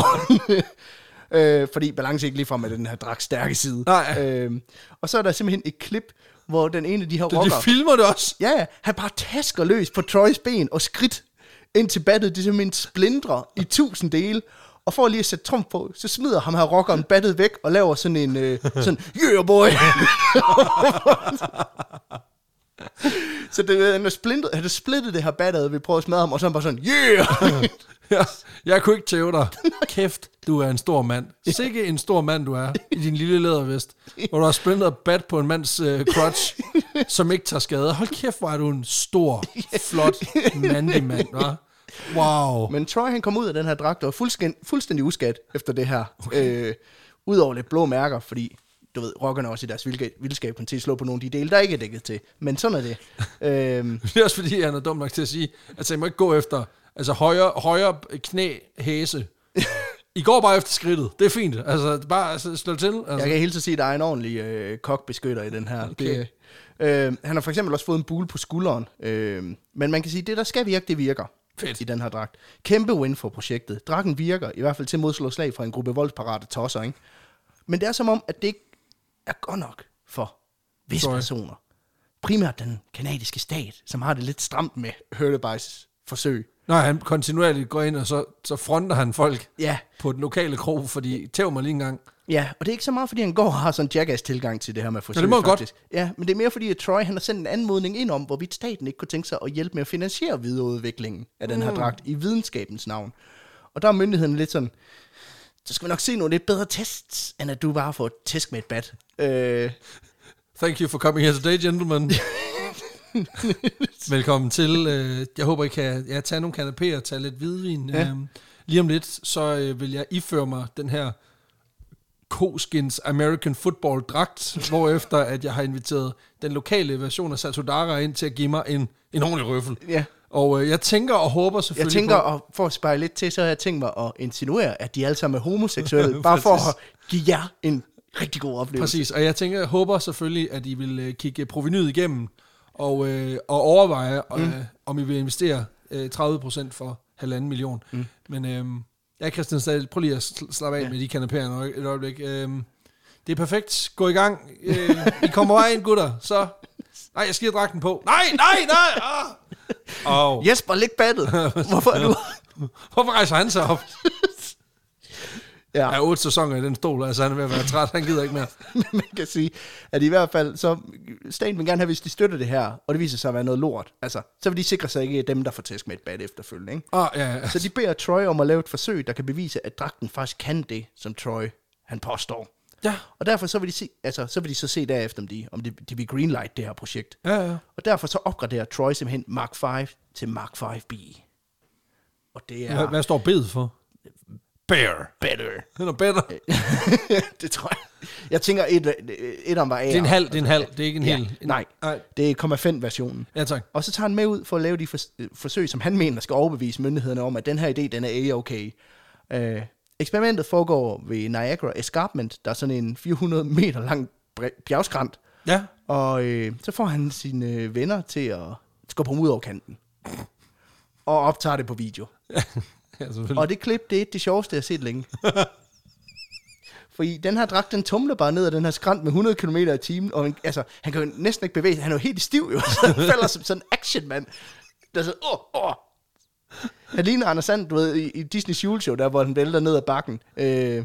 Speaker 2: uh, fordi balance ikke ligefrem er den her drak stærke side.
Speaker 1: Nej.
Speaker 2: Uh, og så er der simpelthen et klip, hvor den ene af de her
Speaker 1: Så de
Speaker 2: rockere...
Speaker 1: filmer det også.
Speaker 2: Ja, ja, han bare tasker løs på Troys ben og skridt ind til battet. Det er simpelthen splindrer i tusind dele. Og for lige at sætte trumf på, så smider ham her rockeren battet væk og laver sådan en, øh, sådan, yeah boy! så det, øh, han, er splintet, han er splittet det her battet, vi prøver at smadre ham, og så er han bare sådan, yeah!
Speaker 1: Ja. Jeg kunne ikke tæve dig. Kæft, du er en stor mand. Sikke en stor mand, du er i din lille lædervest, hvor du har spændt bat på en mands øh, crutch, som ikke tager skade. Hold kæft, hvor er du en stor, flot, mandig mand, hva'? Wow.
Speaker 2: Men Troy han kom ud af den her dragt og var fuldstændig, fuldstændig uskat efter det her. Okay. Øh, Udover lidt blå mærker, fordi du ved, rockerne også i deres vildga- vildskab kom til at slå på nogle af de dele, der ikke er dækket til. Men sådan er det. øhm,
Speaker 1: Det er også fordi, han er dum nok til at sige, altså jeg må ikke gå efter altså højre, højre knæ hæse. I går bare efter skridtet. Det er fint. Altså, bare altså, slå til. Altså.
Speaker 2: Jeg kan helt så sige, at der er en ordentlig øh, kokbeskytter i den her.
Speaker 1: Okay.
Speaker 2: Det, øh, han har for eksempel også fået en bule på skulderen. Øh, men man kan sige, at det, der skal virke, det virker
Speaker 1: Fedt.
Speaker 2: i den her dragt. Kæmpe win for projektet. Dragen virker, i hvert fald til modslå slag fra en gruppe voldsparate tosser. Ikke? Men det er som om, at det ikke er godt nok for visse
Speaker 1: Sorry.
Speaker 2: personer. Primært den kanadiske stat, som har det lidt stramt med Hurlebice forsøg.
Speaker 1: Når han kontinuerligt går ind, og så, så fronter han folk
Speaker 2: Ja,
Speaker 1: på den lokale krog, fordi tæv mig lige en gang.
Speaker 2: Ja, og det er ikke så meget, fordi han går og har sådan en jackass-tilgang til det her med forsøg,
Speaker 1: det må han godt.
Speaker 2: faktisk. godt. Ja, men det er mere fordi, at Troy han har sendt en anmodning ind om, hvorvidt staten ikke kunne tænke sig at hjælpe med at finansiere videreudviklingen af den her
Speaker 1: Mm.
Speaker 2: dragt i videnskabens navn. Og der er myndigheden lidt sådan, så skal vi nok se nogle lidt bedre tests, end at du bare får et test med et bat. Øh,
Speaker 1: Thank you for coming here today, gentlemen. Velkommen til. Øh, jeg håber, I kan ja, tage nogle kanapéer og tage lidt hvidvin. Ja. Øhm, lige om lidt, så øh, vil jeg iføre mig den her Koskins American Football dragt, hvorefter at jeg har inviteret den lokale version af Satudara ind til at give mig en, en ordentlig røffel.
Speaker 2: ja.
Speaker 1: Og øh, jeg tænker og håber
Speaker 2: Jeg
Speaker 1: selvfølgelig
Speaker 2: tænker,
Speaker 1: på,
Speaker 2: og for at spejle lidt til, så har jeg tænkt mig at insinuere, at de alle sammen er homoseksuelle, bare for at give jer en rigtig god oplevelse.
Speaker 1: Præcis, og jeg tænker, jeg håber selvfølgelig, at I vil øh, kigge provenyet igennem og, øh, og overveje, mm. øh, om I vil investere øh, 30% for halvanden million. Mm. Men øh, jeg er Christian Stahl. Prøv lige at sl- slappe af ja. med de kanapéer en øje- et øjeblik. Øh, det er perfekt. Gå i gang. Øh, I kommer bare ind, gutter. Så... Nej, jeg skider dragten på. Nej, nej, nej! Ah! Oh.
Speaker 2: Jesper, læg battet! Hvorfor er du...
Speaker 1: Hvorfor rejser han sig op?
Speaker 2: Ja.
Speaker 1: Der er otte sæsoner i den stol, altså han er ved at være træt. Han gider ikke mere.
Speaker 2: Men man kan sige, at i hvert fald, så staten vil gerne have, hvis de støtter det her, og det viser sig at være noget lort, altså, så vil de sikre sig ikke dem, der får tæsk med et bad efterfølgende. Ikke?
Speaker 1: Ah, ja, ja.
Speaker 2: Så de beder Troy om at lave et forsøg, der kan bevise, at dragten faktisk kan det, som Troy han påstår.
Speaker 1: Ja,
Speaker 2: Og derfor så vil de se, altså, så vil de så se derefter, om de, om de, de vil greenlight det her projekt.
Speaker 1: ja, ja.
Speaker 2: Og derfor så opgraderer Troy simpelthen Mark 5 til Mark 5B. Og det er
Speaker 1: Hvad, hvad står bedet for? Bear.
Speaker 2: better.
Speaker 1: Den er better.
Speaker 2: det tror jeg. Jeg tænker, et, et om var
Speaker 1: Det er en halv, det er en halv. Det er ikke en
Speaker 2: altså, Ja,
Speaker 1: hel. En-
Speaker 2: nej.
Speaker 1: nej.
Speaker 2: Det er 0,5 versionen.
Speaker 1: Ja, tak.
Speaker 2: Og så tager han med ud for at lave de fors- øh, forsøg, som han mener skal overbevise myndighederne om, at den her idé, den er ikke okay. Øh, eksperimentet foregår ved Niagara Escarpment, der er sådan en 400 meter lang bre- bjergskrant.
Speaker 1: Ja.
Speaker 2: Og øh, så får han sine øh, venner til at skubbe ham ud over kanten. Og optager det på video.
Speaker 1: ja selvfølgelig.
Speaker 2: Og det klip, det er det sjoveste, jeg har set længe. Fordi den her dragt, den tumler bare ned ad den her skrant med 100 km i timen, og han, altså, han kan jo næsten ikke bevæge sig. Han er jo helt stiv, jo. Så han falder som sådan en actionmand. Der er sådan, åh, åh. Han ligner Anders Sand, du ved, i, i Disney's juleshow, der hvor han vælter ned ad bakken. Øh,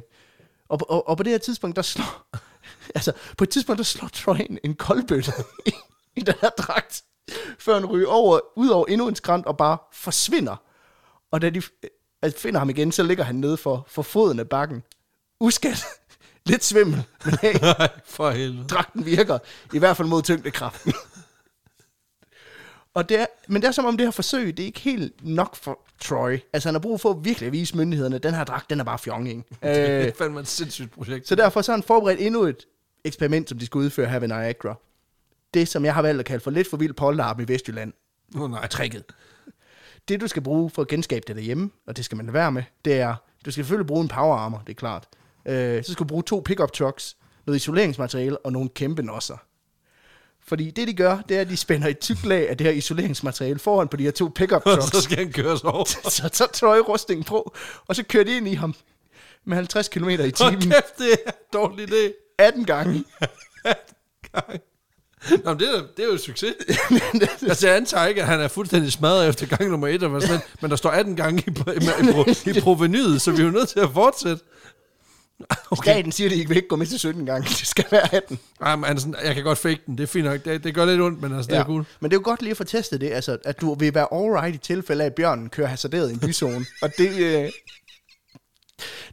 Speaker 2: og, på- og, og, på det her tidspunkt, der slår... altså, på et tidspunkt, der slår Troy en, en koldbøtte i, i den her dragt, før han ryger over, ud over endnu en skrant og bare forsvinder. Og da de f- altså, finder ham igen, så ligger han nede for, for foden af bakken. Uskat. Lidt svimmel. Men hey,
Speaker 1: Nej, for helvede.
Speaker 2: dragten virker. I hvert fald mod tyngdekraften. Og det er, men det er som om det her forsøg, det er ikke helt nok for Troy. Altså han har brug for at virkelig vise myndighederne, at den her dragt, den er bare fjong, ikke?
Speaker 1: Det
Speaker 2: Øh,
Speaker 1: er fandme et sindssygt projekt.
Speaker 2: så derfor så har han forberedt endnu et eksperiment, som de skal udføre her ved Niagara. Det, som jeg har valgt at kalde for lidt for vild polterarm i Vestjylland
Speaker 1: Åh, oh, nej.
Speaker 2: tricket. Det, du skal bruge for at genskabe det derhjemme, og det skal man lade være med, det er, du skal selvfølgelig bruge en power armor, det er klart. Øh, så skal du bruge to pickup trucks, noget isoleringsmateriale og nogle kæmpe nosser. Fordi det, de gør, det er, at de spænder et tykt lag af det her isoleringsmateriale foran på de her to pickup
Speaker 1: Og så
Speaker 2: trucks.
Speaker 1: skal han køres over.
Speaker 2: så tager trøje rustningen på, og så kører de ind i ham med 50 km i
Speaker 1: Hvor
Speaker 2: timen
Speaker 1: kæft, det er en dårlig idé.
Speaker 2: 18 gange.
Speaker 1: Nå, men det er, det er jo et succes. altså, jeg antager ikke, at han er fuldstændig smadret efter gang nummer et, eller sådan, noget, men der står 18 gange i, pro- i, pro- i provenyet, så vi er jo nødt til at fortsætte. Okay.
Speaker 2: Staten siger, at de ikke vil ikke gå med til 17 gange. Det skal være 18.
Speaker 1: Ej, men han er sådan, jeg kan godt fake den, det er fint nok. Det, det gør lidt ondt, men altså, det er cool.
Speaker 2: Men det er jo godt lige at få testet det, altså, at du vil være alright i tilfælde af, at bjørnen kører hasarderet i en byzone. og det, øh,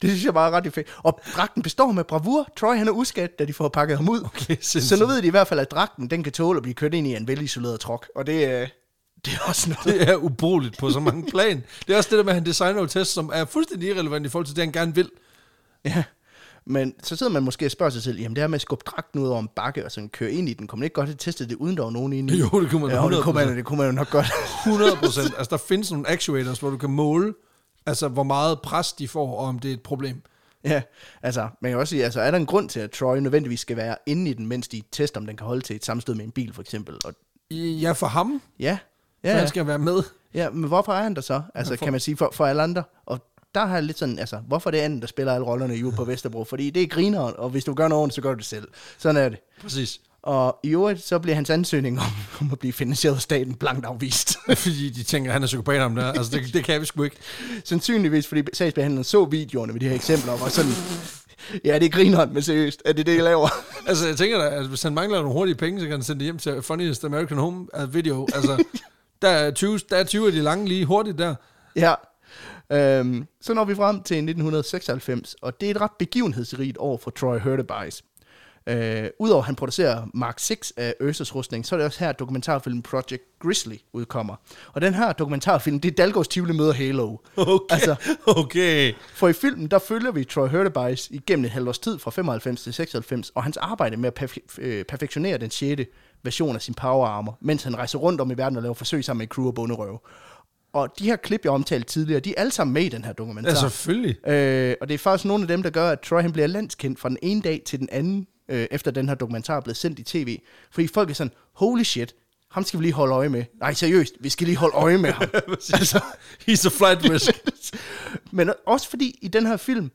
Speaker 2: det synes jeg bare er ret fedt. Og dragten består med bravur. Troy han er uskat, da de får pakket ham ud.
Speaker 1: Okay, sindssygt.
Speaker 2: så nu ved de i hvert fald, at dragten den kan tåle at blive kørt ind i en velisoleret trok. Og det, øh, det er også noget.
Speaker 1: Det er ubrugeligt på så mange plan. Det er også det der med, at han designer jo test, som er fuldstændig irrelevant i forhold til det, han gerne vil.
Speaker 2: Ja. Men så sidder man måske og spørger sig selv, jamen det her med at skubbe dragten ud over en bakke og sådan køre ind i den, kunne man ikke godt have testet det, uden der var nogen inde i?
Speaker 1: Jo, det kunne man da
Speaker 2: ja, det kunne
Speaker 1: 100%.
Speaker 2: man, det kunne man jo nok godt.
Speaker 1: 100 procent. Altså, der findes nogle actuators, hvor du kan måle Altså, hvor meget pres de får, og om det er et problem.
Speaker 2: Ja, altså, man kan også sige, altså, er der en grund til, at Troy nødvendigvis skal være inde i den, mens de tester, om den kan holde til et sammenstød med en bil, for eksempel? Og,
Speaker 1: Ja, for ham.
Speaker 2: ja,
Speaker 1: Ja. For
Speaker 2: ja,
Speaker 1: han skal være med.
Speaker 2: ja, men hvorfor er han der så? Altså,
Speaker 1: Ja, for-
Speaker 2: kan man sige, for, for alle andre? Og der har jeg lidt sådan, altså, hvorfor er det anden, der spiller alle rollerne i ude på Vesterbro? Fordi det er grineren, og hvis du gør noget ordentligt, så gør du det selv. Sådan er det.
Speaker 1: Præcis.
Speaker 2: Og i øvrigt, så bliver hans ansøgning om, om at blive finansieret af staten blankt afvist.
Speaker 1: Fordi de tænker, at han er psykopat om der. Altså, det, det kan vi sgu ikke.
Speaker 2: Sandsynligvis, fordi sagsbehandleren så videoerne med de her eksempler, og var sådan, ja, det er grineren, men seriøst, er det det, jeg laver?
Speaker 1: Altså, jeg tænker da, at hvis han mangler nogle hurtige penge, så kan han sende det hjem til Funniest American Home øh, Video. Altså, der er 20, der er 20 af de lange lige hurtigt der.
Speaker 2: Ja. Øhm, så når vi frem til 1996, og det er et ret begivenhedsrigt år for Troy Hurtebise. Øh, Udover at han producerer Mark 6 af Ørsers rustning, så er det også her, at dokumentarfilmen Project Grizzly udkommer. Og den her dokumentarfilm, det er Dalgårds Tivoli møder Halo.
Speaker 1: Okay.
Speaker 2: Altså,
Speaker 1: Okay.
Speaker 2: for i filmen, der følger vi Troy Hurtebise igennem et halvt års tid fra 95 til 96, og hans arbejde med at perf- øh, perfektionere den 6. version af sin power armor, mens han rejser rundt om i verden og laver forsøg sammen med en crew og bonderøve. Og de her klip, jeg omtalte tidligere, de er alle sammen med i den her dokumentar.
Speaker 1: Ja, selvfølgelig.
Speaker 2: Øh, og det er faktisk nogle af dem, der gør, at Troy han bliver landskendt fra den ene dag til den anden, øh, efter den her dokumentar er blevet sendt i tv. Fordi folk er sådan, holy shit, ham skal vi lige holde øje med. Nej, seriøst, vi skal lige holde øje med ham. altså,
Speaker 1: He's a flight risk.
Speaker 2: men også fordi i den her film,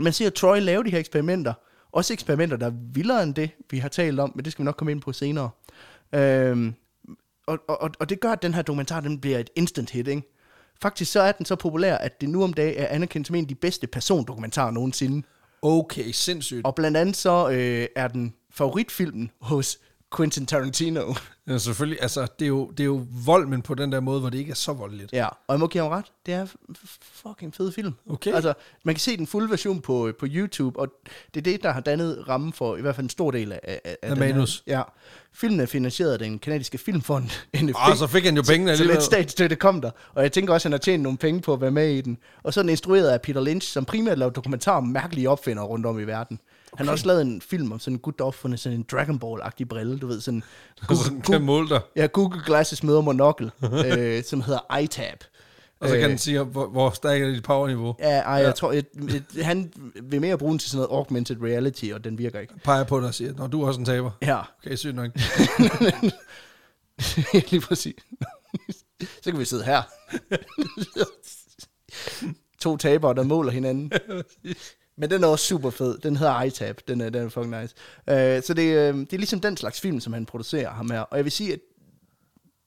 Speaker 2: man ser Troy lave de her eksperimenter. Også eksperimenter, der er vildere end det, vi har talt om, men det skal vi nok komme ind på senere. Øhm, og, og, og det gør, at den her dokumentar den bliver et instant hit, ikke? Faktisk så er den så populær, at det nu om dagen er anerkendt som en af de bedste persondokumentarer nogensinde.
Speaker 1: Okay, sindssygt.
Speaker 2: Og blandt andet så øh, er den favoritfilmen hos Quentin Tarantino.
Speaker 1: Ja, selvfølgelig. Altså, det er, jo, det er jo vold, men på den der måde, hvor det ikke er så voldeligt.
Speaker 2: Ja, og jeg må give ham ret. Det er f- f- fucking fed film.
Speaker 1: Okay.
Speaker 2: Altså, man kan se den fulde version på, øh, på YouTube, og det er det, der har dannet rammen for i hvert fald en stor del af, af, af den her-
Speaker 1: manus.
Speaker 2: Ja. Filmen er finansieret af den kanadiske filmfond, NFB.
Speaker 1: Og Ah, så fik han jo pengene
Speaker 2: så
Speaker 1: alligevel.
Speaker 2: lidt statsstøtte kom der, og jeg tænker også, at han har tjent nogle penge på at være med i den. Og så er den instrueret af Peter Lynch, som primært laver dokumentarer om mærkelige opfindere rundt om i verden. Han har også lavet en film om sådan en gut, der opfundet sådan en Dragon Ball-agtig brille, du ved, sådan...
Speaker 1: Og så Altså, kan han måle dig.
Speaker 2: Ja, Google Glasses møder monokkel, øh, som hedder iTab.
Speaker 1: Og så kan han sige, hvor, hvor stærk er dit powerniveau.
Speaker 2: Øh. Ja, ej, jeg tror, jeg, jeg, han vil mere bruge den til sådan noget augmented reality, og den virker ikke.
Speaker 1: Peger på dig og siger, når du er også en taber.
Speaker 2: Ja,
Speaker 1: Okay, sygt nok.
Speaker 2: lige præcis. Så kan vi sidde her. to tabere, der måler hinanden. Men den er også super fed. Den hedder iTab. Den er, den er fucking nice. Øh, så det, øh, det er ligesom den slags film, som han producerer ham her. Og jeg vil sige, at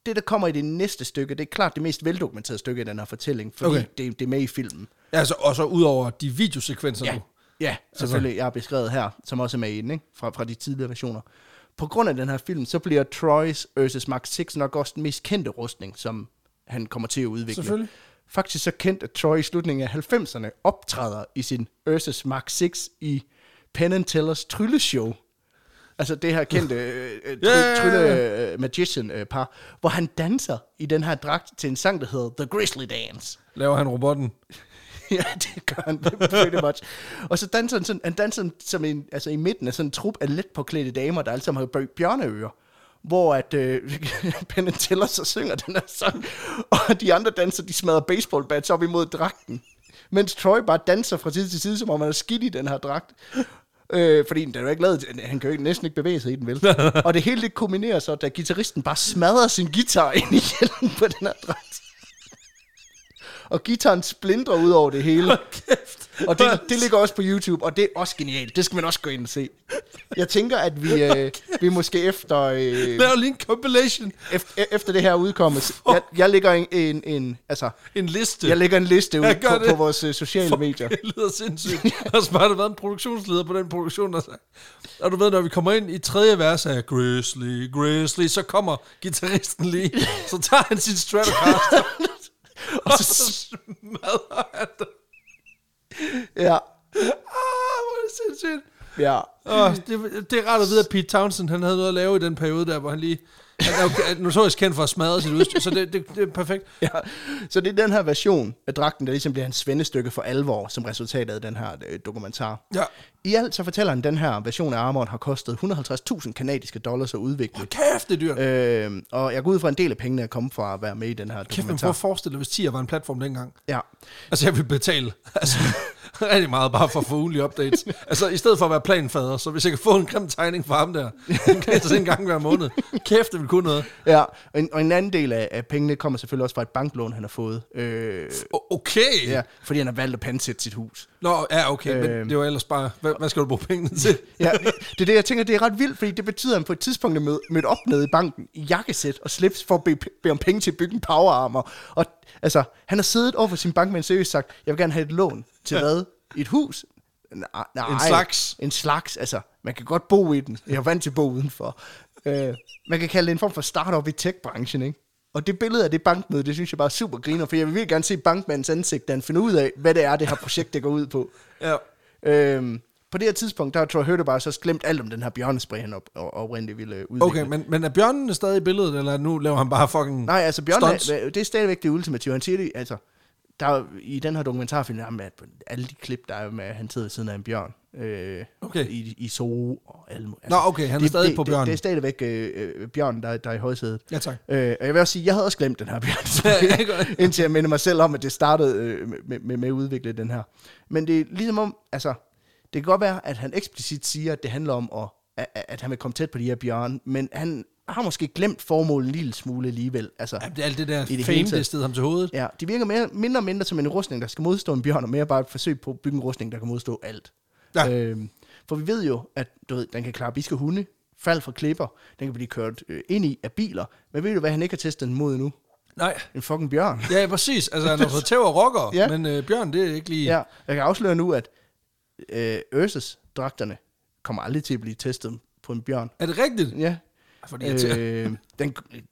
Speaker 2: det, der kommer i det næste stykke, det er klart det mest veldokumenterede stykke i den her fortælling, fordi
Speaker 1: Okay.
Speaker 2: okay. det, det er med i filmen.
Speaker 1: Altså, og så ud over de videosekvenser
Speaker 2: Ja,
Speaker 1: nu. Altså,
Speaker 2: ja selvfølgelig. Jeg har beskrevet her, som også er med i den, ikke? Fra, fra de tidligere versioner. På grund af den her film, så bliver Troy's Ursus Mark 6 nok også den mest kendte rustning, som han kommer til at udvikle.
Speaker 1: Selvfølgelig.
Speaker 2: Faktisk så kendt, at Troy i slutningen af 90'erne optræder i sin Ursus Mark 6 i Penn and Tellers trylleshow. Altså det her kendte øh, øh, try-
Speaker 1: Ja.
Speaker 2: trylle øh, magician øh, par, hvor han danser i den her dragt til en sang, der hedder The Grizzly Dance.
Speaker 1: Laver han robotten.
Speaker 2: Ja, det gør han pretty much. Og så danser han, sådan, han danser sådan, som en, altså i midten af sådan en trup af let påklædte damer, der alle sammen har bø- bjørneører. Hvor at øh, Ben Teller så synger den her sang, og de andre danser, de smadrer baseballbats op imod dragten. Mens Troy bare danser fra side til side, som om han er skidt i den her dragt. Øh, fordi den er jo ikke lavet, til- han kan jo ikke, næsten ikke bevæge sig i den, vel? og det hele det kombinerer så, da gitarristen bare smadrer sin guitar ind i hjelmen på den her dragt. Og gitaren splindrer ud over det hele.
Speaker 1: Kæft.
Speaker 2: Og det, det ligger også på YouTube, og det er også genialt. Det skal man også gå ind og se. Jeg tænker, at vi, øh, vi måske efter, øh,
Speaker 1: Laver lige en compilation.
Speaker 2: efter, efter det her udkommes, jeg, jeg lægger en, en, en altså,
Speaker 1: En liste.
Speaker 2: jeg lægger en liste ud
Speaker 1: Jeg gør
Speaker 2: på,
Speaker 1: det.
Speaker 2: på vores øh, sociale medier.
Speaker 1: Det lyder sindssygt. Og så har der været en produktionsleder på den produktion, der sagde. Og du ved, når vi kommer ind i tredje vers af Grizzly, Grizzly, så kommer gitarristen lige, så tager han sin Stratocaster, og så smadrer han det.
Speaker 2: Ja,
Speaker 1: Ah, hvor er det sindssygt.
Speaker 2: ja.
Speaker 1: Oh, det, det er rart at vide, at Pete Townsend han havde noget at lave i den periode der, hvor han lige... Han er jo notorisk kendt for at smadre sit udstyr, så det, det, det er perfekt.
Speaker 2: ja. Så det er den her version af dragten, der ligesom bliver hans svendestykke for alvor, som resultat af den her øh, dokumentar.
Speaker 1: Ja.
Speaker 2: I alt så fortæller han, at den her version af armoren har kostet 150.000 kanadiske dollars at udvikle.
Speaker 1: Hold kæft, det er dyrt. Øh,
Speaker 2: Øh, og jeg går ud fra, at en del af pengene er kommet fra at være med i den her
Speaker 1: kæft, man prøver
Speaker 2: dokumentar.
Speaker 1: at forestille dig, hvis Tier var en platform dengang.
Speaker 2: Ja.
Speaker 1: Altså, jeg vil betale altså, rigtig meget bare for at få ugenlige updates. Altså, i stedet for at være planfader, så hvis jeg kan få en grim tegning fra ham der, den kan jeg så en gang hver måned. Kæft, det vil kunne noget.
Speaker 2: ja. Og, en, og en anden del af, af pengene kommer selvfølgelig også fra et banklån, han har fået. Øh,
Speaker 1: O- Okay.
Speaker 2: ja, fordi han har valgt at pansætte sit hus.
Speaker 1: Nå, ja, okay, øh, men
Speaker 2: Øhm.
Speaker 1: det var ellers bare, hvad, hvad skal du bruge pengene til?
Speaker 2: Ja, det, det er det, jeg tænker, det er ret vildt, fordi det betyder, at han på et tidspunkt er mød, mødt op nede i banken i jakkesæt og slips for at bede, bede om penge til at bygge en powerarmor. Og altså, han har siddet over for sin bankmand seriøst sagt, jeg vil gerne have et lån til hvad? Et hus? Nej, nej,
Speaker 1: En slags.
Speaker 2: En slags, altså. Man kan godt bo i den. Jeg er vant til at bo udenfor. Øh, man kan kalde det en form for startup i tech-branchen, ikke? Og det billede af det bankmøde, det synes jeg bare er super griner, for jeg vil virkelig gerne se bankmandens ansigt, da han finder ud af, hvad det er, det her projekt, det går ud på.
Speaker 1: Ja.
Speaker 2: Øhm, på det her tidspunkt, der har Troy Hurtubise så også glemt alt om den her bjørnespray, han op, og, oprindeligt ville øh, udvikle.
Speaker 1: Okay, men, men er bjørnen stadig i billedet, eller nu laver han bare fucking...
Speaker 2: Nej, altså Bjørn,
Speaker 1: Stunts.
Speaker 2: er, det er stadigvæk det ultimative. Han siger det, altså, der er, jo- i den her dokumentarfilm, der er med, at alle de klip, der er med, at han sidder ved siden af en bjørn. Øh,
Speaker 1: Okay.
Speaker 2: I, I zoo og alle mulige.
Speaker 1: Nå, okay, han er
Speaker 2: det,
Speaker 1: stadig
Speaker 2: det,
Speaker 1: på bjørnen.
Speaker 2: Det, det er stadigvæk øh, øh, bjørn, der, der er i højsædet.
Speaker 1: Ja, tak.
Speaker 2: Øh, og jeg vil også sige, jeg havde også glemt den her
Speaker 1: Ja, jeg
Speaker 2: bjørn,
Speaker 1: kan godt-
Speaker 2: indtil jeg minder mig selv om, at det startede øh, med, med, med at udvikle den her. Men det er ligesom om, altså, det kan godt være, at han eksplicit siger, at det handler om, at, at- at han vil komme tæt på de her bjørn, men han har måske glemt formålet en lille smule alligevel. Altså,
Speaker 1: Ja, det er alt det der
Speaker 2: I det
Speaker 1: fame,
Speaker 2: hele taget.
Speaker 1: det sted ham til hovedet.
Speaker 2: Ja, de virker mere, mindre og mindre som en rustning, der skal modstå en bjørn, og mere bare et forsøg på at bygge en rustning, der kan modstå alt.
Speaker 1: Ja.
Speaker 2: Øhm, for vi ved jo, at du ved, den kan klare biske hunde, fald fra klipper, den kan blive kørt øh, ind i af biler. Men ved du, hvad han ikke har testet den mod endnu?
Speaker 1: Nej.
Speaker 2: En fucking bjørn.
Speaker 1: Ja, præcis. Altså, han har fået tæv og rocker, ja.
Speaker 2: Ja.
Speaker 1: men øh, bjørn, det er ikke lige...
Speaker 2: Ja. Jeg kan afsløre nu, at øh, Ursus dragterne kommer aldrig til at blive testet på en bjørn.
Speaker 1: Er det rigtigt?
Speaker 2: Ja.
Speaker 1: Fordi jeg tæ-
Speaker 2: Øh, den øh,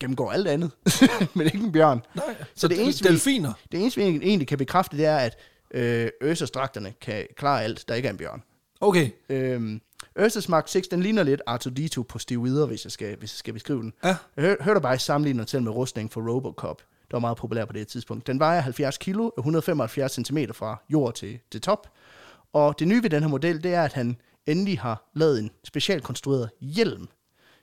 Speaker 2: gennemgår alt andet, men ikke en bjørn.
Speaker 1: Nej, så,
Speaker 2: så
Speaker 1: så
Speaker 2: det
Speaker 1: det eneste,
Speaker 2: eneste, vi-
Speaker 1: delfiner.
Speaker 2: Det eneste, vi egentlig kan bekræfte, det er, at øh, Ørsers dragterne kan klare alt, der ikke er en bjørn.
Speaker 1: Okay,
Speaker 2: Øhm, Ørsers Mark 6, den ligner lidt R2-D2 på steroider, hvis jeg skal, hvis jeg skal beskrive den.
Speaker 1: Ja.
Speaker 2: Hør, hørte bare sammenligner den selv med rustningen for Robocop, der var meget populær på det her tidspunkt. Den vejer 70 kilo og 175 cm fra jord til, til top. Og det nye ved den her model, det er, at han endelig har lavet en specialkonstrueret hjelm,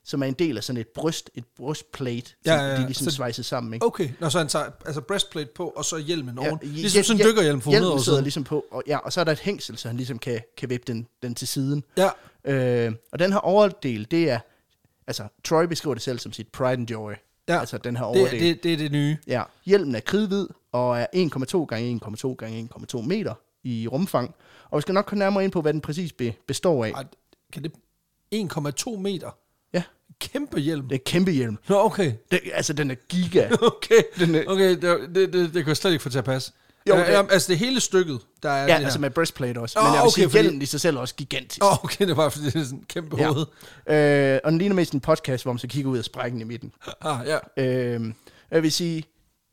Speaker 2: som er en del af sådan et bryst, et brystplate, som
Speaker 1: Ja, ja, ja. Altså, oh,
Speaker 2: de ligesom
Speaker 1: Så-
Speaker 2: svejser sammen. Ikke?
Speaker 1: okay. Nå, så han tager altså breastplate på, og så hjelmen oven.
Speaker 2: hje-
Speaker 1: ligesom sådan en
Speaker 2: hje-
Speaker 1: dykkerhjelm for 100 år
Speaker 2: Hjelmen sidder
Speaker 1: siden.
Speaker 2: ligesom på, og, ja, og så er der et hængsel, så han ligesom kan, kan vippe den, den til siden.
Speaker 1: Ja,
Speaker 2: Øh, og den her overdel, det er, altså Troy beskriver det selv som sit pride and joy.
Speaker 1: Ja.
Speaker 2: Altså den her
Speaker 1: det,
Speaker 2: overdel.
Speaker 1: er- det, det er det nye.
Speaker 2: Ja, hjelmen er kridhvid og er 1,2 gange 1,2 gange 1,2 meter i rumfang. Og vi skal nok komme nærmere ind på, hvad den præcis be, består af.
Speaker 1: Ej, kan det 1,2 meter?
Speaker 2: Ja,
Speaker 1: Kæmpe hjelm.
Speaker 2: det er en kæmpe hjelm.
Speaker 1: Nå, okay.
Speaker 2: Det, altså, den er giga.
Speaker 1: Okay,
Speaker 2: Den er-
Speaker 1: okay det, det, det, det kunne jeg slet ikke få til at passe. Jo,
Speaker 2: Jo,
Speaker 1: det,
Speaker 2: det-
Speaker 1: ja, altså det hele stykket, der er
Speaker 2: ja,
Speaker 1: det
Speaker 2: altså
Speaker 1: her.
Speaker 2: med breastplate også.
Speaker 1: Åh,
Speaker 2: Men jeg vil
Speaker 1: okay,
Speaker 2: sige,
Speaker 1: fordi-
Speaker 2: hjelmen i sig selv er også gigantisk.
Speaker 1: Åh, oh, okay, det er bare fordi, det er sådan en kæmpe ja. hoved.
Speaker 2: Øh, og den ligner mest en podcast, hvor man så kigger ud af sprækken i midten.
Speaker 1: Ah, ja.
Speaker 2: Øh, jeg vil sige,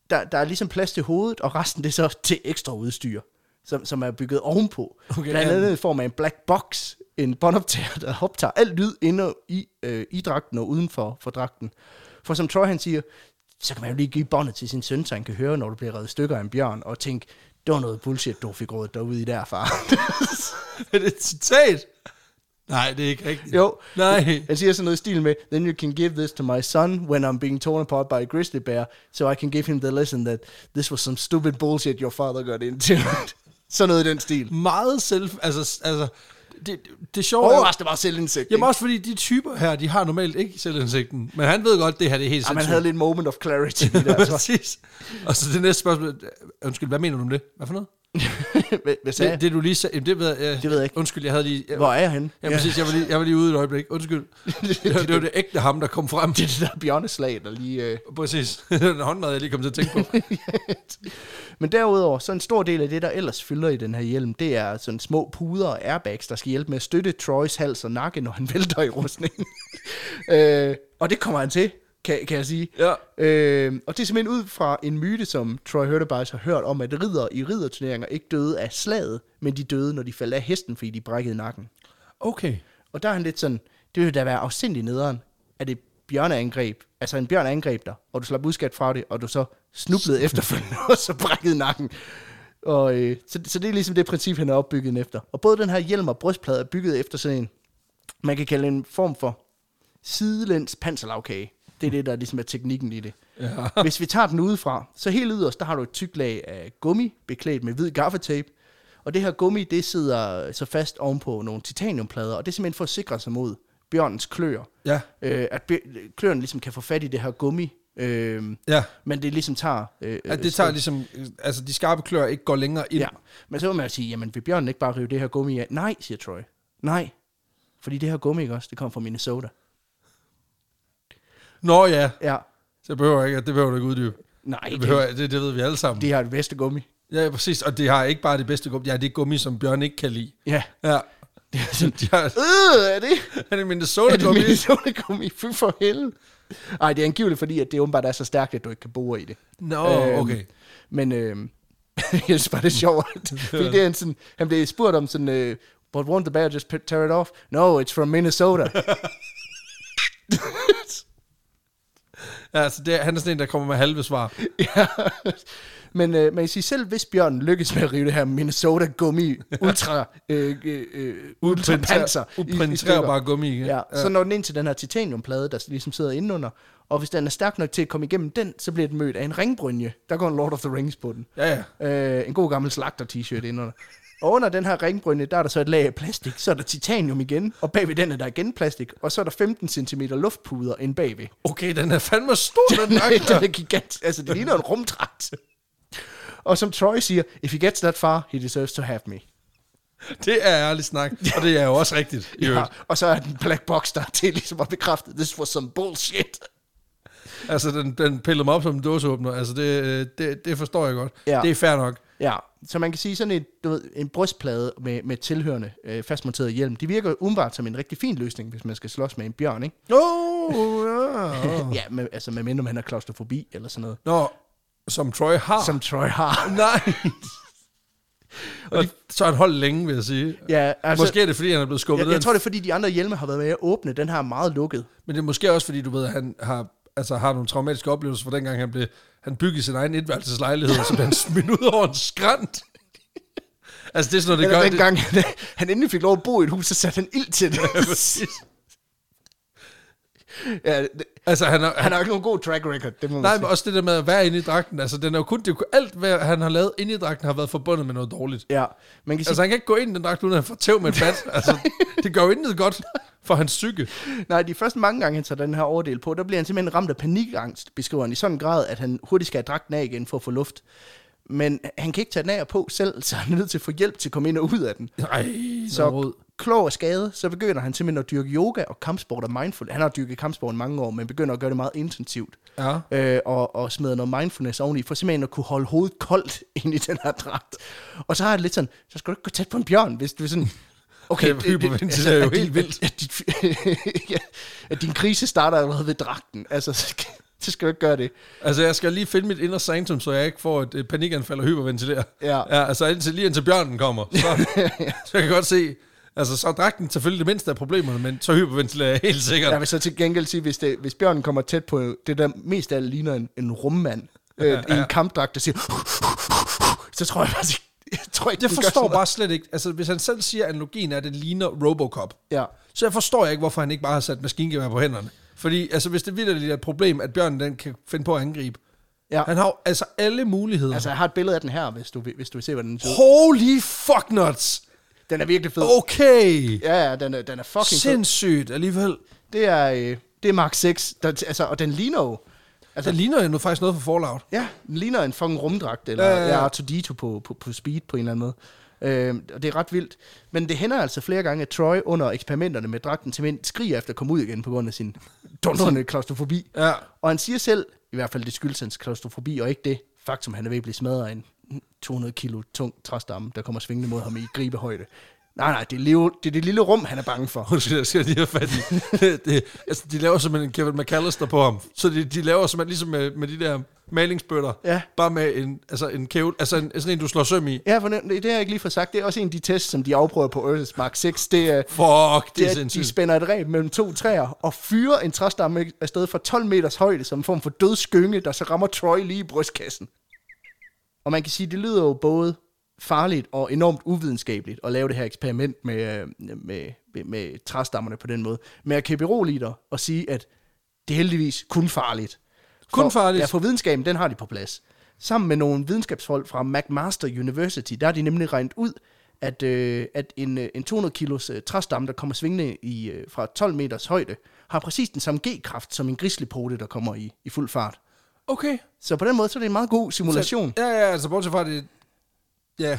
Speaker 2: der, der er ligesom plads til hovedet, og resten det er så til ekstra udstyr, som, som er bygget ovenpå.
Speaker 1: Okay,
Speaker 2: Okay, Blandt
Speaker 1: ja.
Speaker 2: andet i form af en black box, en båndoptager, der optager alt lyd inde i, øh, i dragten og uden for, for dragten. For som Troy han siger, så kan man jo lige give båndet til sin søn, så han kan høre, når du bliver revet i stykker af en bjørn, og tænke, det var noget bullshit, du fik rådet derude i der, far.
Speaker 1: Er det et citat? Nej, det er ikke rigtigt.
Speaker 2: jo,
Speaker 1: Nej.
Speaker 2: Han siger sådan noget i stil med, Then you can give this to my son when I'm being torn apart by a grizzly bear, so I can give him the lesson that this was some stupid bullshit your father got into. sådan noget i den stil.
Speaker 1: Meget selv... Altså, altså det, det, det sjove er...
Speaker 2: Overraskende meget selvindsigt.
Speaker 1: Jamen
Speaker 2: ikke?
Speaker 1: også fordi de typer her, de har normalt ikke selvindsigten. Men han ved godt, det her det er helt
Speaker 2: Ja, man
Speaker 1: sindssygt.
Speaker 2: havde lidt moment of clarity. i Det, altså.
Speaker 1: Præcis. Og så det næste spørgsmål... øh, Undskyld, hvad mener du om det? Hvad for noget?
Speaker 2: Hvad- Hvad sagde
Speaker 1: Det,
Speaker 2: jeg?
Speaker 1: det du lige sagde... Jamen, det ved jeg...
Speaker 2: Det ved jeg ikke.
Speaker 1: Undskyld, jeg havde lige... Jeg,
Speaker 2: Hvor er jeg henne?
Speaker 1: ja, præcis. Jeg var, lige, jeg var lige ude et øjeblik. Undskyld. Det, var- det var det ægte ham, der kom frem.
Speaker 2: Det er det der bjørneslag, der lige... Øh...
Speaker 1: Præcis. Det var en håndmad, jeg lige kom til at tænke på.
Speaker 2: Men derudover, så en stor del af det, der ellers fylder i den her hjelm, det er sådan små puder og airbags, der skal hjælpe med at støtte Troys hals og nakke, når han vælter i rustningen. øh, og det kommer han til, kan, kan jeg sige.
Speaker 1: Ja.
Speaker 2: Øh, og det er simpelthen ud fra en myte, som Troy Hurtebise har hørt om, at ridder i ridderturneringer ikke døde af slaget, men de døde, når de faldt af hesten, fordi de brækkede nakken.
Speaker 1: Okay.
Speaker 2: Og der er han lidt sådan, det ville da være afsindig nederen, at det bjørneangreb, altså en bjørn angreb dig, og du slap udskat fra det, og du så snublede efterfølgende, og så brækkede nakken. Og, øh, så, så det er ligesom det princip, han er opbygget den efter. Og både den her hjelm og brystplade er bygget efter sådan en, man kan kalde en form for sidelæns panserlavkage. Det er det, der ligesom er teknikken i det.
Speaker 1: Ja.
Speaker 2: Hvis vi tager den udefra, så helt yderst, der har du et tykt lag af gummi, beklædt med hvid gaffatape. Og det her gummi, det sidder så fast ovenpå nogle titaniumplader, og det er simpelthen for at sikre sig mod bjørnens klør.
Speaker 1: Ja,
Speaker 2: Øh, at bj- kløerne ligesom kan få fat i det her gummi, øh,
Speaker 1: ja.
Speaker 2: men det ligesom tager... Øh,
Speaker 1: At
Speaker 2: øh,
Speaker 1: det tager ligesom, øh, altså de skarpe klør ikke går længere ind.
Speaker 2: Ja, men så må man jo sige, jamen vil bjørnen ikke bare rive det her gummi af? Nej, siger Troy. Nej, fordi det her gummi, ikke også, det kommer fra Minnesota.
Speaker 1: Nå ja,
Speaker 2: Ja,
Speaker 1: det behøver jeg ikke, det behøver du ikke uddybe.
Speaker 2: nej,
Speaker 1: Det,
Speaker 2: det,
Speaker 1: behøver, det, det ved vi alle sammen.
Speaker 2: det har det bedste gummi.
Speaker 1: Ja, præcis, og det har ikke bare det bedste gummi, ja, det er gummi, som Bjørn ikke kan lide.
Speaker 2: Ja.
Speaker 1: Ja,
Speaker 2: Det er sådan,
Speaker 1: de har,
Speaker 2: øh, er det,
Speaker 1: han er
Speaker 2: er
Speaker 1: Minnesota
Speaker 2: det
Speaker 1: gummi.
Speaker 2: Minnesota gummi? Fy for helvede. Nej, det er angiveligt, fordi at det åbenbart er så stærkt, at du ikke kan bore i det.
Speaker 1: Nå,
Speaker 2: Øhm,
Speaker 1: okay.
Speaker 2: Men øhm, jeg synes bare, det er sjovt. fordi det er en sådan, han blev spurgt om sådan, øh, but won't the bear just p- tear it off? No, it's from Minnesota.
Speaker 1: Ja, så det, er- han er sådan en, der kommer med halve svar.
Speaker 2: Ja. Men øh, man kan sige, selv hvis Bjørn lykkes med at rive det her Minnesota-gummi ultra, øh, øh, øh, ultra panser i- i
Speaker 1: Uprinterbar gummi igen.
Speaker 2: stykker. Ja, så når den ind til den her titaniumplade, der ligesom sidder indenunder, og hvis den er stærk nok til at komme igennem den, så bliver den mødt af en ringbrynje. Der går en Lord of the Rings på den.
Speaker 1: ja, ja.
Speaker 2: Øh, en god gammel slagter-t-shirt indenunder. Og under den her ringbrynje, der er der så et lag af plastik, så er der titanium igen, og bagved den er der igen plastik, og så er der 15 cm luftpuder inde bagved.
Speaker 1: Okay, den er fandme stor, den
Speaker 2: Nej,
Speaker 1: akter.
Speaker 2: den er gigant. Altså, det ligner en rumdragt. Og som Troy siger, if he gets that far, he deserves to have me.
Speaker 1: Det er ærlig snak, og det er jo også rigtigt. I
Speaker 2: Ja,
Speaker 1: øvrigt.
Speaker 2: og så er den black box, der er til ligesom at bekræfte, this was some bullshit.
Speaker 1: Altså, den, den pillede mig op som en dåseåbner. Altså, det, øh, det, det forstår jeg godt.
Speaker 2: Ja.
Speaker 1: Det er fair nok.
Speaker 2: Ja, så man kan sige, sådan en, du ved, en brystplade med, med tilhørende øh, fastmonteret hjelm, det virker umiddelbart som en rigtig fin løsning, hvis man skal slås med en bjørn, ikke?
Speaker 1: Oh, ja.
Speaker 2: Ja, med, altså medmindre man har klaustrofobi eller sådan noget,
Speaker 1: Nå, som Troy har.
Speaker 2: som Troy har.
Speaker 1: Nej. og så er han holdt længe, vil jeg sige.
Speaker 2: Ja, altså,
Speaker 1: Altså, måske er det, fordi han er blevet skubbet
Speaker 2: jeg, jeg
Speaker 1: ned.
Speaker 2: tror, det er, fordi de andre hjelme har været med at åbne den her meget lukket.
Speaker 1: Men det er måske også, fordi du ved, at han har, altså, har nogle traumatiske oplevelser fra dengang, han, blev, han byggede sin egen etværelseslejlighed, og så blev han smidt ud over en skrant. altså, det er sådan noget, det
Speaker 2: Eller
Speaker 1: gør. Det,
Speaker 2: dengang han, han endelig fik lov at bo i et hus, så satte han ild til det. ja, det
Speaker 1: altså, han har,
Speaker 2: han har jo ikke nogen god track record, det må man
Speaker 1: Nej, men
Speaker 2: sige.
Speaker 1: også det der med at være inde i dragten. Altså, den er jo kun, det er jo kun- alt, hvad han har lavet inde i dragten, har været forbundet med noget dårligt.
Speaker 2: Ja, man kan sige,
Speaker 1: Altså, han kan ikke gå ind i den dragt, uden at han får tæv med et bat. Altså, det gør jo intet godt for hans psyke.
Speaker 2: nej, de første mange gange, han tager den her overdel på, der bliver han simpelthen ramt af panikangst, beskriver han, i sådan en grad, at han hurtigt skal have dragten af igen for at få luft. Men han kan ikke tage den af og på selv, så han er nødt til at få hjælp til at komme ind og ud af den.
Speaker 1: Nej, så
Speaker 2: Så
Speaker 1: rod.
Speaker 2: klog og skade, så begynder han simpelthen at dyrke yoga og kampsport og mindful. Han har dyrket kampsport i mange år, men begynder at gøre det meget intensivt.
Speaker 1: Ja.
Speaker 2: øh, og, og smider noget mindfulness oveni, for simpelthen at kunne holde hovedet koldt ind i den her dragt. Og så har jeg det lidt sådan, så skal du ikke gå tæt på en bjørn, hvis du er sådan... Okay,
Speaker 1: Ja, hyperventilerer jo
Speaker 2: at din-
Speaker 1: helt vildt.
Speaker 2: At, at, dit, ja, at din krise starter allerede ved dragten. Altså, så skal, så skal du ikke gøre det.
Speaker 1: Altså, jeg skal lige finde mit inner sanctum, så jeg ikke får et, et panikanfald og hyperventilerer.
Speaker 2: Ja.
Speaker 1: ja altså, indtil, lige indtil bjørnen kommer. Så, så jeg kan godt se... Altså, så er dragten selvfølgelig det mindste af problemerne, men så hyperventilerer jeg helt sikkert.
Speaker 2: Jeg vil så til gengæld sige, hvis, det, hvis bjørnen kommer tæt på det, der mest af alt ligner en, en rummand øh, i en kampdragt, der siger... Så tror jeg faktisk... Jeg tror ikke,
Speaker 1: Jeg
Speaker 2: den gør
Speaker 1: forstår
Speaker 2: sådan noget.
Speaker 1: bare slet ikke. Altså, hvis han selv siger, at analogien er, at det ligner Robocop.
Speaker 2: Ja.
Speaker 1: Så jeg forstår ikke, hvorfor han ikke bare har sat maskingevær på hænderne. Fordi altså, hvis det vildt er et problem, at bjørnen den kan finde på at angribe.
Speaker 2: Ja.
Speaker 1: Han har jo altså alle muligheder.
Speaker 2: Altså,
Speaker 1: Altså,
Speaker 2: jeg har et billede af den her, hvis du, vil- hvis du vil se, hvordan den ser ud.
Speaker 1: Holy fuck nuts!
Speaker 2: Den er virkelig fed.
Speaker 1: Okay!
Speaker 2: Ja, ja, den er, den er fucking Sind.
Speaker 1: Sindssygt alligevel.
Speaker 2: fed. Det er, øh, det er Mark 6, der, altså, og den ligner jo... Altså,
Speaker 1: Altså, det ligner jo nu faktisk noget for Fallout.
Speaker 2: ja, den ligner en fucking rumdragt, eller
Speaker 1: Ja, ja,
Speaker 2: ja,
Speaker 1: ja.
Speaker 2: ja. R2-D2 på, på, på speed på en eller anden måde. Øh, og det er ret vildt. Men det hænder altså flere gange, at Troy under eksperimenterne med dragten simpelthen skriger efter at komme ud igen på grund af sin dundrende klaustrofobi.
Speaker 1: Ja.
Speaker 2: Og han siger selv, i hvert fald det skyldes hans klaustrofobi, og ikke det faktum, han er ved at blive smadret af en 200 kilo tung træstamme, der kommer svingende mod ham i gribehøjde. Nej, nej, det er, leve, det er det lille rum, han er bange for.
Speaker 1: Undskyld, jeg skal lige have fat i. Det- det, altså, de laver simpelthen en Kevin McAllister på ham. Så de, de laver simpelthen ligesom med, med de der malingsbøtter.
Speaker 2: Ja.
Speaker 1: Bare med en, altså en kævel, altså en, sådan en, du slår søm i.
Speaker 2: Ja, for det, det har jeg ikke lige fået sagt. Det er også en af de tests, som de afprøver på Earth's Mark 6. Det er,
Speaker 1: Fuck, det,
Speaker 2: det
Speaker 1: er
Speaker 2: er, at de
Speaker 1: sindssygt.
Speaker 2: spænder et reb mellem to træer og fyrer en træstamme afsted fra 12 meters højde som en form for dødskynge, der så rammer Troy lige i brystkassen. Og man kan sige, det lyder jo både farligt og enormt uvidenskabeligt at lave det her eksperiment med, øh, med, med, med træstammerne på den måde. Men jeg kan berolige dig og sige, at det er heldigvis kun farligt.
Speaker 1: Kun
Speaker 2: for,
Speaker 1: farligt?
Speaker 2: Ja, for videnskaben, den har de på plads. Sammen med nogle videnskabsfolk fra McMaster University, der har de nemlig regnet ud, at, øh, at en, øh, en 200 kilos øh, træstamme, der kommer svingende i, øh, fra 12 meters højde, har præcis den samme G-kraft som en grizzlypote, der kommer i, i fuld fart.
Speaker 1: Okay.
Speaker 2: Så på den måde, så er det en meget god simulation.
Speaker 1: Ja, ja, altså bortset fra det... Ja,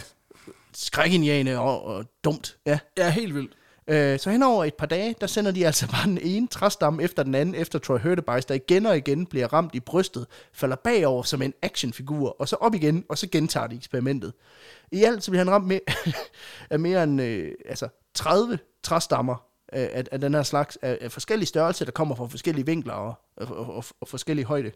Speaker 2: skrækindjagende og, og dumt. Ja.
Speaker 1: ja, helt vildt.
Speaker 2: Øh, så hen over et par dage, der sender de altså bare den ene træstamme efter den anden, efter Troy Hurtebeis, der igen og igen bliver ramt i brystet, falder bagover som en actionfigur, og så op igen, og så gentager de eksperimentet. I alt så bliver han ramt med, af mere end øh, altså 30 træstammer øh, af, af den her slags, af, af forskellige størrelser, der kommer fra forskellige vinkler og, og, og, og, og forskellige højde.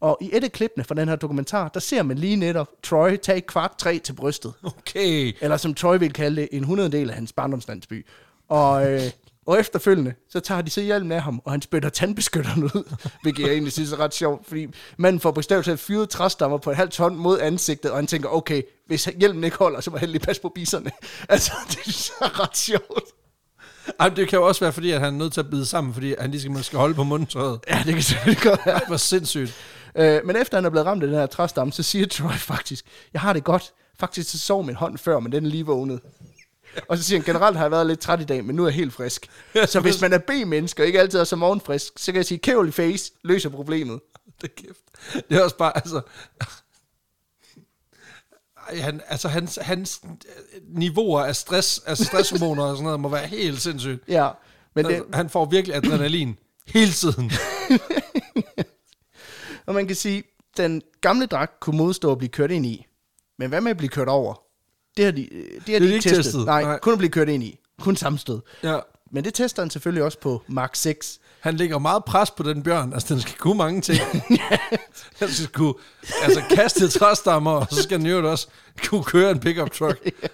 Speaker 2: Og i et af klippene fra den her dokumentar, der ser man lige netop Troy tage et kvart træ til brystet
Speaker 1: Okay.
Speaker 2: eller som Troy ville kalde det, en hundreddel af hans barndomslandsby. Og, øh, og efterfølgende, så tager de så hjelmen af ham, og han spytter tandbeskytteren ud, hvilket jeg egentlig synes er ret sjovt, fordi manden får bogstaveligt talt fyret træstammer på et halvt ton mod ansigtet, og han tænker, okay, hvis hjelmen ikke holder, så må jeg lige passe på biserne. altså, det synes jeg er ret sjovt.
Speaker 1: Ej, men det kan jo også være, fordi at han er nødt til at bide sammen, fordi han lige skal, man skal holde på mundtøjet.
Speaker 2: Ja, det kan selvfølgelig godt være.
Speaker 1: Ej, hvor sindssygt.
Speaker 2: Øh, men efter han er blevet ramt af den her træstamme, så siger Troy faktisk, jeg har det godt. Faktisk så sov min hånd før, men den er lige vågnet. Og så siger han, generelt har jeg været lidt træt i dag, men nu er jeg helt frisk. Så hvis man er B-menneske og ikke altid er så morgenfrisk, så kan jeg sige, kævel i face løser problemet.
Speaker 1: Det er kæft. Det er også bare, altså... Ej, han, altså hans, hans øh, niveauer af stress, af stresshormoner og sådan noget, må være helt sindssygt.
Speaker 2: Ja, men det,
Speaker 1: Altså, han får virkelig adrenalin hele tiden.
Speaker 2: og man kan sige, den gamle dragt kunne modstå at blive kørt ind i. Men hvad med at blive kørt over? Det har de, øh, det har de ikke testet. testet. Nej, Nej, kun at blive kørt ind i. Kun sammenstød.
Speaker 1: Ja.
Speaker 2: Men det tester han selvfølgelig også på Mark 6.
Speaker 1: Han lægger meget pres på den bjørn. Altså, den skal kunne mange ting. Den skal kunne altså, kaste træstammer, og så skal den jo også kunne køre en pickup truck.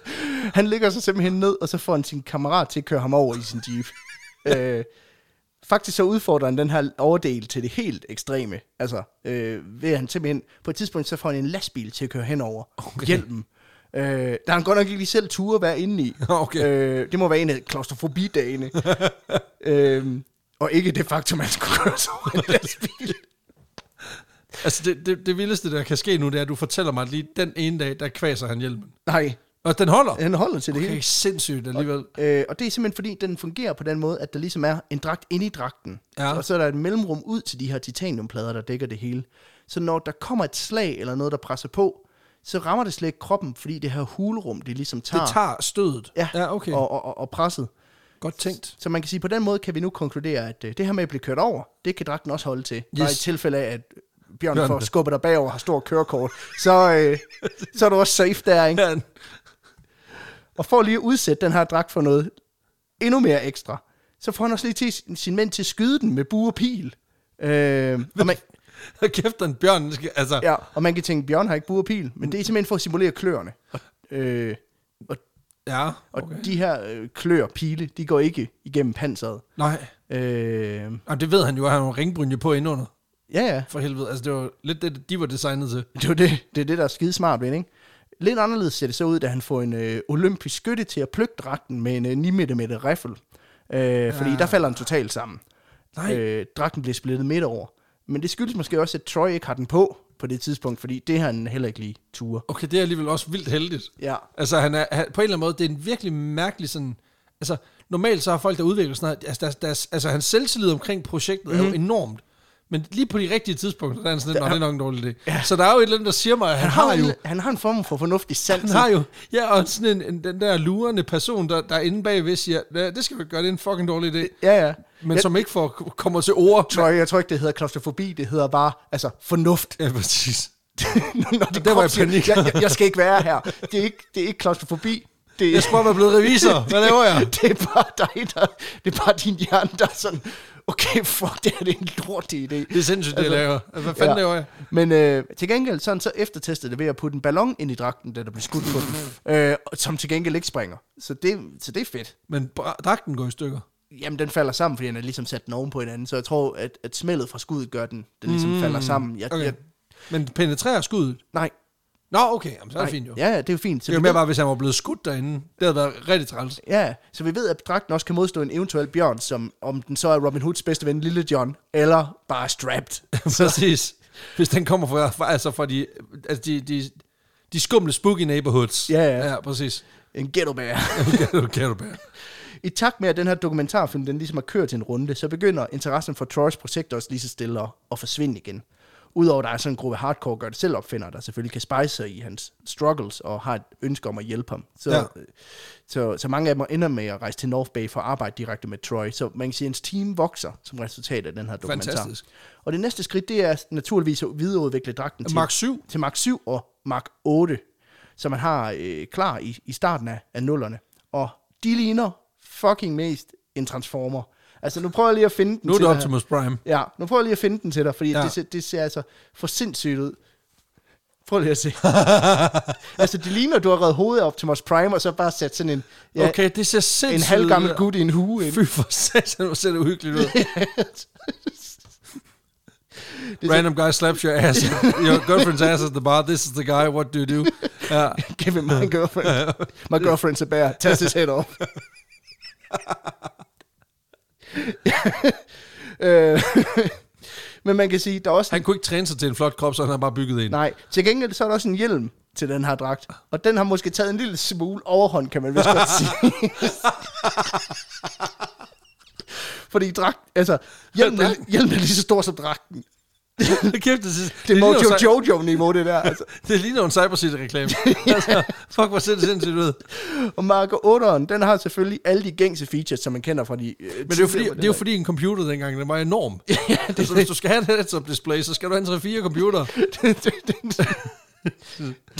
Speaker 2: Han ligger så simpelthen ned, og så får han sin kammerat til at køre ham over i sin jeep. øh, faktisk så udfordrer han den her overdel til det helt ekstreme. Altså, øh, ved han simpelthen... På et tidspunkt, så får han en lastbil til at køre henover okay. hjelmen. Øh, der har han godt nok ikke lige selv ture at være inde i.
Speaker 1: Okay.
Speaker 2: Øh, det må være en af klaustrofobidagene. øh, og ikke det faktum, at han skulle køre sig over en lastbil.
Speaker 1: Altså, det, det, det vildeste, der kan ske nu, det er, at du fortæller mig, at lige den ene dag, der kvaser han hjelmen.
Speaker 2: Nej,
Speaker 1: Og den holder.
Speaker 2: han holder til det hele.
Speaker 1: Okay, sindssygt alligevel.
Speaker 2: Øh, og det er simpelthen fordi, den fungerer på den måde, at der ligesom er en dragt inde i dragten.
Speaker 1: Ja.
Speaker 2: Og så er der et mellemrum ud til de her titaniumplader, der dækker det hele. Så når der kommer et slag eller noget, der presser på, så rammer det slet ikke kroppen, fordi det her hulrum, det ligesom tager,
Speaker 1: Det tager stødet.
Speaker 2: ja,
Speaker 1: Ah. ja okay.
Speaker 2: og, og, og, og presset.
Speaker 1: Godt tænkt.
Speaker 2: Så man kan sige, på den måde kan vi nu konkludere, at øh, det her med at blive kørt over, det kan dragten også holde til. Yes. Bare i
Speaker 1: Yes.
Speaker 2: tilfælde af, at Bjørn,
Speaker 1: Bjørn-
Speaker 2: Bjørn. får skubbet dig bagover og har stor kørekort, så, øh, så er du også safe der, ikke?
Speaker 1: Ja,
Speaker 2: Og for lige at udsætte den her dragt for noget endnu mere ekstra, så får han også lige til sin mænd til at skyde den med bue og pil. Øh, og, man,
Speaker 1: og kæft, den bjørn, den skal, altså, ja.
Speaker 2: ja, og man kan tænke, Bjørn har ikke bue og pil, men det er simpelthen for at simulere kløerne. Og, øh, og,
Speaker 1: ja
Speaker 2: og
Speaker 1: okay.
Speaker 2: de her øh, klør pile, de går ikke igennem panseret.
Speaker 1: Nej,
Speaker 2: Øh,
Speaker 1: Jamen, det ved han jo, at han har en ringbrynje på indenunder.
Speaker 2: ja, ja,
Speaker 1: For helvede, altså det var lidt det, de var designet til.
Speaker 2: det er det, det, er det der er skide smart ved, det, ikke? Lidt anderledes ser det så ud, da han får en øh, olympisk skytte til at plukke dragten med en øh, 9 mm riffel. Øh, Fordi der falder den totalt sammen.
Speaker 1: Nej.
Speaker 2: Øh, dragten bliver splittet midt over. Men det skyldes måske også, at Troy ikke har den på på det tidspunkt, fordi det har han heller ikke lige ture.
Speaker 1: Okay, det er alligevel også vildt heldigt.
Speaker 2: Ja.
Speaker 1: Altså, han er, han, på en eller anden måde, det er en virkelig mærkelig sådan... Altså, normalt så har folk, der udvikler sådan noget, altså, deres, deres, altså hans selvtillid omkring projektet mm-hmm. er jo enormt. Men lige på de rigtige tidspunkter, der er han sådan, lidt, "Nå, det er nok en dårlig idé. Ja. Så der er jo et eller andet, der siger mig, at han,
Speaker 2: Han
Speaker 1: har jo...
Speaker 2: han har en form for fornuftig sans.
Speaker 1: Han har jo... Ja, og sådan en, en, den der lurende person, der, der inde bagved siger, "Ja, det skal vi ikke gøre, det er en fucking dårlig idé.
Speaker 2: Ja, ja.
Speaker 1: Men ja. som ikke får, kommer til ord.
Speaker 2: Troy, jeg tror ikke, det hedder klaustrofobi, det hedder bare altså, fornuft.
Speaker 1: Ja, præcis.
Speaker 2: når, når det
Speaker 1: Der var
Speaker 2: krop
Speaker 1: jeg i
Speaker 2: siger,
Speaker 1: panik.
Speaker 2: jeg, jeg, jeg, skal ikke være her. Det er ikke, det er ikke klaustrofobi. Det er,
Speaker 1: Jeg skulle bare være blevet revisor. Hvad laver jeg?
Speaker 2: det er bare dig, der, det er bare din hjerne, der er sådan, okay, fuck, det her det er en lortig idé.
Speaker 1: Det er sindssygt, det jeg laver. Altså, Hvad fanden ja. laver jeg?
Speaker 2: Men øh, til gengæld sådan, så eftertestede det ved at putte en ballon ind i dragten, da der blev skudt på den, øh, og som til gengæld ikke springer. Så det, så det er fedt.
Speaker 1: Men bra- dragten går i stykker.
Speaker 2: Jamen, den falder sammen, fordi han har ligesom sat den oven på hinanden, så jeg tror, at, at smellet fra skuddet gør den, den ligesom mm, falder sammen. Jeg,
Speaker 1: Okay.
Speaker 2: jeg,
Speaker 1: Men penetrerer skuddet?
Speaker 2: nej,
Speaker 1: Nå, okay, jamen, så er det fint jo.
Speaker 2: Ja, ja, det er jo fint. Så
Speaker 1: Det er jo
Speaker 2: vi
Speaker 1: mere
Speaker 2: ved-
Speaker 1: bare, hvis han var blevet skudt derinde. Det havde været rigtig træls.
Speaker 2: Ja, så vi ved, at dragten også kan modstå en eventuel bjørn, som om den så er Robin Hoods bedste ven, Lille John, eller bare strapped.
Speaker 1: Præcis. Hvis den kommer fra, fra, altså fra de, altså de, de, de skumle spooky neighborhoods.
Speaker 2: Ja, ja.
Speaker 1: Ja, præcis.
Speaker 2: En ghettobær.
Speaker 1: Kan du- kan du bære.
Speaker 2: I takt med, at den her dokumentarfilm den ligesom har kørt til en runde, så begynder interessen for Troys projekt også lige så stille at- at forsvinde igen. Udover at der er sådan en gruppe hardcore gør det selv opfinder, der selvfølgelig kan spejse sig i hans struggles og har et ønske om at hjælpe ham. Så,
Speaker 1: Ja.
Speaker 2: ja. så, så mange af dem ender med at rejse til North Bay for at arbejde direkte med Troy. Så man kan sige, at hans team vokser som resultat af den her dokumentar.
Speaker 1: Fantastisk.
Speaker 2: Og det næste skridt, det er naturligvis at videreudvikle dragten til
Speaker 1: Mark 7.
Speaker 2: til Mark 7 og Mark 8, som man har øh, klar i, i starten af, af nullerne. Og de ligner fucking mest en Transformer. Altså, nu prøver jeg lige at finde den
Speaker 1: Nu er
Speaker 2: til
Speaker 1: det
Speaker 2: dig.
Speaker 1: Optimus Prime.
Speaker 2: Ja, nu prøver jeg lige at finde den til dig, fordi
Speaker 1: Ja.
Speaker 2: ja. det, ser- det ser altså for sindssygt ud. Prøv lige at se. altså, det ligner, du har reddet hovedet af Optimus Prime, og så bare sat sådan en, ja, okay.
Speaker 1: Okay, det ser
Speaker 2: en
Speaker 1: sindssygt
Speaker 2: halvgammel
Speaker 1: ud.
Speaker 2: gut i en hue. ind.
Speaker 1: Fy for satan, hvor ser det uhyggeligt ud. Random guy slaps your ass. Your girlfriend's ass at the bar. This is the guy. What do you do? Ja.
Speaker 2: Give him my girlfriend. My girlfriend's a bear. Test his head off. Øh, Men man kan sige, der er også...
Speaker 1: Han kunne ikke træne sig til en flot krop, så han har bare bygget en.
Speaker 2: Nej, til gengæld så er der også en hjelm til den her dragt. Og den har måske taget en lille smule overhånd, kan man vist godt sige. Fordi dragt, altså, hjelmen, er, hjelmen er lige så stor som dragten.
Speaker 1: Kæft, det, det,
Speaker 2: Det er
Speaker 1: ligner
Speaker 2: Mojo
Speaker 1: jo-
Speaker 2: Jojo-niveau, det der. Altså.
Speaker 1: Det ligner jo en Cybercity-reklame. altså, fuck, hvor ser det sindssygt ud.
Speaker 2: Og Marco 8'eren, den har selvfølgelig alle de gængse features, som man kender fra de... Øh,
Speaker 1: Men det er, jo fordi, det er jo fordi, en computer dengang, den var enorm. ja, det altså, hvis du skal have et heads-up display, så skal du have en 3-4 computer.
Speaker 2: det, det, det, det,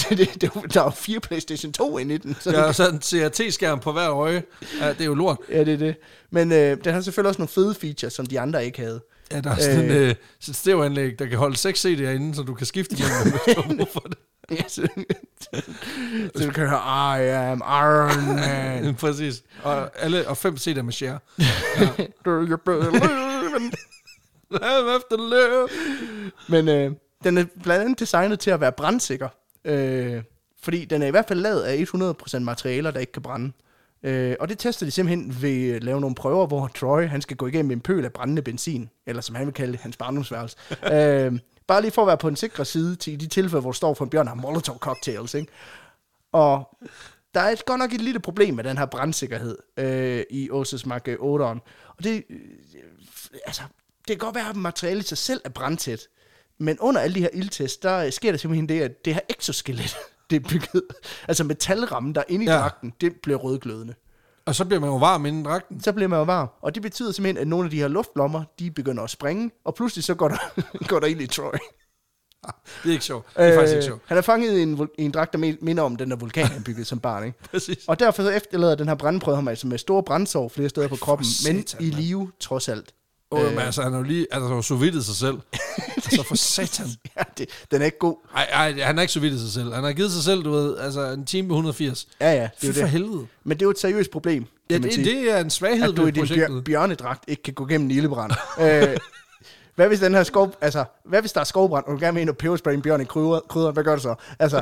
Speaker 2: det, det, der er jo fire PlayStation 2 inde i den. Så
Speaker 1: Ja, og så en CRT-skærm på hver øje. Ja, det er jo lort.
Speaker 2: ja, det er det. Men øh, den har selvfølgelig også nogle fede features, som de andre ikke havde.
Speaker 1: Ja, der er sådan øh. øh, sådan et stereoanlæg, der kan holde 6 CD'er inde, så du kan skifte dem, hvis du har brug for det.
Speaker 2: Ja, så, så du kan høre, I am Iron Man.
Speaker 1: Præcis. Og, alle, og 5 CD'er med share.
Speaker 2: Do you believe in
Speaker 1: I'm after love.
Speaker 2: Men øh, den er blandt andet designet til at være brandsikker. Øh, fordi den er i hvert fald lavet af 100% materialer, der ikke kan brænde. Øh, og det tester de simpelthen ved at lave nogle prøver, hvor Troy han skal gå igennem en pøl af brændende benzin. Eller som han vil kalde det, hans barndomsværelse. øh, bare lige for at være på den sikre side til de tilfælde, hvor du står for en bjørn og har molotov cocktails. Ikke? Og der er et, godt nok et lille problem med den her brandsikkerhed øh, i Åses Mark 8'eren. Og det, øh, altså, det kan godt være, at materialet i sig selv er brandtæt. Men under alle de her ildtest, der øh, sker der simpelthen det, at det her exoskelet, det er bygget, altså metalrammen, der er inde i
Speaker 1: Ja.
Speaker 2: ja. dragten, det bliver rødglødende.
Speaker 1: Og så bliver man jo varm inden dragten.
Speaker 2: Så bliver man jo varm. Og det betyder simpelthen, at nogle af de her luftlommer, de begynder at springe, og pludselig så går der, går der ind i Troy.
Speaker 1: Det er ikke sjovt. Det er øh. faktisk ikke sjovt.
Speaker 2: han er fanget i en, vul- i en dragt, der men- minder om den der vulkan, han byggede som barn, ikke?
Speaker 1: Præcis.
Speaker 2: Og derfor så efterlader den her brandprøve ham altså med store brandsår flere steder på kroppen, men
Speaker 1: satan,
Speaker 2: i live trods alt.
Speaker 1: Åh, men altså, han har jo lige altså, han har jo sovittet sig selv. altså, for satan.
Speaker 2: Ja, det, den er ikke god.
Speaker 1: Ej, ej, han har ikke sovittet sig selv. Han har givet sig selv, du ved, altså en time på 180.
Speaker 2: Ja, ja,
Speaker 1: Fy
Speaker 2: det er
Speaker 1: for
Speaker 2: jo det.
Speaker 1: helvede.
Speaker 2: Men det er jo et seriøst problem, kan
Speaker 1: Ja,
Speaker 2: man
Speaker 1: det,
Speaker 2: sige.
Speaker 1: det er en svaghed
Speaker 2: at du i
Speaker 1: ved
Speaker 2: din bjør-
Speaker 1: projektet.
Speaker 2: bjørnedragt ikke kan gå gennem en ildebrand. øh, hvad hvis den her skov, altså, hvad hvis der er skovbrand, og du gerne vil ind og peberspray en bjørn i krydder, krydder, hvad gør du så? Altså,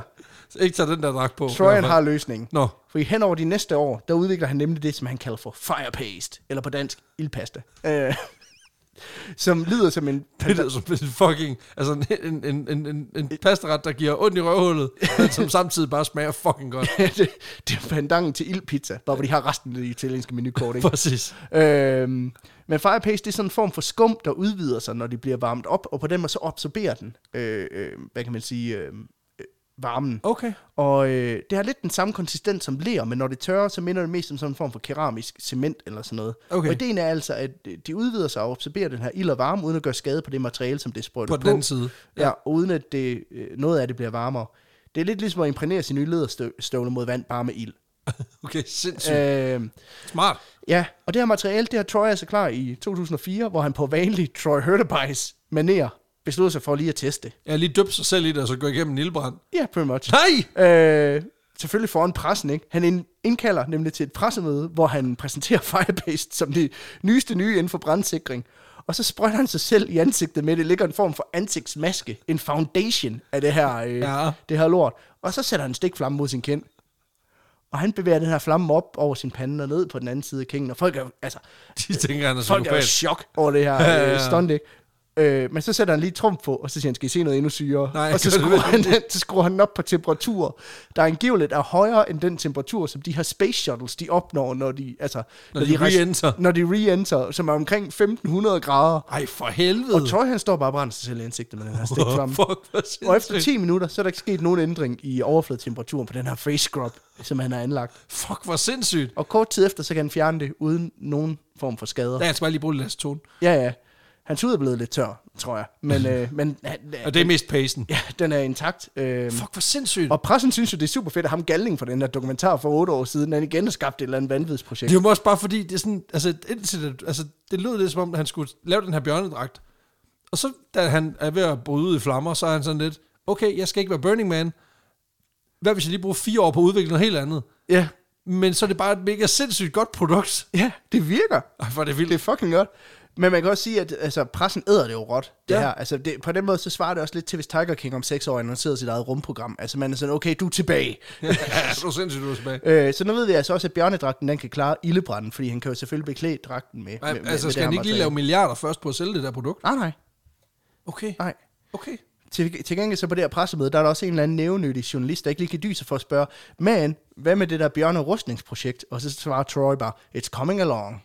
Speaker 1: Ikke tage den der dragt på. i hvert
Speaker 2: Trojan
Speaker 1: fald.
Speaker 2: har løsningen.
Speaker 1: Nå,
Speaker 2: For i hen over de næste år, der udvikler han nemlig det, som han kalder for fire paste, eller på dansk, ildpasta. Øh, som lyder som en...
Speaker 1: det lyder som en fucking... Altså en, en, en, en, en, en pastaret, der giver ondt i røvhullet, men som samtidig bare smager fucking godt.
Speaker 2: det, det er pandangen til ildpizza, bare hvor de har resten af det italienske menukort, ikke?
Speaker 1: Præcis.
Speaker 2: øhm, men firepaste, det er sådan en form for skum, der udvider sig, når det bliver varmt op, og på den måde så absorberer den, øh, øh, hvad kan man sige, øh, øh, varmen.
Speaker 1: Okay.
Speaker 2: Og øh, det har lidt den samme konsistens som ler, men når det tørrer, så minder det mest om sådan en form for keramisk cement eller sådan noget.
Speaker 1: Okay.
Speaker 2: Og ideen er altså, at øh, de udvider sig og absorberer den her ild og varme, uden at gøre skade på det materiale, som det er sprøjtet
Speaker 1: På
Speaker 2: på.
Speaker 1: den anden side.
Speaker 2: Ja, og uden at det, øh, noget af det bliver varmere. Det er lidt ligesom at imprænere sin nye lederstøvle mod vand, bare med ild.
Speaker 1: Okay, sindssygt.
Speaker 2: Øh,
Speaker 1: Smart.
Speaker 2: ja, og det her materiale, det har Troy altså klar i 2004, hvor han på vanlig Troy Hurtebise maner besluttede sig for lige at teste.
Speaker 1: Jeg har lige døbt sig selv i det, og så går jeg igennem en ildbrand.
Speaker 2: Ja, pretty much.
Speaker 1: Nej!
Speaker 2: Øh, selvfølgelig foran pressen, ikke? Han ind- indkalder nemlig til et pressemøde, hvor han præsenterer Firebase som det nyeste nye inden for brandsikring. Og så sprøjter han sig selv i ansigtet med det. ligger en form for ansigtsmaske. En foundation af det her, øh,
Speaker 1: Ja.
Speaker 2: ja. det her lort. Og så sætter han en stikflamme mod sin kind. Og han bevæger den her flamme op over sin pande og ned på den anden side af kingen. Og folk er, jo- altså,
Speaker 1: De tænker, han er
Speaker 2: folk er jo i
Speaker 1: psykopat.
Speaker 2: chok over det her
Speaker 1: Ja, ja, ja.
Speaker 2: øh, stunt, ikke? Øh, men så sætter han lige trumf på, og så siger han, skal I se noget endnu syrere?
Speaker 1: Nej,
Speaker 2: og så
Speaker 1: det
Speaker 2: skruer, han, den- så skruer han den op på temperaturer, der angiveligt er højere end den temperatur, som de her space shuttles, de opnår, når de, altså,
Speaker 1: Når de
Speaker 2: rejser-
Speaker 1: re-enter.
Speaker 2: Når de re-enter, som er omkring 1500 grader.
Speaker 1: Ej, for helvede.
Speaker 2: Og Troy, han står bare og brænder sig selv i ansigtet med den her stikflamme.
Speaker 1: Fuck, hvor
Speaker 2: Og efter
Speaker 1: sindssygt.
Speaker 2: 10 minutter, så er der ikke sket nogen ændring i overfladetemperaturen på den her face scrub, som han har anlagt.
Speaker 1: Fuck, hvor sindssygt.
Speaker 2: Og kort tid efter, så kan han fjerne det uden nogen form for skader.
Speaker 1: Der jeg skal bare lige bruge lidt acetone.
Speaker 2: Ja, ja. Hans hud er blevet lidt tør, tror jeg. Men, øh, men han,
Speaker 1: Og det er mest pacen.
Speaker 2: ja, den er intakt. Øh,
Speaker 1: Fuck, hvor sindssygt.
Speaker 2: og pressen synes jo, det er super fedt, at ham Galling fra den der dokumentar for otte år siden, han igen har skabt et eller andet vanvidsprojekt.
Speaker 1: Det er jo også bare fordi, det er sådan, altså, indtil det, altså, det lød lidt som om, han skulle lave den her bjørnedragt. Og så, da han er ved at bryde ud i flammer, så er han sådan lidt, okay, jeg skal ikke være Burning Man. Hvad hvis jeg lige bruger fire år på at udvikle noget helt andet?
Speaker 2: Ja,
Speaker 1: Men så er det bare et mega sindssygt godt produkt.
Speaker 2: ja, det virker.
Speaker 1: Ej, hvor er det
Speaker 2: Det er
Speaker 1: vildt.
Speaker 2: fucking godt. Men man kan også sige, at altså, pressen æder det jo råt, det
Speaker 1: Ja.
Speaker 2: ja. her. Altså, det, på den måde, så svarer det også lidt til, hvis Tiger King om seks år annoncerede sit eget rumprogram. Altså, man er sådan, okay, du er tilbage.
Speaker 1: Ja, det er sindssygt, du er tilbage.
Speaker 2: Øh, så nu ved vi altså også, at bjørnedragten, den kan klare ildebranden, fordi han kan jo selvfølgelig beklæde dragten med, med, med,
Speaker 1: Altså,
Speaker 2: med
Speaker 1: skal han
Speaker 2: det
Speaker 1: ikke lige
Speaker 2: her
Speaker 1: lave milliarder først på at sælge det der produkt?
Speaker 2: materiale. Nej, nej,
Speaker 1: Okay,
Speaker 2: nej.
Speaker 1: okay.
Speaker 2: Til, til gengæld så på det her pressemøde, der er der også en eller anden nævnyttig journalist, der ikke lige kan dyse for at spørge, men hvad med det der bjørne rustningsprojekt? Og så svarer Troy bare, it's coming along.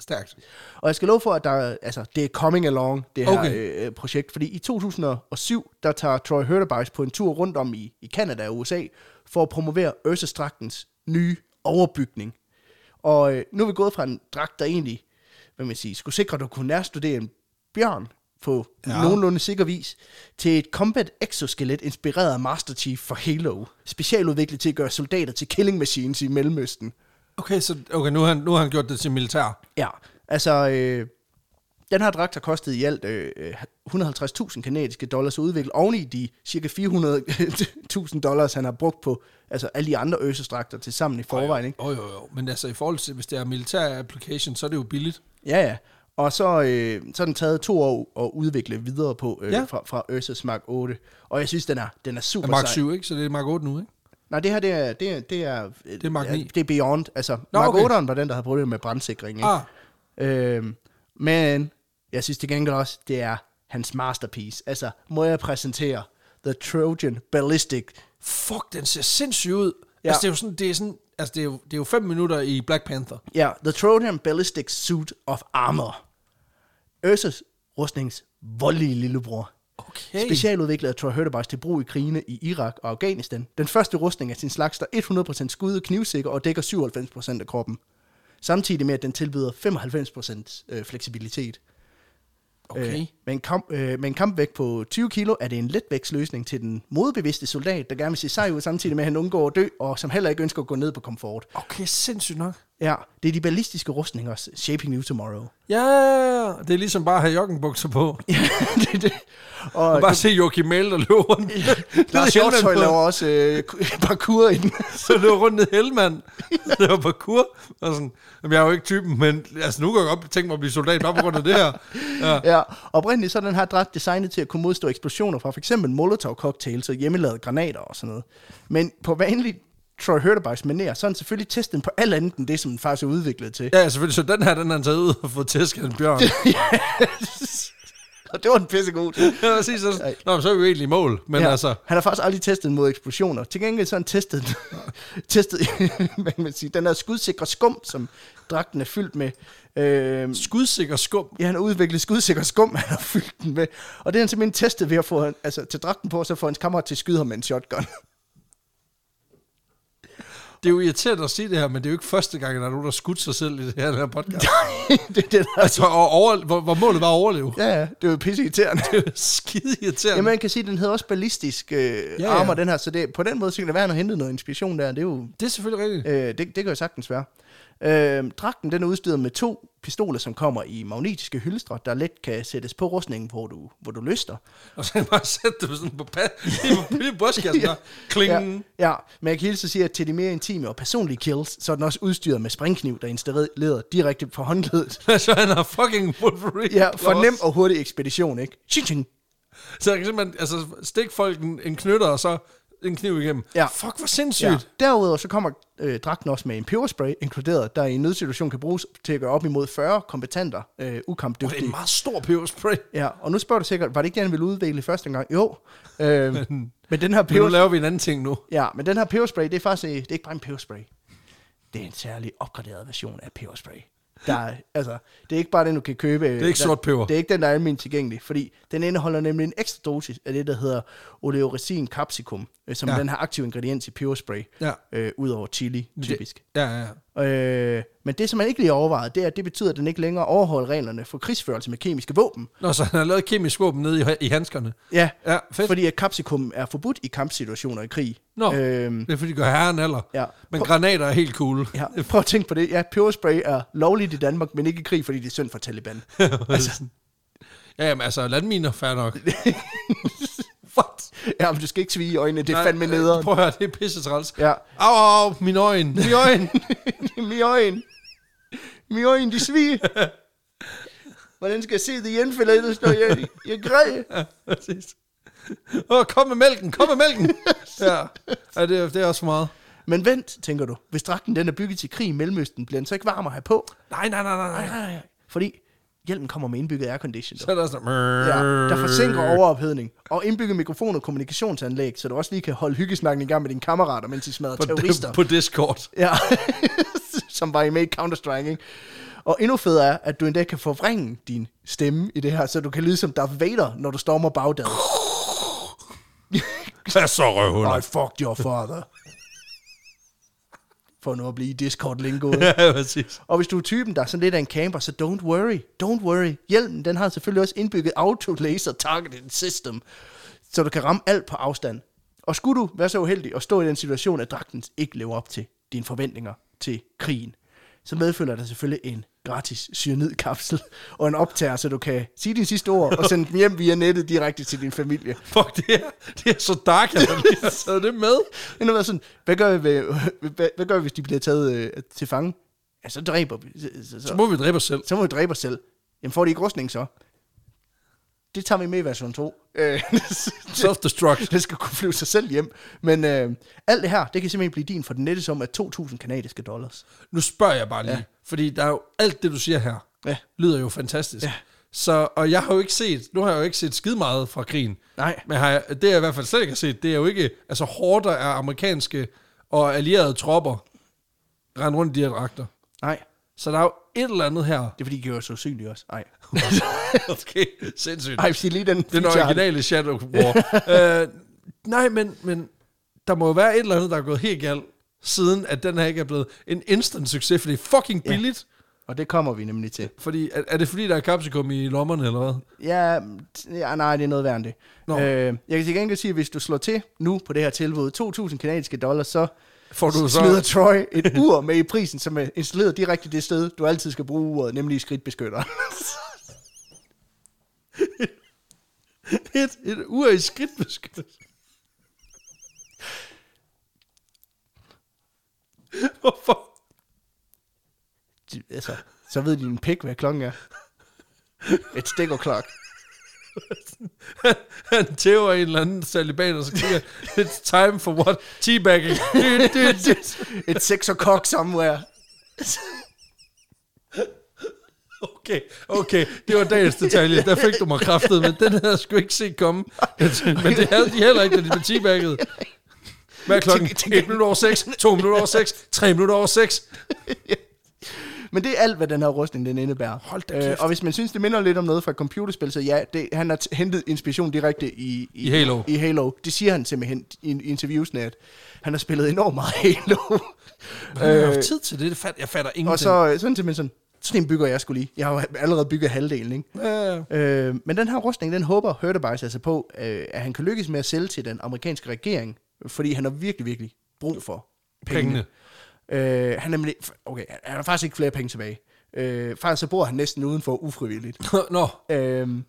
Speaker 1: Stærkt.
Speaker 2: Og jeg skal love for, at der, er- altså, det er coming along, det her
Speaker 1: Okay.
Speaker 2: okay. øh, øh, projekt. Fordi i 2007, der tager Troy Hurtebeis på en tur rundt om i, i Canada og USA, for at promovere Ørsestrakten nye overbygning. Og øh, nu er vi gået fra en dragt, der egentlig hvad man siger, skulle sikre, at du kunne nærstudere en bjørn på
Speaker 1: Ja.
Speaker 2: ja. nogenlunde sikker vis, til et combat exoskelet inspireret af Master Chief for Halo, specialudviklet til at gøre soldater til killing machines i Mellemøsten.
Speaker 1: Okay, så okay, nu, har han, nu har han gjort det til militær.
Speaker 2: Ja, altså, øh, den her dragt har kostet i alt øh, øh, 150.000 kanadiske dollars at udvikle oveni de cirka 400.000 dollars, han har brugt på altså, alle de andre øsestragter til sammen i forvejen. Ikke?
Speaker 1: Jo, jo, jo. Men altså, i forhold til, hvis det er militær application, så er det jo billigt.
Speaker 2: Ja, ja. Og så, øh, så er den taget to år at udvikle videre på øh,
Speaker 1: Ja.
Speaker 2: ja. fra, fra Ursus Mark 8. Og jeg synes, den er, den er super
Speaker 1: Er Mark
Speaker 2: sej.
Speaker 1: 7, ikke? Så det er Mark 8 nu, ikke?
Speaker 2: Nej, det her, det er... Det er, det er, det
Speaker 1: er Mark 9.
Speaker 2: Det er Beyond. Altså,
Speaker 1: Nå,
Speaker 2: Nå, Mark
Speaker 1: okay.
Speaker 2: okay. 8'eren var den, der havde problemer med brandsikring. Ikke?
Speaker 1: Ah,
Speaker 2: Øhm, men jeg synes til gengæld også, det er hans masterpiece. Altså, må jeg præsentere The Trojan Ballistic.
Speaker 1: fuck, den ser sindssyg ud. Ja.
Speaker 2: Ja.
Speaker 1: Altså, det er jo sådan, det er sådan, altså, det er jo, det er jo fem minutter i Black Panther.
Speaker 2: Ja, The Trojan Ballistic Suit of Armor. Ursus rustnings voldelige lillebror.
Speaker 1: Okay.
Speaker 2: Specialudviklet af Troy Hurtebars til brug i krigene i Irak og Afghanistan. Den første rustning af sin slags, der er 100% skud og knivsikker og dækker 97% af kroppen. Samtidig med, at den tilbyder 95% øh, fleksibilitet.
Speaker 1: Okay.
Speaker 2: Øh, med, en kamp, øh, med en kampvægt på 20 kilo er det en letvægtsløsning til den modbevidste soldat, der gerne vil se sej ud, samtidig med at han undgår at dø, og som heller ikke ønsker at gå ned på komfort.
Speaker 1: Okay, sindssygt nok.
Speaker 2: Ja, det er de ballistiske rustninger, Shaping New Tomorrow.
Speaker 1: Ja, det er ligesom bare at have joggingbukser på.
Speaker 2: Ja, det er det. Og
Speaker 1: Og bare se Joachim Mæl, der løber rundt.
Speaker 2: Lars Hjortøj laver også øh, parkour i den.
Speaker 1: Så løber rundt ned Hellmann. Det var parkour. Og sådan, jamen, jeg er jo ikke typen, men altså, nu kan jeg godt tænke mig at blive soldat bare på grund af det her. Ja.
Speaker 2: Ja, oprindeligt så er den her dragt designet til at kunne modstå eksplosioner fra f.eks. molotov-cocktails og hjemmelavede granater og sådan noget. Men på vanlig Troy Hurtebeis manér, så har han selvfølgelig testet den på alt andet end det, som den faktisk er udviklet til.
Speaker 1: Ja, selvfølgelig. Så den her, den har han taget ud og fået tæsket af en bjørn.
Speaker 2: Og det var en pissegod.
Speaker 1: Ja, præcis. Så, nå, men så er vi jo egentlig i mål. Men ja. altså,
Speaker 2: Han har faktisk aldrig testet den mod eksplosioner. Til gengæld så har han testet, den- testet hvad kan man sige, den her skudsikre skum, som dragten er fyldt med. Øh,
Speaker 1: skudsikker skum.
Speaker 2: ja, han har udviklet skudsikker skum, han har fyldt den med. Og det har han simpelthen testet ved at få han- altså, til dragten på, og så får hans kammerat til at skyde ham med en shotgun.
Speaker 1: Det er jo irriterende at sige det her, men det er jo ikke første gang, at der er nogen, der har skudt sig selv i det her, den her podcast.
Speaker 2: det er det, der
Speaker 1: altså, og over, hvor, hvor, målet var at overleve.
Speaker 2: Ja, ja, det er jo pisse irriterende.
Speaker 1: Det er jo skide irriterende.
Speaker 2: Jamen, man kan sige, at den hedder også ballistisk øh, ja,
Speaker 1: ja.
Speaker 2: ja. armor, den her. Så det, på den måde, så kan det være, at han har hentet noget inspiration der. Det, er jo,
Speaker 1: det er selvfølgelig rigtigt.
Speaker 2: øh, det, det kan jo sagtens være. Øh, dragten den er udstyret med to pistoler, som kommer i magnetiske hylstre, der let kan sættes på rustningen, hvor du, hvor du lyster.
Speaker 1: Og så bare sætte dem sådan på, pa- lige på, lige på brystkassen, der klingen. Ja.
Speaker 2: Ja, ja, men jeg kan hilse at sige, at til de mere intime og personlige kills, så er den også udstyret med springkniv, der er installeret direkte fra håndledet.
Speaker 1: så han har fucking Wolverine.
Speaker 2: Ja, for
Speaker 1: claws.
Speaker 2: nem og hurtig ekspedition, ikke? Ching, ching.
Speaker 1: Så jeg kan simpelthen altså, stikke folk en, en knytter, og så en kniv igennem.
Speaker 2: Ja.
Speaker 1: Fuck, hvor sindssygt. Ja.
Speaker 2: Derudover så kommer øh, dragten også med en peberspray inkluderet, der i en nødsituation kan bruges til at gøre op imod 40 kompetenter øh,
Speaker 1: Det er en
Speaker 2: ukampdygtige.
Speaker 1: meget stor peberspray.
Speaker 2: Ja, og nu spørger du sikkert, var det ikke det, han ville udvikle første gang? Jo, øh, men den her
Speaker 1: Men nu
Speaker 2: peberspray...
Speaker 1: laver vi en anden ting nu.
Speaker 2: Ja, men den her peberspray, det er faktisk øh, det er ikke bare en peberspray. Det er en særlig opgraderet version af peberspray. Der er, altså, det er ikke bare den, du kan købe. Det
Speaker 1: er ikke sort peber.
Speaker 2: Det er ikke den, der er almindeligt tilgængelig, fordi den indeholder nemlig en ekstra dosis af det, der hedder oleoresin capsicum, øh, som
Speaker 1: Ja.
Speaker 2: ja. den her aktive ingrediens i peberspray,
Speaker 1: Ja.
Speaker 2: øh, ud over chili, typisk.
Speaker 1: Ja, ja, ja.
Speaker 2: Øh, men det, som man ikke lige overvejede, det er, at det betyder, at den ikke længere overholder reglerne for krigsførelse med kemiske våben.
Speaker 1: Nå, så han har lavet kemisk våben nede i, i handskerne.
Speaker 2: Ja,
Speaker 1: Ja, fedt.
Speaker 2: fordi at capsicum er forbudt i kampsituationer i krig.
Speaker 1: Nå.
Speaker 2: Øhm,
Speaker 1: Det er fordi, det gør herren alder.
Speaker 2: Ja.
Speaker 1: Men
Speaker 2: Prøv-
Speaker 1: granater er helt cool.
Speaker 2: Ja, prøv at tænke på det. Ja, peberspray er lovligt i Danmark, men ikke i krig, fordi det er synd for Taliban. altså,
Speaker 1: Ja, jamen, altså, landminer, fair nok. What?
Speaker 2: ja, men du skal ikke svige i øjnene, det er
Speaker 1: Nej, øh,
Speaker 2: fandme nederen.
Speaker 1: Prøv at høre, det er pisse træls.
Speaker 2: Ja.
Speaker 1: Au, au, au, min øjne, min øjne.
Speaker 2: Mi øjne. Mi øjne, de svige. Hvordan skal jeg se det igen, for ellers når jeg, jeg græd?
Speaker 1: ja, præcis. Åh, kom med mælken, kom med mælken. ja, ja det, er, det er også for meget.
Speaker 2: Men vent, tænker du. Hvis dragten den er bygget til krig i Mellemøsten, bliver den så ikke varm at have på?
Speaker 1: Nej, nej, nej, nej, nej.
Speaker 2: Nej, fordi hjelmen kommer med indbygget aircondition.
Speaker 1: Så er der sådan...
Speaker 2: Ja, der forsinker overophedning. Og indbygget mikrofon og kommunikationsanlæg, så du også lige kan holde hyggesnakken i gang med dine kammerater, mens de smadrer terrorister.
Speaker 1: På Discord.
Speaker 2: Ja, som var i med i Counter-Strike, ikke? Og endnu federe er, at du endda kan forvrænge din stemme i det her, så du kan lyde som Darth Vader, når du stormer bagdaget.
Speaker 1: Hvad så,
Speaker 2: I
Speaker 1: røvhuller?
Speaker 2: fucked your father. For nu at blive discord lingoet
Speaker 1: Ja, præcis.
Speaker 2: Og hvis du er typen, der er sådan lidt af en camper, så don't worry, don't worry. Hjelmen, den har selvfølgelig også indbygget auto laser targeting system, så du kan ramme alt på afstand. Og skulle du være så uheldig at stå i den situation, at dragten ikke lever op til dine forventninger til krigen, så medfølger der selvfølgelig en gratis cyanidkapsel og en optager, så du kan sige dine sidste ord og sende dem hjem via nettet direkte til din familie.
Speaker 1: Fuck, det er, det er så dark, at han lige har taget det med.
Speaker 2: Men nu er jeg sådan, hvad gør vi, ved, hvad, hvad gør vi hvis de bliver taget øh, til fange? Ja, så dræber vi. Så, så,
Speaker 1: Så
Speaker 2: så.
Speaker 1: må vi dræbe os selv.
Speaker 2: så må vi dræbe os selv. Jamen får de ikke rustning så? Det tager vi med i version 2. Øh, det,
Speaker 1: Self-destruct.
Speaker 2: det skal kunne flyve sig selv hjem. Men øh, alt det her, det kan simpelthen blive din for den nette sum af 2.000 kanadiske dollars.
Speaker 1: Nu spørger jeg bare lige, ja. fordi der er jo alt det, du siger her,
Speaker 2: Ja.
Speaker 1: lyder jo fantastisk.
Speaker 2: Ja.
Speaker 1: Så, og jeg har jo ikke set, nu har jeg jo ikke set skide meget fra krigen.
Speaker 2: Nej.
Speaker 1: Men har jeg, det jeg i hvert fald slet ikke har set, det er jo ikke, altså hårder af amerikanske og allierede tropper rende rundt i de her dragter.
Speaker 2: Nej,
Speaker 1: Så der er jo et eller andet her.
Speaker 2: det er fordi, de gør os så usynlige også. Nej.
Speaker 1: Okay, sindssygt.
Speaker 2: Ej, sig lige den.
Speaker 1: Den
Speaker 2: feature.
Speaker 1: originale Shadow War. øh, nej, men, men der må jo være et eller andet, der er gået helt galt, siden at den her ikke er blevet en instant succes, for det er fucking billigt.
Speaker 2: Og det kommer vi nemlig til.
Speaker 1: Fordi, er, er det fordi, der er kapsikum i lommerne, eller hvad?
Speaker 2: Ja, t- ja nej, det er noget værre end det.
Speaker 1: Nå.
Speaker 2: Øh, jeg kan til gengæld sige, at hvis du slår til nu på det her tilbud, 2.000 kanadiske dollars, så
Speaker 1: Får du så...
Speaker 2: smider Troy et ur med i prisen, som er installeret direkte det sted, du altid skal bruge uret, nemlig i skridtbeskytteren.
Speaker 1: et, et ur i skridtbeskyttelse. Hvorfor?
Speaker 2: de- altså, så ved din pik, hvad klokken er. Et stick o'clock.
Speaker 1: Han tæver en eller anden taliban, og så kigger, it's time for what? Teabagging. Dyt, dyt, dyt.
Speaker 2: Et six o'clock somewhere.
Speaker 1: Okay, okay, det var dagens detalje. Der fik du mig kraftet, men den havde jeg sgu ikke set komme. Men det havde de heller ikke, da de blev teabagget. Hvad er klokken? 1 minut over 6, 2 minutter over 6, 3 minutter over 6.
Speaker 2: Men det er alt, hvad den her rustning den indebærer. Øh,
Speaker 1: Hold da kæft.
Speaker 2: og hvis man synes, det minder lidt om noget fra et computerspil, så ja, det, han har t- hentet inspiration direkte i,
Speaker 1: I Halo.
Speaker 2: I Halo. Det siger han simpelthen i, i interviewsne, at han har spillet enormt meget Halo.
Speaker 1: Jeg har haft tid til det, det fat, jeg fatter ingenting.
Speaker 2: Øh, og så øh, sådan simpelthen sådan, sådan en bygger jeg skulle lige. Jeg har jo allerede bygget halvdelen, ikke?
Speaker 1: Øh,
Speaker 2: Øh, men den her rustning, den håber Hurtebice altså på, øh, at han kan lykkes med at sælge til den amerikanske regering, fordi han har virkelig, virkelig brug for pengene.
Speaker 1: pengene.
Speaker 2: Øh, han er nemlig, okay, han har faktisk ikke flere penge tilbage. Øh, faktisk så bor han næsten udenfor ufrivilligt.
Speaker 1: Nå,
Speaker 2: Øhm,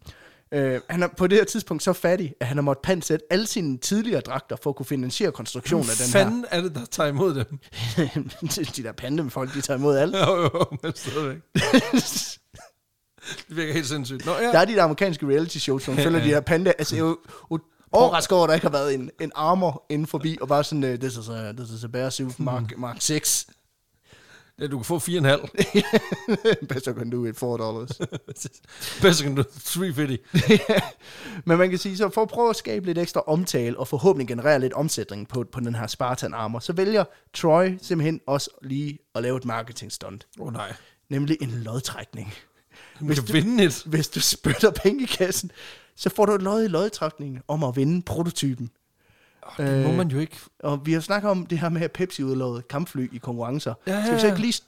Speaker 2: øh, han er på det her tidspunkt så fattig, at han har måttet pansætte alle sine tidligere dragter for at kunne finansiere
Speaker 1: hvad
Speaker 2: konstruktionen af den
Speaker 1: fanden er det, der tager imod dem?
Speaker 2: her. de der pandefolk, de tager imod alt.
Speaker 1: Jo, jo, jo, men stadigvæk. Det virker helt sindssygt. Nå, ja.
Speaker 2: Der er de der amerikanske reality shows, som følger de her panda. Altså, jeg er jo u- overrasket over, at der ikke har været en, en armor inden forbi, og bare sådan, øh, this is a, this is a bear suit, Mark, Mark 6.
Speaker 1: ja, du kan få 4,5.
Speaker 2: Better can do it, 4 dollars.
Speaker 1: Bedst kan du 350.
Speaker 2: Men man kan sige, så for at prøve at skabe lidt ekstra omtale, og forhåbentlig generere lidt omsætning på, på den her Spartan armor, så vælger Troy simpelthen også lige at lave et marketing stunt.
Speaker 1: Åh oh, nej.
Speaker 2: Nemlig en lodtrækning.
Speaker 1: Du kan vinde et.
Speaker 2: Hvis du spytter penge i kassen, så får du et lod i lodtrækningen om at vinde prototypen.
Speaker 1: Oh, det
Speaker 2: Øh,
Speaker 1: må man jo ikke.
Speaker 2: Og vi har snakket om det her med, at Pepsi udlovede kampfly i konkurrencer.
Speaker 1: Ja, ja,
Speaker 2: Skal vi så
Speaker 1: ja.
Speaker 2: ikke lige s-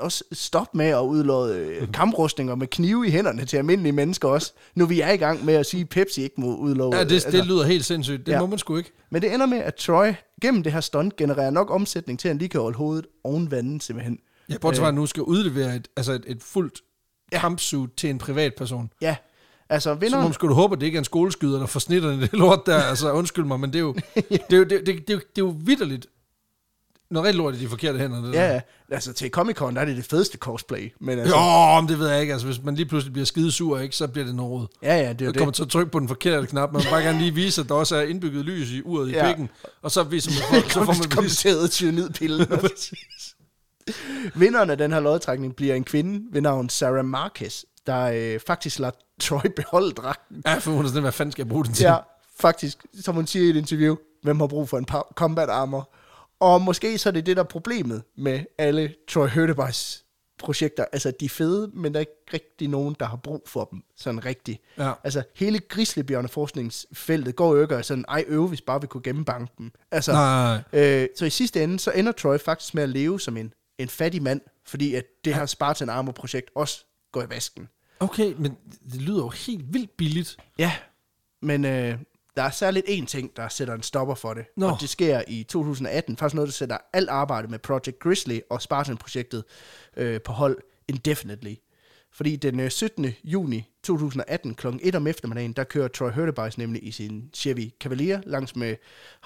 Speaker 2: også stoppe med at udlåde øh, kamprustninger med knive i hænderne til almindelige mennesker også, nu vi er i gang med at sige, at Pepsi ikke må udlåde.
Speaker 1: Ja, det,
Speaker 2: altså-
Speaker 1: det lyder helt sindssygt. Det
Speaker 2: Ja.
Speaker 1: ja. må man sgu ikke.
Speaker 2: Men det ender med, at Troy gennem det her stunt genererer nok omsætning til, at han lige kan holde hovedet oven vandet simpelthen.
Speaker 1: Ja, bortset
Speaker 2: Øh.
Speaker 1: fra, at nu skal udlevere et, altså et, et fuldt ja. kampsuit til en privatperson.
Speaker 2: Ja, altså
Speaker 1: Så må
Speaker 2: vinderen...
Speaker 1: man skulle håbe, at det ikke er en skoleskyder, der forsnitter det lort der. Altså, undskyld mig, men det er jo, det er jo, det, det, det, er jo- det er jo vidderligt. Noget rigtig lort i de forkerte hænder. Det
Speaker 2: Ja, ja. altså til Comic Con, der er det det fedeste cosplay. Men altså,
Speaker 1: Jo, men det ved jeg ikke. Altså, hvis man lige pludselig bliver skidesur, ikke, så bliver det noget råd.
Speaker 2: Ja, ja, det er jo
Speaker 1: Jeg
Speaker 2: det.
Speaker 1: kommer til at trykke på den forkerte knap, men man vil bare gerne lige vise, at der også er indbygget lys i uret i
Speaker 2: Ja.
Speaker 1: ja. pikken, og så, viser man, så får man vist.
Speaker 2: kompliceret tyranidpillen. Vinderen af den her lodtrækning bliver en kvinde ved navn Sarah Marquez, der øh, faktisk lader Troy beholde dragten.
Speaker 1: Ja, for hun er sådan, hvad fanden skal jeg bruge den til?
Speaker 2: Ja,
Speaker 1: Ja.
Speaker 2: faktisk, som hun siger i et interview, hvem har brug for en pa- combat armor? Og måske så er det det, der er problemet med alle Troy Hurtebars projekter. Altså, de er fede, men der er ikke rigtig nogen, der har brug for dem, sådan rigtigt.
Speaker 1: Ja.
Speaker 2: Altså, hele grislebjørneforskningsfeltet går jo ikke og er sådan, ej øve, hvis bare vi kunne gennembanke dem. Altså,
Speaker 1: Nej.
Speaker 2: Øh, så i sidste ende, så ender Troy faktisk med at leve som en, en fattig mand, fordi at det her Spartan Armor projekt også går i vasken.
Speaker 1: Okay, men det lyder jo helt vildt billigt.
Speaker 2: Ja. Men øh, der er særligt én ting, der sætter en stopper for det.
Speaker 1: Nå.
Speaker 2: Og det sker i 2018. Faktisk noget, der sætter alt arbejde med Project Grizzly og Spartan-projektet øh, på hold indefinitely. Fordi den øh, 17. juni 2018 kl. 1 om eftermiddagen, der kører Troy Hurtebise nemlig i sin Chevy Cavalier langs med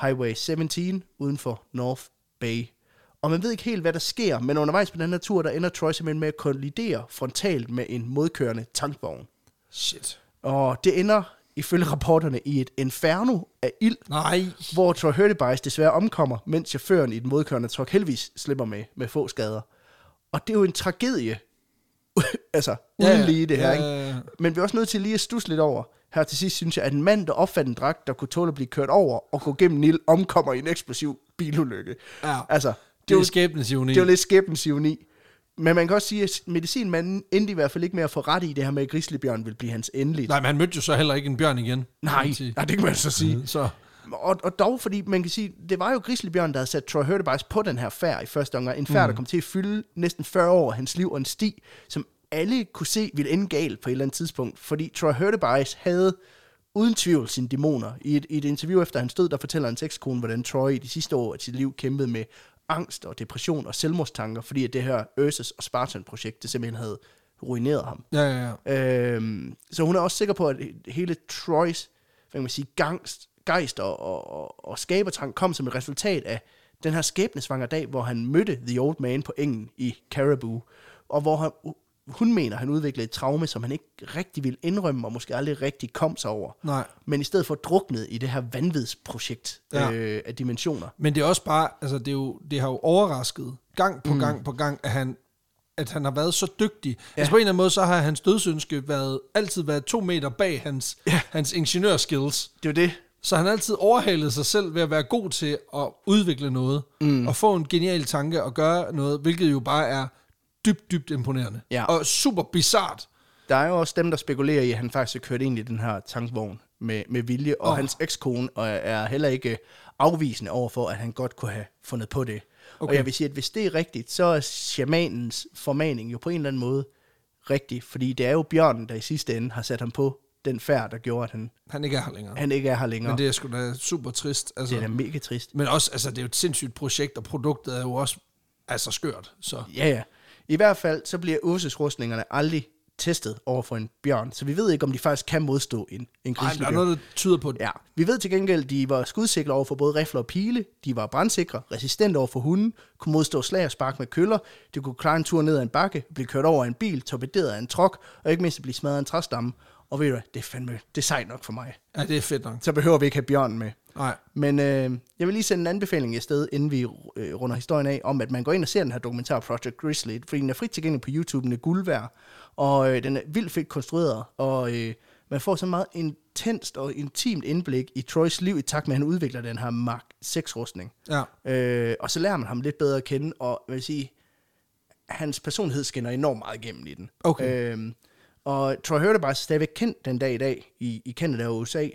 Speaker 2: Highway 17 uden for North Bay. Og man ved ikke helt, hvad der sker, men undervejs på den her tur, der ender Troy simpelthen med at kollidere frontalt med en modkørende tankvogn.
Speaker 1: Shit.
Speaker 2: Og det ender ifølge rapporterne i et inferno af ild,
Speaker 1: Nej.
Speaker 2: hvor Troy Hurtebise desværre omkommer, mens chaufføren i den modkørende truck heldigvis slipper med, med få skader. Og det er jo en tragedie, altså
Speaker 1: Ja,
Speaker 2: uden
Speaker 1: ja.
Speaker 2: lige det her,
Speaker 1: Ja,
Speaker 2: ikke?
Speaker 1: ja, ja.
Speaker 2: Men vi er også nødt til lige at stusse lidt over. Her til sidst synes jeg, at en mand, der opfandt en dragt, der kunne tåle at blive kørt over og gå gennem Nil, omkommer i en eksplosiv bilulykke.
Speaker 1: Ja.
Speaker 2: Altså,
Speaker 1: Det er jo skæbnens ironi.
Speaker 2: det er jo lidt skæbnens ironi. Men man kan også sige, at medicinmanden endte i hvert fald ikke med at få ret i det her med, at grislebjørn vil blive hans endelige
Speaker 1: Nej, men han mødte jo så heller ikke en bjørn igen. kan
Speaker 2: Nej,
Speaker 1: man sige.
Speaker 2: nej, det kan man så sige.
Speaker 1: Så
Speaker 2: Og, og dog, fordi man kan sige, det var jo Grizzlybjørn, der havde sat Troy Hurtebise på den her færd i første omgang. En færd, mm. der kom til at fylde næsten 40 år af hans liv og en sti, som alle kunne se ville ende galt på et eller andet tidspunkt. Fordi Troy Hurtebise havde uden tvivl sine dæmoner. I et, i et interview efter han stod, der fortæller hans ekskone, hvordan Troy i de sidste år af sit liv kæmpede med angst og depression og selvmordstanker, fordi at det her Ursus og Spartan-projekt, det simpelthen havde ruineret ham.
Speaker 1: ja, ja, ja.
Speaker 2: Øhm, så hun er også sikker på, at hele Troys hvad kan man sige, gangst, gejst og, og, og, og skabertrang kom som et resultat af den her skæbnesvanger dag, hvor han mødte The Old Man på engen i Caribou, og hvor han, hun mener, han udviklede et traume, som han ikke rigtig ville indrømme, og måske aldrig rigtig kom sig over.
Speaker 1: Nej.
Speaker 2: Men i stedet for druknede i det her vanvidsprojekt ja.
Speaker 1: Ja.
Speaker 2: øh, af dimensioner.
Speaker 1: Men det er også bare, altså det, er jo, det har jo overrasket gang på mm. gang på gang, at han, at han har været så dygtig. Ja. Altså på en eller anden måde, så har hans dødsønske været, altid været to meter bag hans, ja. hans ingeniørskills.
Speaker 2: Det var det.
Speaker 1: Så han har altid overhalet sig selv ved at være god til at udvikle noget, mm. og få en genial tanke og gøre noget, hvilket jo bare er dybt, dybt imponerende.
Speaker 2: Ja.
Speaker 1: Og super bizart.
Speaker 2: Der er jo også dem, der spekulerer i, at han faktisk har kørt ind i den her tankvogn med, med vilje, og oh.
Speaker 1: Åh.
Speaker 2: hans ekskone og er heller ikke afvisende overfor, at han godt kunne have fundet på det. Okay. Og
Speaker 1: Okay.
Speaker 2: jeg vil sige, at hvis det er rigtigt, så er shamanens formaning jo på en eller anden måde rigtig, fordi det er jo bjørnen, der i sidste ende har sat ham på den færd, der gjorde, at han,
Speaker 1: Han ikke er her længere.
Speaker 2: han ikke er her længere.
Speaker 1: Men
Speaker 2: Det,
Speaker 1: det er sgu da super trist. Altså.
Speaker 2: det er da mega trist.
Speaker 1: Men også, altså, det er jo et sindssygt projekt, og produktet er jo også altså skørt. Så
Speaker 2: Ja, ja. I hvert fald, så bliver øvelsesrustningerne aldrig testet over for en bjørn, så vi ved ikke, om de faktisk kan modstå en,
Speaker 1: Ej,
Speaker 2: en
Speaker 1: men der er
Speaker 2: grizzlybjørn.
Speaker 1: noget, der tyder på det.
Speaker 2: Ja. Vi ved til gengæld, de var skudsikre over for både rifler og pile, de var brandsikre, resistente over for hunden, kunne modstå slag og spark med køller, de kunne klare en tur ned ad en bakke, blive kørt over af en bil, torpederet af en trok, og ikke mindst blive smadret af en træstamme. Og ved du hvad, det er fandme, det er sejt nok for mig.
Speaker 1: Ja, det er fedt nok.
Speaker 2: Så behøver vi ikke have bjørnen med.
Speaker 1: Nej.
Speaker 2: Men øh, jeg vil lige sende en anbefaling afsted, inden vi øh, runder historien af, om at man går ind og ser den her dokumentar Project Grizzly, fordi den er frit tilgængelig på YouTube, den er guld værd, og øh, den er vildt fedt konstrueret, og øh, man får så meget intenst og intimt indblik i Troys liv i takt med, at han udvikler den her Mark 6-rustning.
Speaker 1: Ja.
Speaker 2: Øh, og så lærer man ham lidt bedre at kende, og jeg vil sige, hans personlighed skinner enormt meget igennem i den.
Speaker 1: Okay.
Speaker 2: Øhm, og Troy Hurtebise er stadigvæk kendt den dag i dag i, i Canada og USA,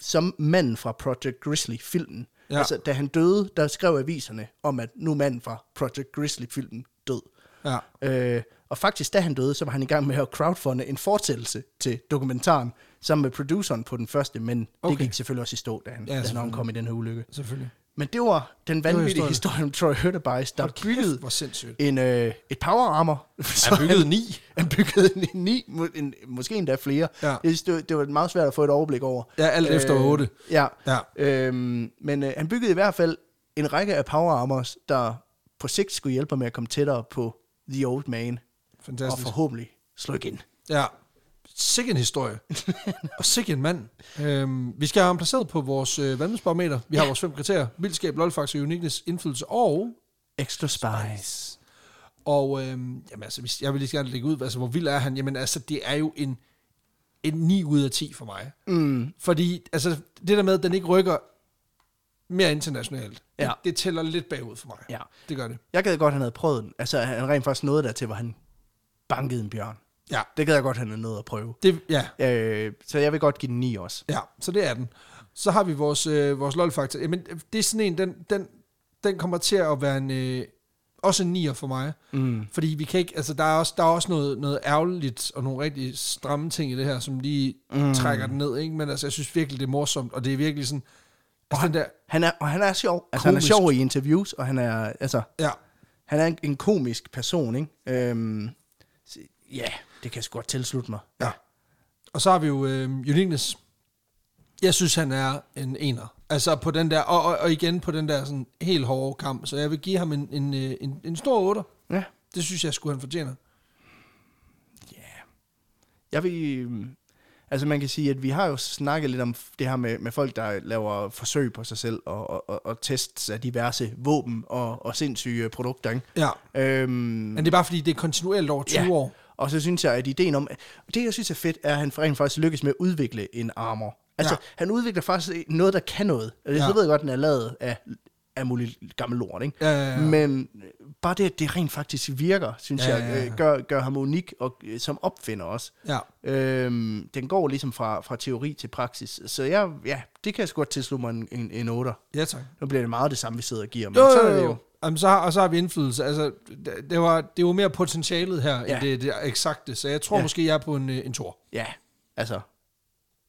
Speaker 2: som manden fra Project Grizzly-filmen.
Speaker 1: Ja.
Speaker 2: Ja. Altså, da han døde, der skrev aviserne om, at nu er manden fra Project Grizzly-filmen død.
Speaker 1: Ja.
Speaker 2: Øh, og faktisk, da han døde, så var han i gang med at crowdfunde en fortsættelse til dokumentaren, sammen med produceren på den første, men okay.
Speaker 1: Okay.
Speaker 2: det gik selvfølgelig også i stå, da han,
Speaker 1: Ja,
Speaker 2: ja, da han
Speaker 1: selvfølgelig.
Speaker 2: omkom i den her ulykke.
Speaker 1: Selvfølgelig.
Speaker 2: Men det var den vanvittige
Speaker 1: historien.
Speaker 2: historie om Troy Hurtebise, der byggede
Speaker 1: Hvor sindssygt.
Speaker 2: en, øh, et power armor.
Speaker 1: Han byggede ni.
Speaker 2: Han byggede en, en ni, må- en, måske endda flere.
Speaker 1: Ja.
Speaker 2: Jeg synes, det, var- det var meget svært at få et overblik over. Øh,
Speaker 1: Ja, alt efter otte.
Speaker 2: Ja.
Speaker 1: Ja.
Speaker 2: Øhm, men øh, han byggede i hvert fald en række af power armors, der på sigt skulle hjælpe ham med at komme tættere på The Old Man. Og
Speaker 1: Fantastisk.
Speaker 2: forhåbentlig slå igen.
Speaker 1: Ja. Sikke en historie. og sikke en mand. Øhm, vi skal have ham placeret på vores øh, vandmiddelsbarometer. Vi har vores fem kriterier. Vildskab, lolfax og uniqueness, indflydelse og...
Speaker 2: Extra spice.
Speaker 1: Og øhm, jamen, altså, hvis- jeg vil lige gerne lægge ud, altså, hvor vild er han? Jamen altså, det er jo en, en 9 ud af 10 for mig.
Speaker 2: Mm.
Speaker 1: Fordi altså, det der med, at den ikke rykker mere internationalt, ja.
Speaker 2: Ja.
Speaker 1: det, det tæller lidt bagud for mig.
Speaker 2: Ja.
Speaker 1: Det gør det.
Speaker 2: Jeg gad godt, han havde prøvet den. Altså, han rent faktisk nåede dertil, hvor han bankede en bjørn.
Speaker 1: Ja.
Speaker 2: Det gad jeg godt, han havde nået at prøve.
Speaker 1: Det, ja,
Speaker 2: Øh, så jeg vil godt give den 9 også.
Speaker 1: Ja, så det er den. Så har vi vores, øh, vores lol-faktor. Jamen, det er sådan en, den, den, den kommer til at være en, øh, også en nier for mig.
Speaker 2: Mm.
Speaker 1: Fordi vi kan ikke, altså der er også, der er også noget, noget ærgerligt og nogle rigtig stramme ting i det her, som lige mm. trækker den ned, ikke? Men altså, jeg synes virkelig, det er morsomt, og det er virkelig sådan, altså den der,
Speaker 2: Han er, og han er sjov. Altså, han er
Speaker 1: Komisk.
Speaker 2: sjov i interviews, og han er, altså,
Speaker 1: ja,
Speaker 2: han er en, en komisk person, ikke? Øhm, så, ja, det kan jeg sgu godt tilslutte mig.
Speaker 1: ja. Og så har vi jo øh, Uniqueness. Jeg synes, han er en ener. Altså på den der, og, og, og igen på den der sådan helt hårde kamp, så jeg vil give ham en, en, øh, en, en stor otter.
Speaker 2: Ja.
Speaker 1: Det synes jeg skulle han fortjener.
Speaker 2: Jeg vil, øhm, altså man kan sige, at vi har jo snakket lidt om det her med, med folk, der laver forsøg på sig selv og, og, og, og tests af diverse våben og, og sindssyge produkter, ikke?
Speaker 1: Ja.
Speaker 2: Øhm,
Speaker 1: Men det er bare fordi, det er kontinuerligt over 20
Speaker 2: Ja.
Speaker 1: ja. år.
Speaker 2: Og så synes jeg, at ideen om... Det, jeg synes er fedt, er, at han rent faktisk lykkes med at udvikle en armor. Altså,
Speaker 1: Ja.
Speaker 2: ja. han udvikler faktisk noget, der kan noget. Og det,
Speaker 1: Ja.
Speaker 2: ja. Jeg ved jeg godt, den er lavet af, af mulig gammel lort, ikke?
Speaker 1: Ja, ja, ja.
Speaker 2: Men øh, bare det, at det rent faktisk virker, synes
Speaker 1: Ja,
Speaker 2: ja,
Speaker 1: ja,
Speaker 2: jeg,
Speaker 1: ja.
Speaker 2: øh, gør, gør ham unik og, øh, som opfinder også.
Speaker 1: Ja.
Speaker 2: Øhm, den går ligesom fra, fra teori til praksis. Så jeg, ja, det kan jeg sgu godt tilslutte mig en, en, en 8.
Speaker 1: Ja, tak.
Speaker 2: Nu bliver det meget det samme, vi sidder og giver, men
Speaker 1: Jo,
Speaker 2: sådan
Speaker 1: jo,
Speaker 2: er det
Speaker 1: jo. Jamen, så har, og så har vi indflydelse. Altså, det, det, var, det var mere potentialet her, ja.
Speaker 2: Ja.
Speaker 1: end det, det eksakte. Så jeg tror ja.
Speaker 2: Ja.
Speaker 1: måske, jeg er på en, øh, en tor.
Speaker 2: Ja, altså...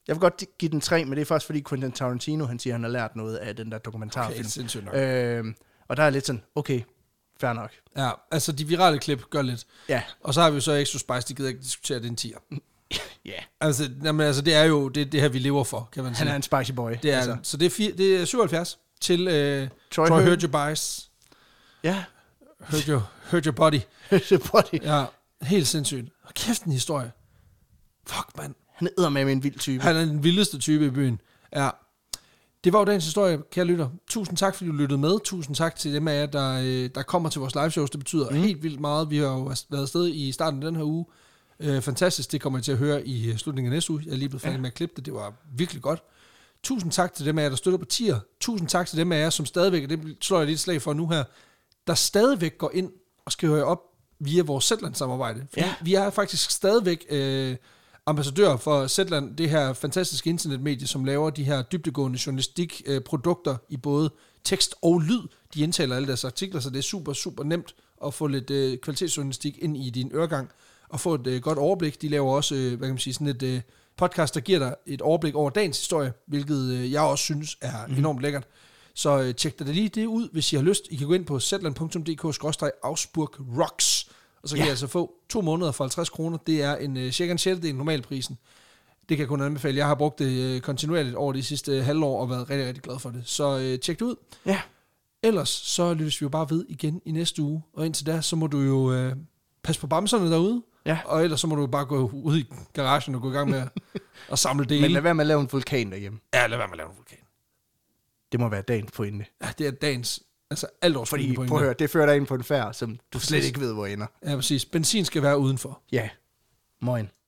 Speaker 2: Jeg vil godt give den tre, men det er faktisk fordi Quentin Tarantino, han siger, han har lært noget af den der
Speaker 1: Okay,
Speaker 2: dokumentarfilm.
Speaker 1: sindssygt nok.
Speaker 2: Okay. Øhm, og der er lidt sådan, okay, fair nok.
Speaker 1: Ja, altså de virale klip gør lidt.
Speaker 2: Ja,
Speaker 1: Og så har vi jo så Extra Spice, de gider ikke diskutere, det er en 10'er.
Speaker 2: ja.
Speaker 1: Altså, jamen, altså det er jo det, det her, vi lever for, kan man sige.
Speaker 2: Han er en spicy boy.
Speaker 1: det er, altså. Så det er, fire, det er 77 til øh, Troy,
Speaker 2: Troy
Speaker 1: Troy
Speaker 2: Hurt.
Speaker 1: Hurt Your Bice.
Speaker 2: Ja,
Speaker 1: Hurt your, hurt your Body.
Speaker 2: det er body.
Speaker 1: Ja, helt sindssygt. Og kæft en historie. Fuck, mand.
Speaker 2: Han er med en vild type.
Speaker 1: Han er den vildeste type i byen. Ja. Det var jo dagens historie, kære lytter. Tusind tak, fordi du lyttede med. Tusind tak til dem af jer, der, øh, der kommer til vores liveshows. Det betyder mm. helt vildt meget. Vi har jo været afsted i starten af den her uge. Øh, fantastisk, det kommer I til at høre i øh, slutningen af næste uge. Jeg er lige blevet færdig med at klippe det. Det var virkelig godt. Tusind tak til dem af jer, der støtter på tier. Tusind tak til dem af jer, som stadigvæk, og det slår jeg lidt et slag for nu her, der stadigvæk går ind og skriver jer op via vores Zetland-samarbejde. Fordi
Speaker 2: Ja.
Speaker 1: Vi er faktisk stadigvæk øh, ambassadør for Zetland, det her fantastiske internetmedie, som laver de her dybdegående journalistikprodukter i både tekst og lyd. De indtaler alle deres artikler, så det er super, super nemt at få lidt øh, kvalitetsjournalistik ind i din øregang og få et øh, godt overblik. De laver også, øh, hvad kan man sige, sådan et øh, podcast, der giver dig et overblik over dagens historie, hvilket øh, jeg også synes er mm. enormt lækkert. Så øh, tjek da lige det ud, hvis I har lyst. I kan gå ind på zetland.dk-afspurgrocks, og så kan ja.
Speaker 2: Ja.
Speaker 1: I altså få to måneder for 50 kroner. Det er en, øh, cirka en sjettedel af normalprisen. Det kan jeg kun anbefale. Jeg har brugt det øh, kontinuerligt over de sidste øh, halvår og været rigtig, rigtig glad for det. Så øh, tjek det ud.
Speaker 2: Ja.
Speaker 1: Ellers så lyttes vi jo bare ved igen i næste uge. Og indtil da, så må du jo øh, passe på bamserne derude.
Speaker 2: Ja.
Speaker 1: Og ellers så må du bare gå ud i garagen og gå i gang med at, at samle dele.
Speaker 2: Men lad være med at lave en vulkan derhjemme.
Speaker 1: Ja, lad være med at lave en vulkan.
Speaker 2: Det må være dagen på ende.
Speaker 1: Ja, det er dagens, altså alt års
Speaker 2: Fordi,
Speaker 1: pointe.
Speaker 2: prøv at høre, det fører dig ind på en færd, som du slet ikke ved, hvor ender.
Speaker 1: Ja, præcis. Benzin skal være udenfor.
Speaker 2: Ja. Moin.